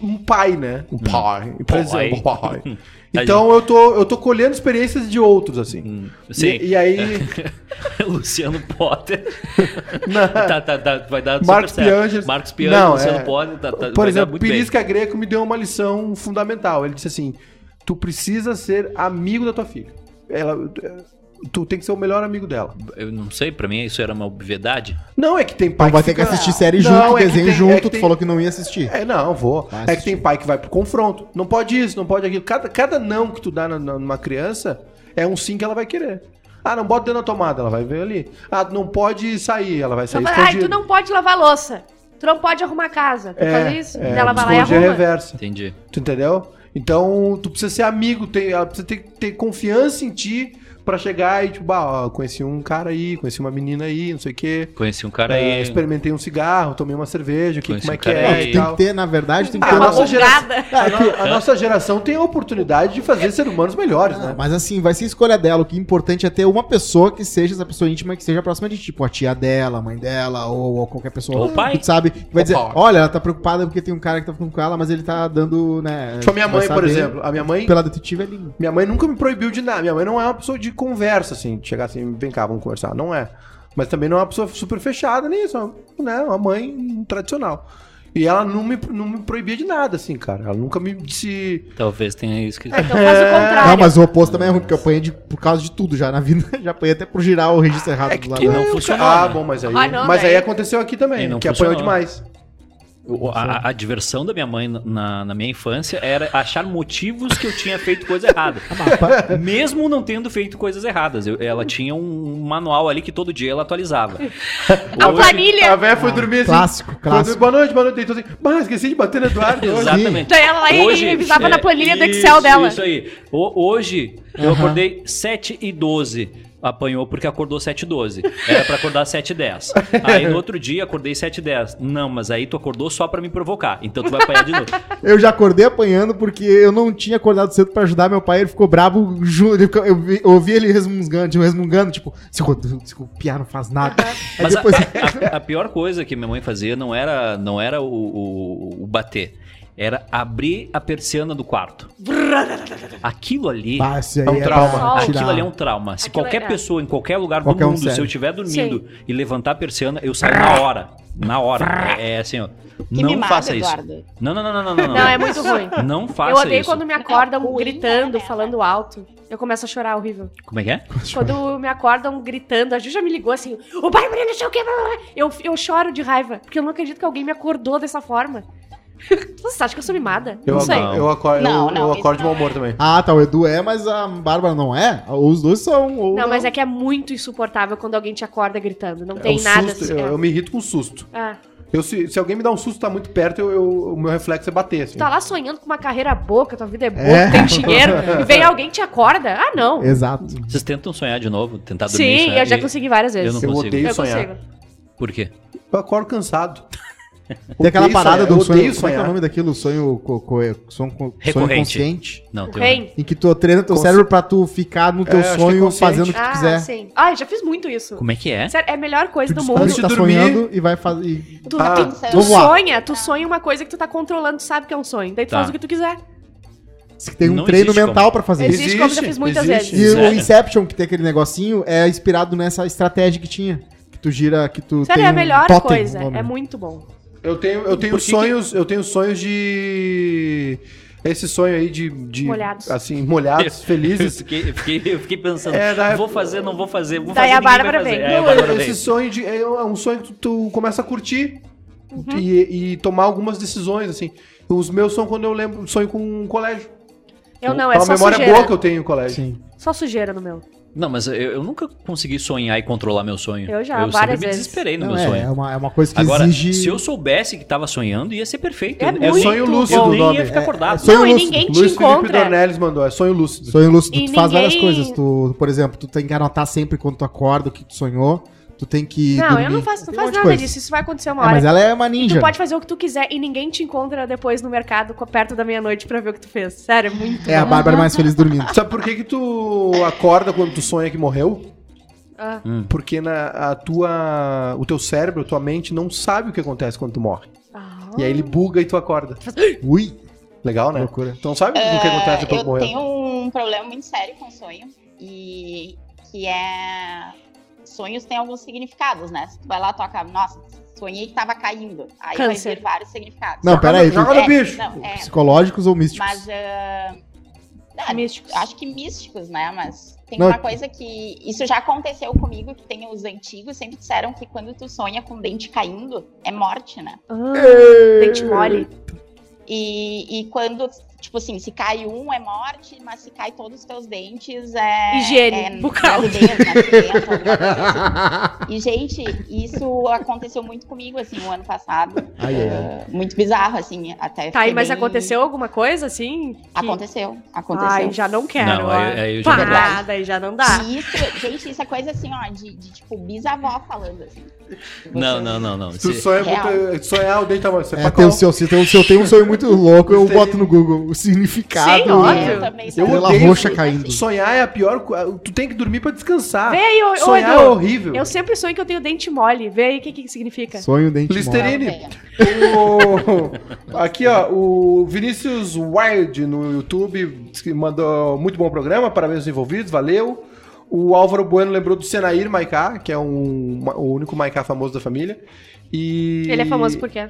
[SPEAKER 1] um pai, né? Um pai. presente, um pai. Então eu tô, eu tô colhendo experiências de outros, assim.
[SPEAKER 3] Hum, Sim. Tá
[SPEAKER 1] E, e aí,
[SPEAKER 3] Luciano Potter.
[SPEAKER 1] Não.
[SPEAKER 3] Tá, tá, tá, vai dar super
[SPEAKER 1] Marcos
[SPEAKER 3] certo.
[SPEAKER 1] Pianges.
[SPEAKER 3] Marcos Pianges,
[SPEAKER 1] Não,
[SPEAKER 3] Luciano
[SPEAKER 1] é.
[SPEAKER 3] Potter. Tá,
[SPEAKER 1] por
[SPEAKER 3] tá, vai dar
[SPEAKER 1] exemplo,
[SPEAKER 3] muito bem.
[SPEAKER 1] Pirisca Greco me deu uma lição fundamental. Ele disse assim: tu precisa ser amigo da tua filha. Ela, tu tem que ser o melhor amigo dela.
[SPEAKER 3] Eu não sei, pra mim isso era uma obviedade.
[SPEAKER 1] Não é que tem pai
[SPEAKER 2] Então vai ter que
[SPEAKER 1] fica-
[SPEAKER 2] assistir série
[SPEAKER 1] Não,
[SPEAKER 2] junto,
[SPEAKER 1] é que
[SPEAKER 2] desenho
[SPEAKER 1] tem-
[SPEAKER 2] junto.
[SPEAKER 1] é que
[SPEAKER 2] tu
[SPEAKER 1] tem-
[SPEAKER 2] falou que não ia assistir.
[SPEAKER 1] É, não, vou.
[SPEAKER 2] Vai
[SPEAKER 1] É que
[SPEAKER 2] assistir.
[SPEAKER 1] tem pai que vai pro confronto. Não pode isso, não pode aquilo. Cada, cada não que tu dá na- na- numa criança é um sim que ela vai querer. Ah, não bota dentro da tomada, ela vai ver ali. Ah, não pode sair, ela vai sair
[SPEAKER 4] Ela fala, Ai,
[SPEAKER 1] escondida.
[SPEAKER 4] tu não pode lavar louça. Tu não pode arrumar a casa. Tu faz isso?
[SPEAKER 1] é,
[SPEAKER 4] Daí ela vai lá e
[SPEAKER 1] esconde a
[SPEAKER 4] arruma.
[SPEAKER 1] reversa.
[SPEAKER 3] Entendi.
[SPEAKER 1] Tu entendeu? Então, tu precisa ser amigo, tem, ela precisa ter, ter confiança em ti pra chegar e, tipo, bah, ó, conheci um cara aí, conheci uma menina aí, não sei o quê.
[SPEAKER 3] Conheci um cara
[SPEAKER 1] É,
[SPEAKER 3] aí.
[SPEAKER 1] experimentei um cigarro, tomei uma cerveja, que,
[SPEAKER 3] Conheci
[SPEAKER 1] como é
[SPEAKER 3] um
[SPEAKER 1] que
[SPEAKER 3] cara
[SPEAKER 2] Não,
[SPEAKER 1] é
[SPEAKER 3] aí.
[SPEAKER 1] e
[SPEAKER 2] tu tem
[SPEAKER 1] tal.
[SPEAKER 2] que ter, na verdade, tem que
[SPEAKER 1] Ah,
[SPEAKER 2] ter
[SPEAKER 1] uma
[SPEAKER 2] uma
[SPEAKER 1] nossa geração-
[SPEAKER 4] Folgada.
[SPEAKER 1] Ah, que a nossa geração tem a oportunidade de fazer seres humanos melhores,
[SPEAKER 2] Ah,
[SPEAKER 1] né?
[SPEAKER 2] Mas assim, vai ser escolha dela. O que é importante é ter uma pessoa que seja essa pessoa íntima que seja próxima de ti, tipo a tia dela, a mãe dela, ou, ou qualquer pessoa
[SPEAKER 3] Ou o pai.
[SPEAKER 2] que tu sabe, que vai dizer,
[SPEAKER 1] pai.
[SPEAKER 2] olha, ela tá preocupada porque tem um cara que tá ficando com ela, mas ele tá dando, né?
[SPEAKER 1] Tipo, a minha
[SPEAKER 2] vai
[SPEAKER 1] mãe, por
[SPEAKER 2] saber.
[SPEAKER 1] exemplo. A minha mãe,
[SPEAKER 2] Pela detetive é ali.
[SPEAKER 1] minha mãe nunca me proibiu de nada. Minha mãe não é uma pessoa de conversa, assim, de chegar assim, vem cá, vamos conversar. Não é. Mas também não é uma pessoa super fechada nem isso, é uma- né? Uma mãe tradicional. E ela não me, não me proibia de nada, assim, cara. Ela nunca me disse.
[SPEAKER 3] Talvez tenha isso que.
[SPEAKER 4] Então faz
[SPEAKER 1] É.
[SPEAKER 4] o contrário.
[SPEAKER 2] Não, mas o oposto também é ruim, porque eu apanhei de- por causa de tudo já na vida. Já apanhei até por girar o registro errado do lado.
[SPEAKER 3] que não
[SPEAKER 1] "Ah,
[SPEAKER 3] funcionou,
[SPEAKER 1] Ah,
[SPEAKER 3] né?"
[SPEAKER 1] bom, mas aí.
[SPEAKER 4] Ah, não,
[SPEAKER 1] mas aí
[SPEAKER 4] daí-
[SPEAKER 1] aconteceu aqui também,
[SPEAKER 3] E não
[SPEAKER 1] que apanhou
[SPEAKER 3] funcionou.
[SPEAKER 1] demais.
[SPEAKER 3] O- A, a diversão da minha mãe na, na minha infância era achar motivos que eu tinha feito coisa errada. Mesmo não tendo feito coisas erradas. Eu- ela tinha um manual ali que todo dia ela atualizava. Hoje-
[SPEAKER 4] A
[SPEAKER 1] A
[SPEAKER 4] planilha.
[SPEAKER 1] véia
[SPEAKER 2] Ah.
[SPEAKER 1] foi dormir assim.
[SPEAKER 2] Clássico,
[SPEAKER 1] foi dormir,
[SPEAKER 2] clássico.
[SPEAKER 1] boa noite, boa noite. Deitou assim. Bah, esqueci de bater no Eduardo. hoje."
[SPEAKER 3] Exatamente.
[SPEAKER 4] Então ela lá e revisava na planilha do Excel
[SPEAKER 3] isso, é
[SPEAKER 4] dela.
[SPEAKER 3] Isso aí. O- hoje eu
[SPEAKER 2] Aham.
[SPEAKER 3] acordei 7 e 12. Apanhou porque acordou 7 e 12. Era pra acordar 7 e 10. Aí no outro dia acordei 7 e 10. Não, mas aí tu acordou só pra me provocar. Então tu vai apanhar de novo.
[SPEAKER 2] Eu já acordei apanhando porque eu não tinha acordado cedo pra ajudar meu pai, ele ficou brabo, ju- ele ficou- eu, vi- eu ouvi ele resmungando, tipo, resmungando, tipo, se o, se o piá não faz nada. Aí
[SPEAKER 3] Mas a-
[SPEAKER 2] É depois,
[SPEAKER 3] a, a pior coisa que minha mãe fazia não era, não era o, o- o bater. Era abrir a persiana do quarto. Aquilo ali.
[SPEAKER 2] Bah, isso aí
[SPEAKER 1] É um
[SPEAKER 2] era
[SPEAKER 1] trauma.
[SPEAKER 2] pra
[SPEAKER 4] Aquilo
[SPEAKER 2] tirar.
[SPEAKER 3] Aquilo ali é um trauma. Se
[SPEAKER 4] Aquilo
[SPEAKER 3] qualquer
[SPEAKER 4] é-
[SPEAKER 3] pessoa, em qualquer lugar
[SPEAKER 2] Qualquer
[SPEAKER 3] do
[SPEAKER 2] um
[SPEAKER 3] mundo, se
[SPEAKER 2] serve.
[SPEAKER 3] eu estiver dormindo e levantar a persiana, eu saio na hora. Na hora. É, é assim, ó.
[SPEAKER 5] Que
[SPEAKER 3] não
[SPEAKER 5] mimado,
[SPEAKER 3] faça isso.
[SPEAKER 5] Eduardo.
[SPEAKER 3] Não, não, não, não, não, não.
[SPEAKER 4] Não, é muito ruim.
[SPEAKER 3] Não faça
[SPEAKER 4] Eu odeio
[SPEAKER 3] isso.
[SPEAKER 4] quando me acordam
[SPEAKER 5] Ruim,
[SPEAKER 4] gritando,
[SPEAKER 5] né?
[SPEAKER 4] falando alto. Eu começo a chorar horrível.
[SPEAKER 3] Como é que é?
[SPEAKER 4] Quando me acordam gritando, a Ju já me ligou assim, o barulho não sei o que, blá, blá, blá." eu, eu choro de raiva, porque eu não acredito que alguém me acordou dessa forma. Você acha que eu sou mimada?
[SPEAKER 1] Eu,
[SPEAKER 4] não sei.
[SPEAKER 1] acordo, eu acordo,
[SPEAKER 5] Não,
[SPEAKER 1] eu,
[SPEAKER 5] não,
[SPEAKER 1] eu
[SPEAKER 5] isso
[SPEAKER 1] acordo de
[SPEAKER 5] não
[SPEAKER 1] mau
[SPEAKER 5] é.
[SPEAKER 1] humor também.
[SPEAKER 2] Ah, tá. O Edu é, mas a Bárbara não é? Ou os dois são. Ou
[SPEAKER 4] Não, mas é que é muito insuportável quando alguém te acorda gritando. Não
[SPEAKER 1] É
[SPEAKER 4] tem
[SPEAKER 1] um
[SPEAKER 4] nada
[SPEAKER 1] susto,
[SPEAKER 4] assim.
[SPEAKER 1] eu,
[SPEAKER 4] é.
[SPEAKER 1] eu me irrito com susto.
[SPEAKER 4] Ah,
[SPEAKER 1] Eu, se, se alguém me dá um susto tá muito perto, eu, eu- o meu reflexo é bater, assim.
[SPEAKER 4] tu tá lá sonhando com uma carreira boa, que a tua vida é boa,
[SPEAKER 2] É.
[SPEAKER 4] que tem dinheiro, e vem alguém e te acorda. Ah, não.
[SPEAKER 2] Exato.
[SPEAKER 3] Vocês tentam sonhar de novo, tentar dormir
[SPEAKER 4] Sim,
[SPEAKER 3] sonhar,
[SPEAKER 4] eu já
[SPEAKER 3] né? e-
[SPEAKER 4] consegui várias vezes.
[SPEAKER 3] não
[SPEAKER 1] eu
[SPEAKER 3] consigo.
[SPEAKER 1] odeio
[SPEAKER 4] Eu
[SPEAKER 1] sonhar.
[SPEAKER 4] consigo.
[SPEAKER 3] Por quê?
[SPEAKER 1] Eu acordo cansado.
[SPEAKER 2] Tem aquela
[SPEAKER 1] Odeio
[SPEAKER 2] parada
[SPEAKER 1] sonhar,
[SPEAKER 2] do
[SPEAKER 1] eu odeio
[SPEAKER 2] sonho. Como é que é o
[SPEAKER 1] sonhar.
[SPEAKER 2] nome daquilo? Sonho, co, co, é, sonho, co- sonho
[SPEAKER 3] Recorrente.
[SPEAKER 2] consciente.
[SPEAKER 3] Não, tem um-
[SPEAKER 4] Quem?
[SPEAKER 2] Em que tu treina teu
[SPEAKER 1] Consci-
[SPEAKER 2] cérebro pra tu ficar no teu
[SPEAKER 1] É, acho que é
[SPEAKER 2] sonho
[SPEAKER 1] consciente.
[SPEAKER 2] fazendo o que tu
[SPEAKER 4] ah,
[SPEAKER 2] quiser.
[SPEAKER 4] sim. Ah, já fiz muito isso.
[SPEAKER 3] Como é que é?
[SPEAKER 4] Sério, é a melhor coisa
[SPEAKER 2] Tu
[SPEAKER 4] do
[SPEAKER 2] descobre
[SPEAKER 4] mundo.
[SPEAKER 1] Antes
[SPEAKER 2] que
[SPEAKER 1] de
[SPEAKER 2] tá
[SPEAKER 1] dormir-
[SPEAKER 2] sonhando e vai fazer. e-
[SPEAKER 4] Tu,
[SPEAKER 1] Ah,
[SPEAKER 4] tu- tu
[SPEAKER 2] vamos lá.
[SPEAKER 4] sonha, tu sonha uma coisa que tu tá controlando, tu sabe que é um sonho. Daí tu
[SPEAKER 3] Tá.
[SPEAKER 4] faz o que tu quiser.
[SPEAKER 2] diz que Tem um
[SPEAKER 3] Não
[SPEAKER 2] treino
[SPEAKER 3] existe como.
[SPEAKER 2] mental pra fazer isso.
[SPEAKER 4] Existe, como eu já fiz muitas
[SPEAKER 1] existe.
[SPEAKER 2] E
[SPEAKER 3] Existe.
[SPEAKER 2] o Inception, que tem aquele negocinho, é inspirado nessa estratégia que tinha. Que tu gira, que tu
[SPEAKER 4] Sério,
[SPEAKER 2] tem
[SPEAKER 4] é a melhor
[SPEAKER 2] totem,
[SPEAKER 4] coisa.
[SPEAKER 2] o nome. né?
[SPEAKER 4] É muito bom.
[SPEAKER 1] Eu tenho, eu tenho
[SPEAKER 3] Por que que-
[SPEAKER 1] sonhos, eu tenho sonhos de esse sonho aí de, de
[SPEAKER 4] Molhados.
[SPEAKER 1] assim, molhados,
[SPEAKER 3] Eu
[SPEAKER 1] felizes.
[SPEAKER 3] fiquei, eu fiquei, eu fiquei pensando,
[SPEAKER 1] É, daí-
[SPEAKER 3] vou fazer, não vou fazer, vou
[SPEAKER 4] Daí
[SPEAKER 3] fazer,
[SPEAKER 4] a
[SPEAKER 3] ninguém vai
[SPEAKER 4] Bárbara
[SPEAKER 3] fazer.
[SPEAKER 4] vem.
[SPEAKER 3] É, a
[SPEAKER 1] Não,
[SPEAKER 3] Bárbara
[SPEAKER 1] esse
[SPEAKER 3] vem.
[SPEAKER 1] sonho de, é um sonho que tu, tu começa a curtir
[SPEAKER 4] Uhum.
[SPEAKER 1] e, e tomar algumas decisões assim. Os meus são quando eu lembro sonho com um colégio.
[SPEAKER 4] Eu não,
[SPEAKER 1] é
[SPEAKER 4] é
[SPEAKER 1] uma
[SPEAKER 4] só
[SPEAKER 1] memória
[SPEAKER 4] sujeira.
[SPEAKER 1] boa que eu tenho em colégio.
[SPEAKER 2] Sim.
[SPEAKER 4] Só sujeira no meu.
[SPEAKER 3] Não, mas eu, eu nunca consegui sonhar e controlar meu sonho.
[SPEAKER 4] Eu já,
[SPEAKER 3] eu
[SPEAKER 4] várias
[SPEAKER 3] sempre
[SPEAKER 4] vezes.
[SPEAKER 3] me desesperei no
[SPEAKER 2] Não,
[SPEAKER 3] meu
[SPEAKER 2] é, é,
[SPEAKER 3] sonho.
[SPEAKER 2] uma, é uma coisa que
[SPEAKER 3] Agora,
[SPEAKER 2] exige.
[SPEAKER 3] se eu soubesse que tava sonhando, ia ser perfeito.
[SPEAKER 4] É
[SPEAKER 3] Eu- eu
[SPEAKER 4] muito
[SPEAKER 1] sonho
[SPEAKER 3] nem-
[SPEAKER 1] lúcido
[SPEAKER 3] eu
[SPEAKER 1] o
[SPEAKER 3] nem
[SPEAKER 1] nome.
[SPEAKER 3] ia ficar
[SPEAKER 1] É-
[SPEAKER 3] acordado.
[SPEAKER 2] é sonho
[SPEAKER 4] não, e
[SPEAKER 2] lúcido.
[SPEAKER 4] ninguém
[SPEAKER 1] Luiz
[SPEAKER 4] te
[SPEAKER 1] Felipe
[SPEAKER 4] encontra.
[SPEAKER 1] Dornelles mandou, é sonho lúcido.
[SPEAKER 2] Sonho lúcido,
[SPEAKER 4] E
[SPEAKER 2] tu faz várias
[SPEAKER 4] ninguém-
[SPEAKER 2] coisas. Tu, por exemplo, tu tem que anotar sempre quando tu acorda o que tu sonhou. Tu tem que.
[SPEAKER 4] Não,
[SPEAKER 2] dormir.
[SPEAKER 4] eu não faço, não
[SPEAKER 2] Tem um
[SPEAKER 4] faço
[SPEAKER 2] monte de
[SPEAKER 4] nada
[SPEAKER 2] coisa.
[SPEAKER 4] disso. Isso vai acontecer
[SPEAKER 2] É,
[SPEAKER 4] uma hora.
[SPEAKER 2] mas ela é uma
[SPEAKER 4] E
[SPEAKER 2] ninja.
[SPEAKER 4] tu pode fazer o que tu quiser e ninguém te encontra depois no mercado co- perto da meia-noite pra ver o que tu fez. Sério, é muito.
[SPEAKER 2] É a Bárbara mais feliz dormindo.
[SPEAKER 1] Sabe por que que tu acorda quando tu sonha que morreu?
[SPEAKER 4] Ah.
[SPEAKER 1] Porque na, a tua, o teu cérebro, a tua mente não sabe o que acontece quando tu morre.
[SPEAKER 4] Ah.
[SPEAKER 1] E aí ele buga e tu acorda.
[SPEAKER 2] Ui,
[SPEAKER 1] Legal,
[SPEAKER 2] que
[SPEAKER 1] né?
[SPEAKER 2] loucura.
[SPEAKER 1] Então sabe o
[SPEAKER 4] É,
[SPEAKER 1] que acontece depois que
[SPEAKER 5] Ah, eu
[SPEAKER 1] morreu?
[SPEAKER 5] tenho um problema muito sério com sonho. E que é. Sonhos têm alguns significados, né? Se tu vai lá e toca, nossa, sonhei que tava caindo. Aí
[SPEAKER 4] Câncer.
[SPEAKER 5] vai vir vários significados. É,
[SPEAKER 2] Não, peraí. tu-
[SPEAKER 1] Joga no bicho!
[SPEAKER 5] Não, é,
[SPEAKER 2] Psicológicos ou místicos?
[SPEAKER 5] mas. ah, ah,
[SPEAKER 4] Místicos.
[SPEAKER 5] Acho que místicos, né? Mas tem
[SPEAKER 2] Não.
[SPEAKER 5] uma coisa que. Isso já aconteceu comigo, que tem os antigos, sempre disseram que quando tu sonha com dente caindo, é morte, né?
[SPEAKER 4] Ah, Dente mole.
[SPEAKER 5] E, e quando, tipo assim, se cai um é morte, mas se cai todos os teus dentes é.
[SPEAKER 4] Higiene
[SPEAKER 5] é
[SPEAKER 4] bucal.
[SPEAKER 5] gravidez, nascimento, alguma coisa assim. E, gente, isso aconteceu muito comigo, assim, o ano passado.
[SPEAKER 2] Ai, ai, ai.
[SPEAKER 5] Eh, Muito bizarro, assim, até.
[SPEAKER 4] Tá, e
[SPEAKER 5] fiquei
[SPEAKER 4] mas
[SPEAKER 5] bem-
[SPEAKER 4] aconteceu alguma coisa assim? que-
[SPEAKER 5] Aconteceu, aconteceu.
[SPEAKER 4] Ai, já não quero.
[SPEAKER 3] Não,
[SPEAKER 4] ó.
[SPEAKER 3] aí- aí eu já
[SPEAKER 5] não
[SPEAKER 4] Pá,
[SPEAKER 5] gosto.
[SPEAKER 4] daí já não dá.
[SPEAKER 5] E isso, gente, isso é coisa assim, ó, de, de, tipo bisavó falando, assim.
[SPEAKER 3] Não, não, não, não.
[SPEAKER 1] Se tu
[SPEAKER 3] Se-
[SPEAKER 1] sonha,
[SPEAKER 5] Real.
[SPEAKER 1] muito, sonhar o dente tá morto. Você
[SPEAKER 2] É, tem o seu, se, tem, se eu tenho um sonho muito louco, eu
[SPEAKER 1] Gostei.
[SPEAKER 2] boto no Google o significado.
[SPEAKER 4] Sim,
[SPEAKER 5] É,
[SPEAKER 4] óbvio.
[SPEAKER 5] eu também sou-
[SPEAKER 2] Estrela
[SPEAKER 1] odeio
[SPEAKER 2] roxa
[SPEAKER 1] isso.
[SPEAKER 2] caindo.
[SPEAKER 1] Sonhar é a pior coisa. Tu tem que dormir pra descansar.
[SPEAKER 4] Vê aí, ô, ô,
[SPEAKER 1] Ah, sonhar
[SPEAKER 4] Edu.
[SPEAKER 1] é horrível.
[SPEAKER 4] Eu sempre sonho que eu tenho dente mole. Vê aí o que, que significa.
[SPEAKER 2] Sonho dente mole.
[SPEAKER 1] Listerine.
[SPEAKER 5] Não, não.
[SPEAKER 1] O- Aqui, ó, o Vinícius Wild no YouTube disse que mandou muito bom programa, parabéns aos envolvidos, valeu. O Álvaro Bueno lembrou do Senair Maiká, que é um, o único Maiká famoso da família. E...
[SPEAKER 4] Ele é famoso por quê?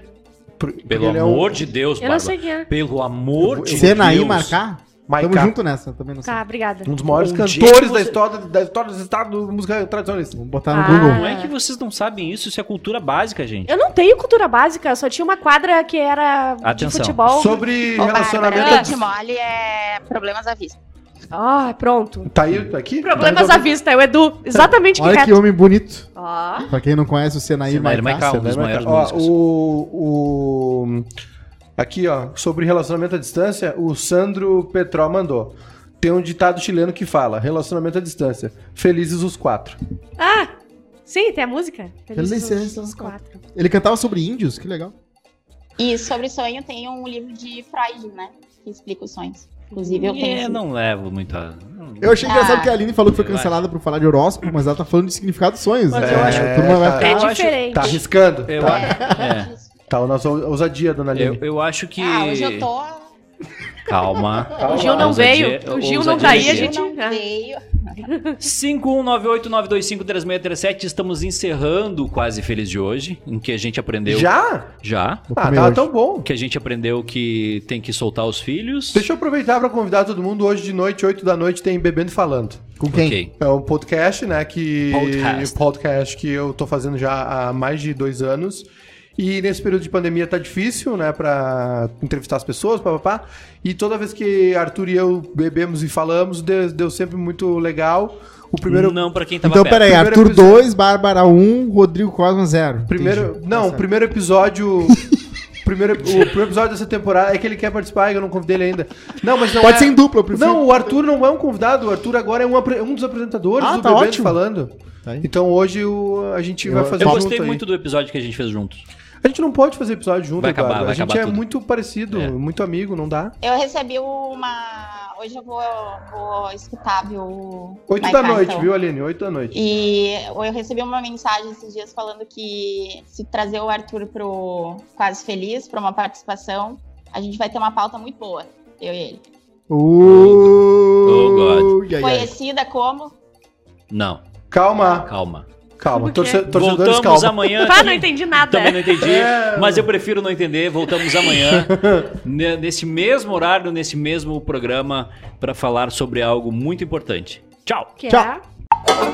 [SPEAKER 1] por- porque
[SPEAKER 3] Pelo
[SPEAKER 1] ele é um
[SPEAKER 3] amor
[SPEAKER 1] é
[SPEAKER 3] de Deus,
[SPEAKER 4] Eu não
[SPEAKER 3] Bárbara.
[SPEAKER 4] sei quem é.
[SPEAKER 3] Pelo amor de Deus.
[SPEAKER 2] Senaí marcar? Tamo
[SPEAKER 1] Maiká,
[SPEAKER 2] junto nessa, também não sei.
[SPEAKER 4] Tá, obrigada.
[SPEAKER 1] um dos maiores
[SPEAKER 3] Um dia
[SPEAKER 1] cantores
[SPEAKER 3] que
[SPEAKER 1] da,
[SPEAKER 3] você-
[SPEAKER 1] história, da história do estado da música tradicionalista.
[SPEAKER 2] Vamos botar no
[SPEAKER 4] Ah.
[SPEAKER 2] Google.
[SPEAKER 3] Como é que vocês não sabem isso? Isso é cultura básica, gente.
[SPEAKER 4] Eu não tenho cultura básica, eu só tinha uma quadra que era de
[SPEAKER 3] Atenção.
[SPEAKER 4] futebol.
[SPEAKER 1] Sobre
[SPEAKER 5] Ô, Bárbara,
[SPEAKER 1] relacionamento...
[SPEAKER 5] dente mole é problemas à vista.
[SPEAKER 4] Ah, pronto.
[SPEAKER 1] Tá aí, tá aqui?
[SPEAKER 4] Problemas
[SPEAKER 1] tá
[SPEAKER 4] à vista, é o Edu. Exatamente que
[SPEAKER 2] Olha que
[SPEAKER 4] quer.
[SPEAKER 2] homem bonito.
[SPEAKER 4] Ó.
[SPEAKER 2] Pra quem não conhece o Senaí
[SPEAKER 3] Senaí
[SPEAKER 2] Maiká.
[SPEAKER 3] Maiká. um dos maiores
[SPEAKER 1] Ó,
[SPEAKER 3] músicos.
[SPEAKER 1] o, o- Aqui, ó, sobre relacionamento à distância, o Sandro Petró mandou. Tem um ditado chileno que fala: relacionamento à distância. Felizes os quatro.
[SPEAKER 4] Ah! Sim, tem a música. Felizes
[SPEAKER 2] Felizes
[SPEAKER 4] os
[SPEAKER 2] os
[SPEAKER 4] quatro.
[SPEAKER 2] Ele cantava sobre índios, que legal.
[SPEAKER 5] E sobre sonho tem um livro de Freud, né? Que explica os sonhos. Inclusive, eu tenho.
[SPEAKER 3] É,
[SPEAKER 5] esse
[SPEAKER 3] não levo muito a...
[SPEAKER 2] Eu achei
[SPEAKER 5] Ah.
[SPEAKER 2] engraçado que a Aline falou que foi
[SPEAKER 3] Eu acho.
[SPEAKER 2] cancelada por falar de horóscopo, mas ela tá falando de significado de sonhos.
[SPEAKER 3] Mas
[SPEAKER 2] né?
[SPEAKER 3] eu acho-
[SPEAKER 2] A turma
[SPEAKER 1] tá.
[SPEAKER 2] vai ficar-
[SPEAKER 4] É
[SPEAKER 3] eu acho-
[SPEAKER 4] diferente.
[SPEAKER 1] Tá arriscando.
[SPEAKER 3] Eu,
[SPEAKER 1] Tá,
[SPEAKER 3] é.
[SPEAKER 1] tá a nossa ousadia, dona
[SPEAKER 3] Eu,
[SPEAKER 1] Aline.
[SPEAKER 3] eu acho que...
[SPEAKER 5] Ah, hoje eu tô.
[SPEAKER 3] Calma.
[SPEAKER 4] O Gil não
[SPEAKER 3] Ousadia-
[SPEAKER 4] veio. O Gil não
[SPEAKER 3] ousadia
[SPEAKER 4] tá aí, a
[SPEAKER 3] existe.
[SPEAKER 4] gente.
[SPEAKER 5] Eu não
[SPEAKER 4] ah.
[SPEAKER 5] veio.
[SPEAKER 3] 5198-925-3637. Estamos encerrando o Quase Feliz de hoje, em que a gente aprendeu.
[SPEAKER 1] Já?
[SPEAKER 3] Já.
[SPEAKER 2] Vou
[SPEAKER 1] Ah,
[SPEAKER 2] comer
[SPEAKER 1] tava
[SPEAKER 2] hoje.
[SPEAKER 1] tão bom.
[SPEAKER 3] Que a gente aprendeu que tem que soltar os filhos.
[SPEAKER 1] Deixa eu aproveitar pra convidar todo mundo. Hoje de noite, 8 da noite, tem Bebendo e Falando.
[SPEAKER 2] Com quem?
[SPEAKER 3] Ok.
[SPEAKER 1] É um podcast, né? Que.
[SPEAKER 3] Podcast.
[SPEAKER 1] podcast que eu tô fazendo já há mais de dois anos. E nesse período de pandemia tá difícil, né? Pra entrevistar as pessoas, papapá. E toda vez que Arthur e eu bebemos e falamos, deu, deu sempre muito legal. O primeiro.
[SPEAKER 3] Não pra quem tava
[SPEAKER 2] Então,
[SPEAKER 3] perto.
[SPEAKER 2] peraí,
[SPEAKER 1] Primeiro
[SPEAKER 2] Arthur
[SPEAKER 1] episódio.
[SPEAKER 2] 2, Bárbara 1, Rodrigo Cosma 0.
[SPEAKER 1] Primeiro,
[SPEAKER 2] Tá
[SPEAKER 1] não, o primeiro episódio. primeiro, o primeiro episódio dessa temporada é que ele quer participar e eu não convidei ele ainda. Não, mas não
[SPEAKER 2] Pode
[SPEAKER 1] é-
[SPEAKER 2] ser em dupla, eu prefiro.
[SPEAKER 1] Não, o Arthur não é um convidado. O Arthur agora é um, apre- um dos apresentadores
[SPEAKER 2] Ah,
[SPEAKER 1] do
[SPEAKER 2] tá
[SPEAKER 1] Bebendo
[SPEAKER 2] ótimo.
[SPEAKER 1] falando.
[SPEAKER 2] Tá aí.
[SPEAKER 1] Então hoje o- a gente
[SPEAKER 2] Eu-
[SPEAKER 1] vai fazer
[SPEAKER 3] Eu
[SPEAKER 1] junto
[SPEAKER 3] gostei
[SPEAKER 1] um aí.
[SPEAKER 3] muito do episódio que a gente fez juntos.
[SPEAKER 1] A gente não pode fazer episódio junto,
[SPEAKER 3] Vai acabar,
[SPEAKER 1] Eduardo.
[SPEAKER 3] vai
[SPEAKER 1] A gente
[SPEAKER 3] acabar
[SPEAKER 1] é
[SPEAKER 3] tudo.
[SPEAKER 1] muito parecido,
[SPEAKER 3] É.
[SPEAKER 1] muito amigo, não dá.
[SPEAKER 5] Eu recebi uma. Hoje eu vou, vou escutar, viu?
[SPEAKER 1] Oito
[SPEAKER 5] Mike
[SPEAKER 1] da noite,
[SPEAKER 5] Tyson.
[SPEAKER 1] viu, Aline? Oito da noite.
[SPEAKER 5] E eu recebi uma mensagem esses dias falando que se trazer o Arthur pro Quase Feliz, pra uma participação, a gente vai ter uma pauta muito boa, eu e ele.
[SPEAKER 2] Uh, ai, ai.
[SPEAKER 5] Conhecida como
[SPEAKER 3] Não,
[SPEAKER 1] Calma,
[SPEAKER 3] calma.
[SPEAKER 1] calma.
[SPEAKER 4] Por quê?
[SPEAKER 1] Torce- torcedores,
[SPEAKER 3] Voltamos
[SPEAKER 1] calma.
[SPEAKER 3] amanhã.
[SPEAKER 4] Pá,
[SPEAKER 3] aqui.
[SPEAKER 4] Ah, não entendi nada.
[SPEAKER 3] Também não entendi,
[SPEAKER 1] É.
[SPEAKER 3] mas eu prefiro não entender. Voltamos amanhã, ne- nesse mesmo horário, nesse mesmo programa, para falar sobre algo muito importante. Tchau!
[SPEAKER 4] Que é?
[SPEAKER 2] Tchau.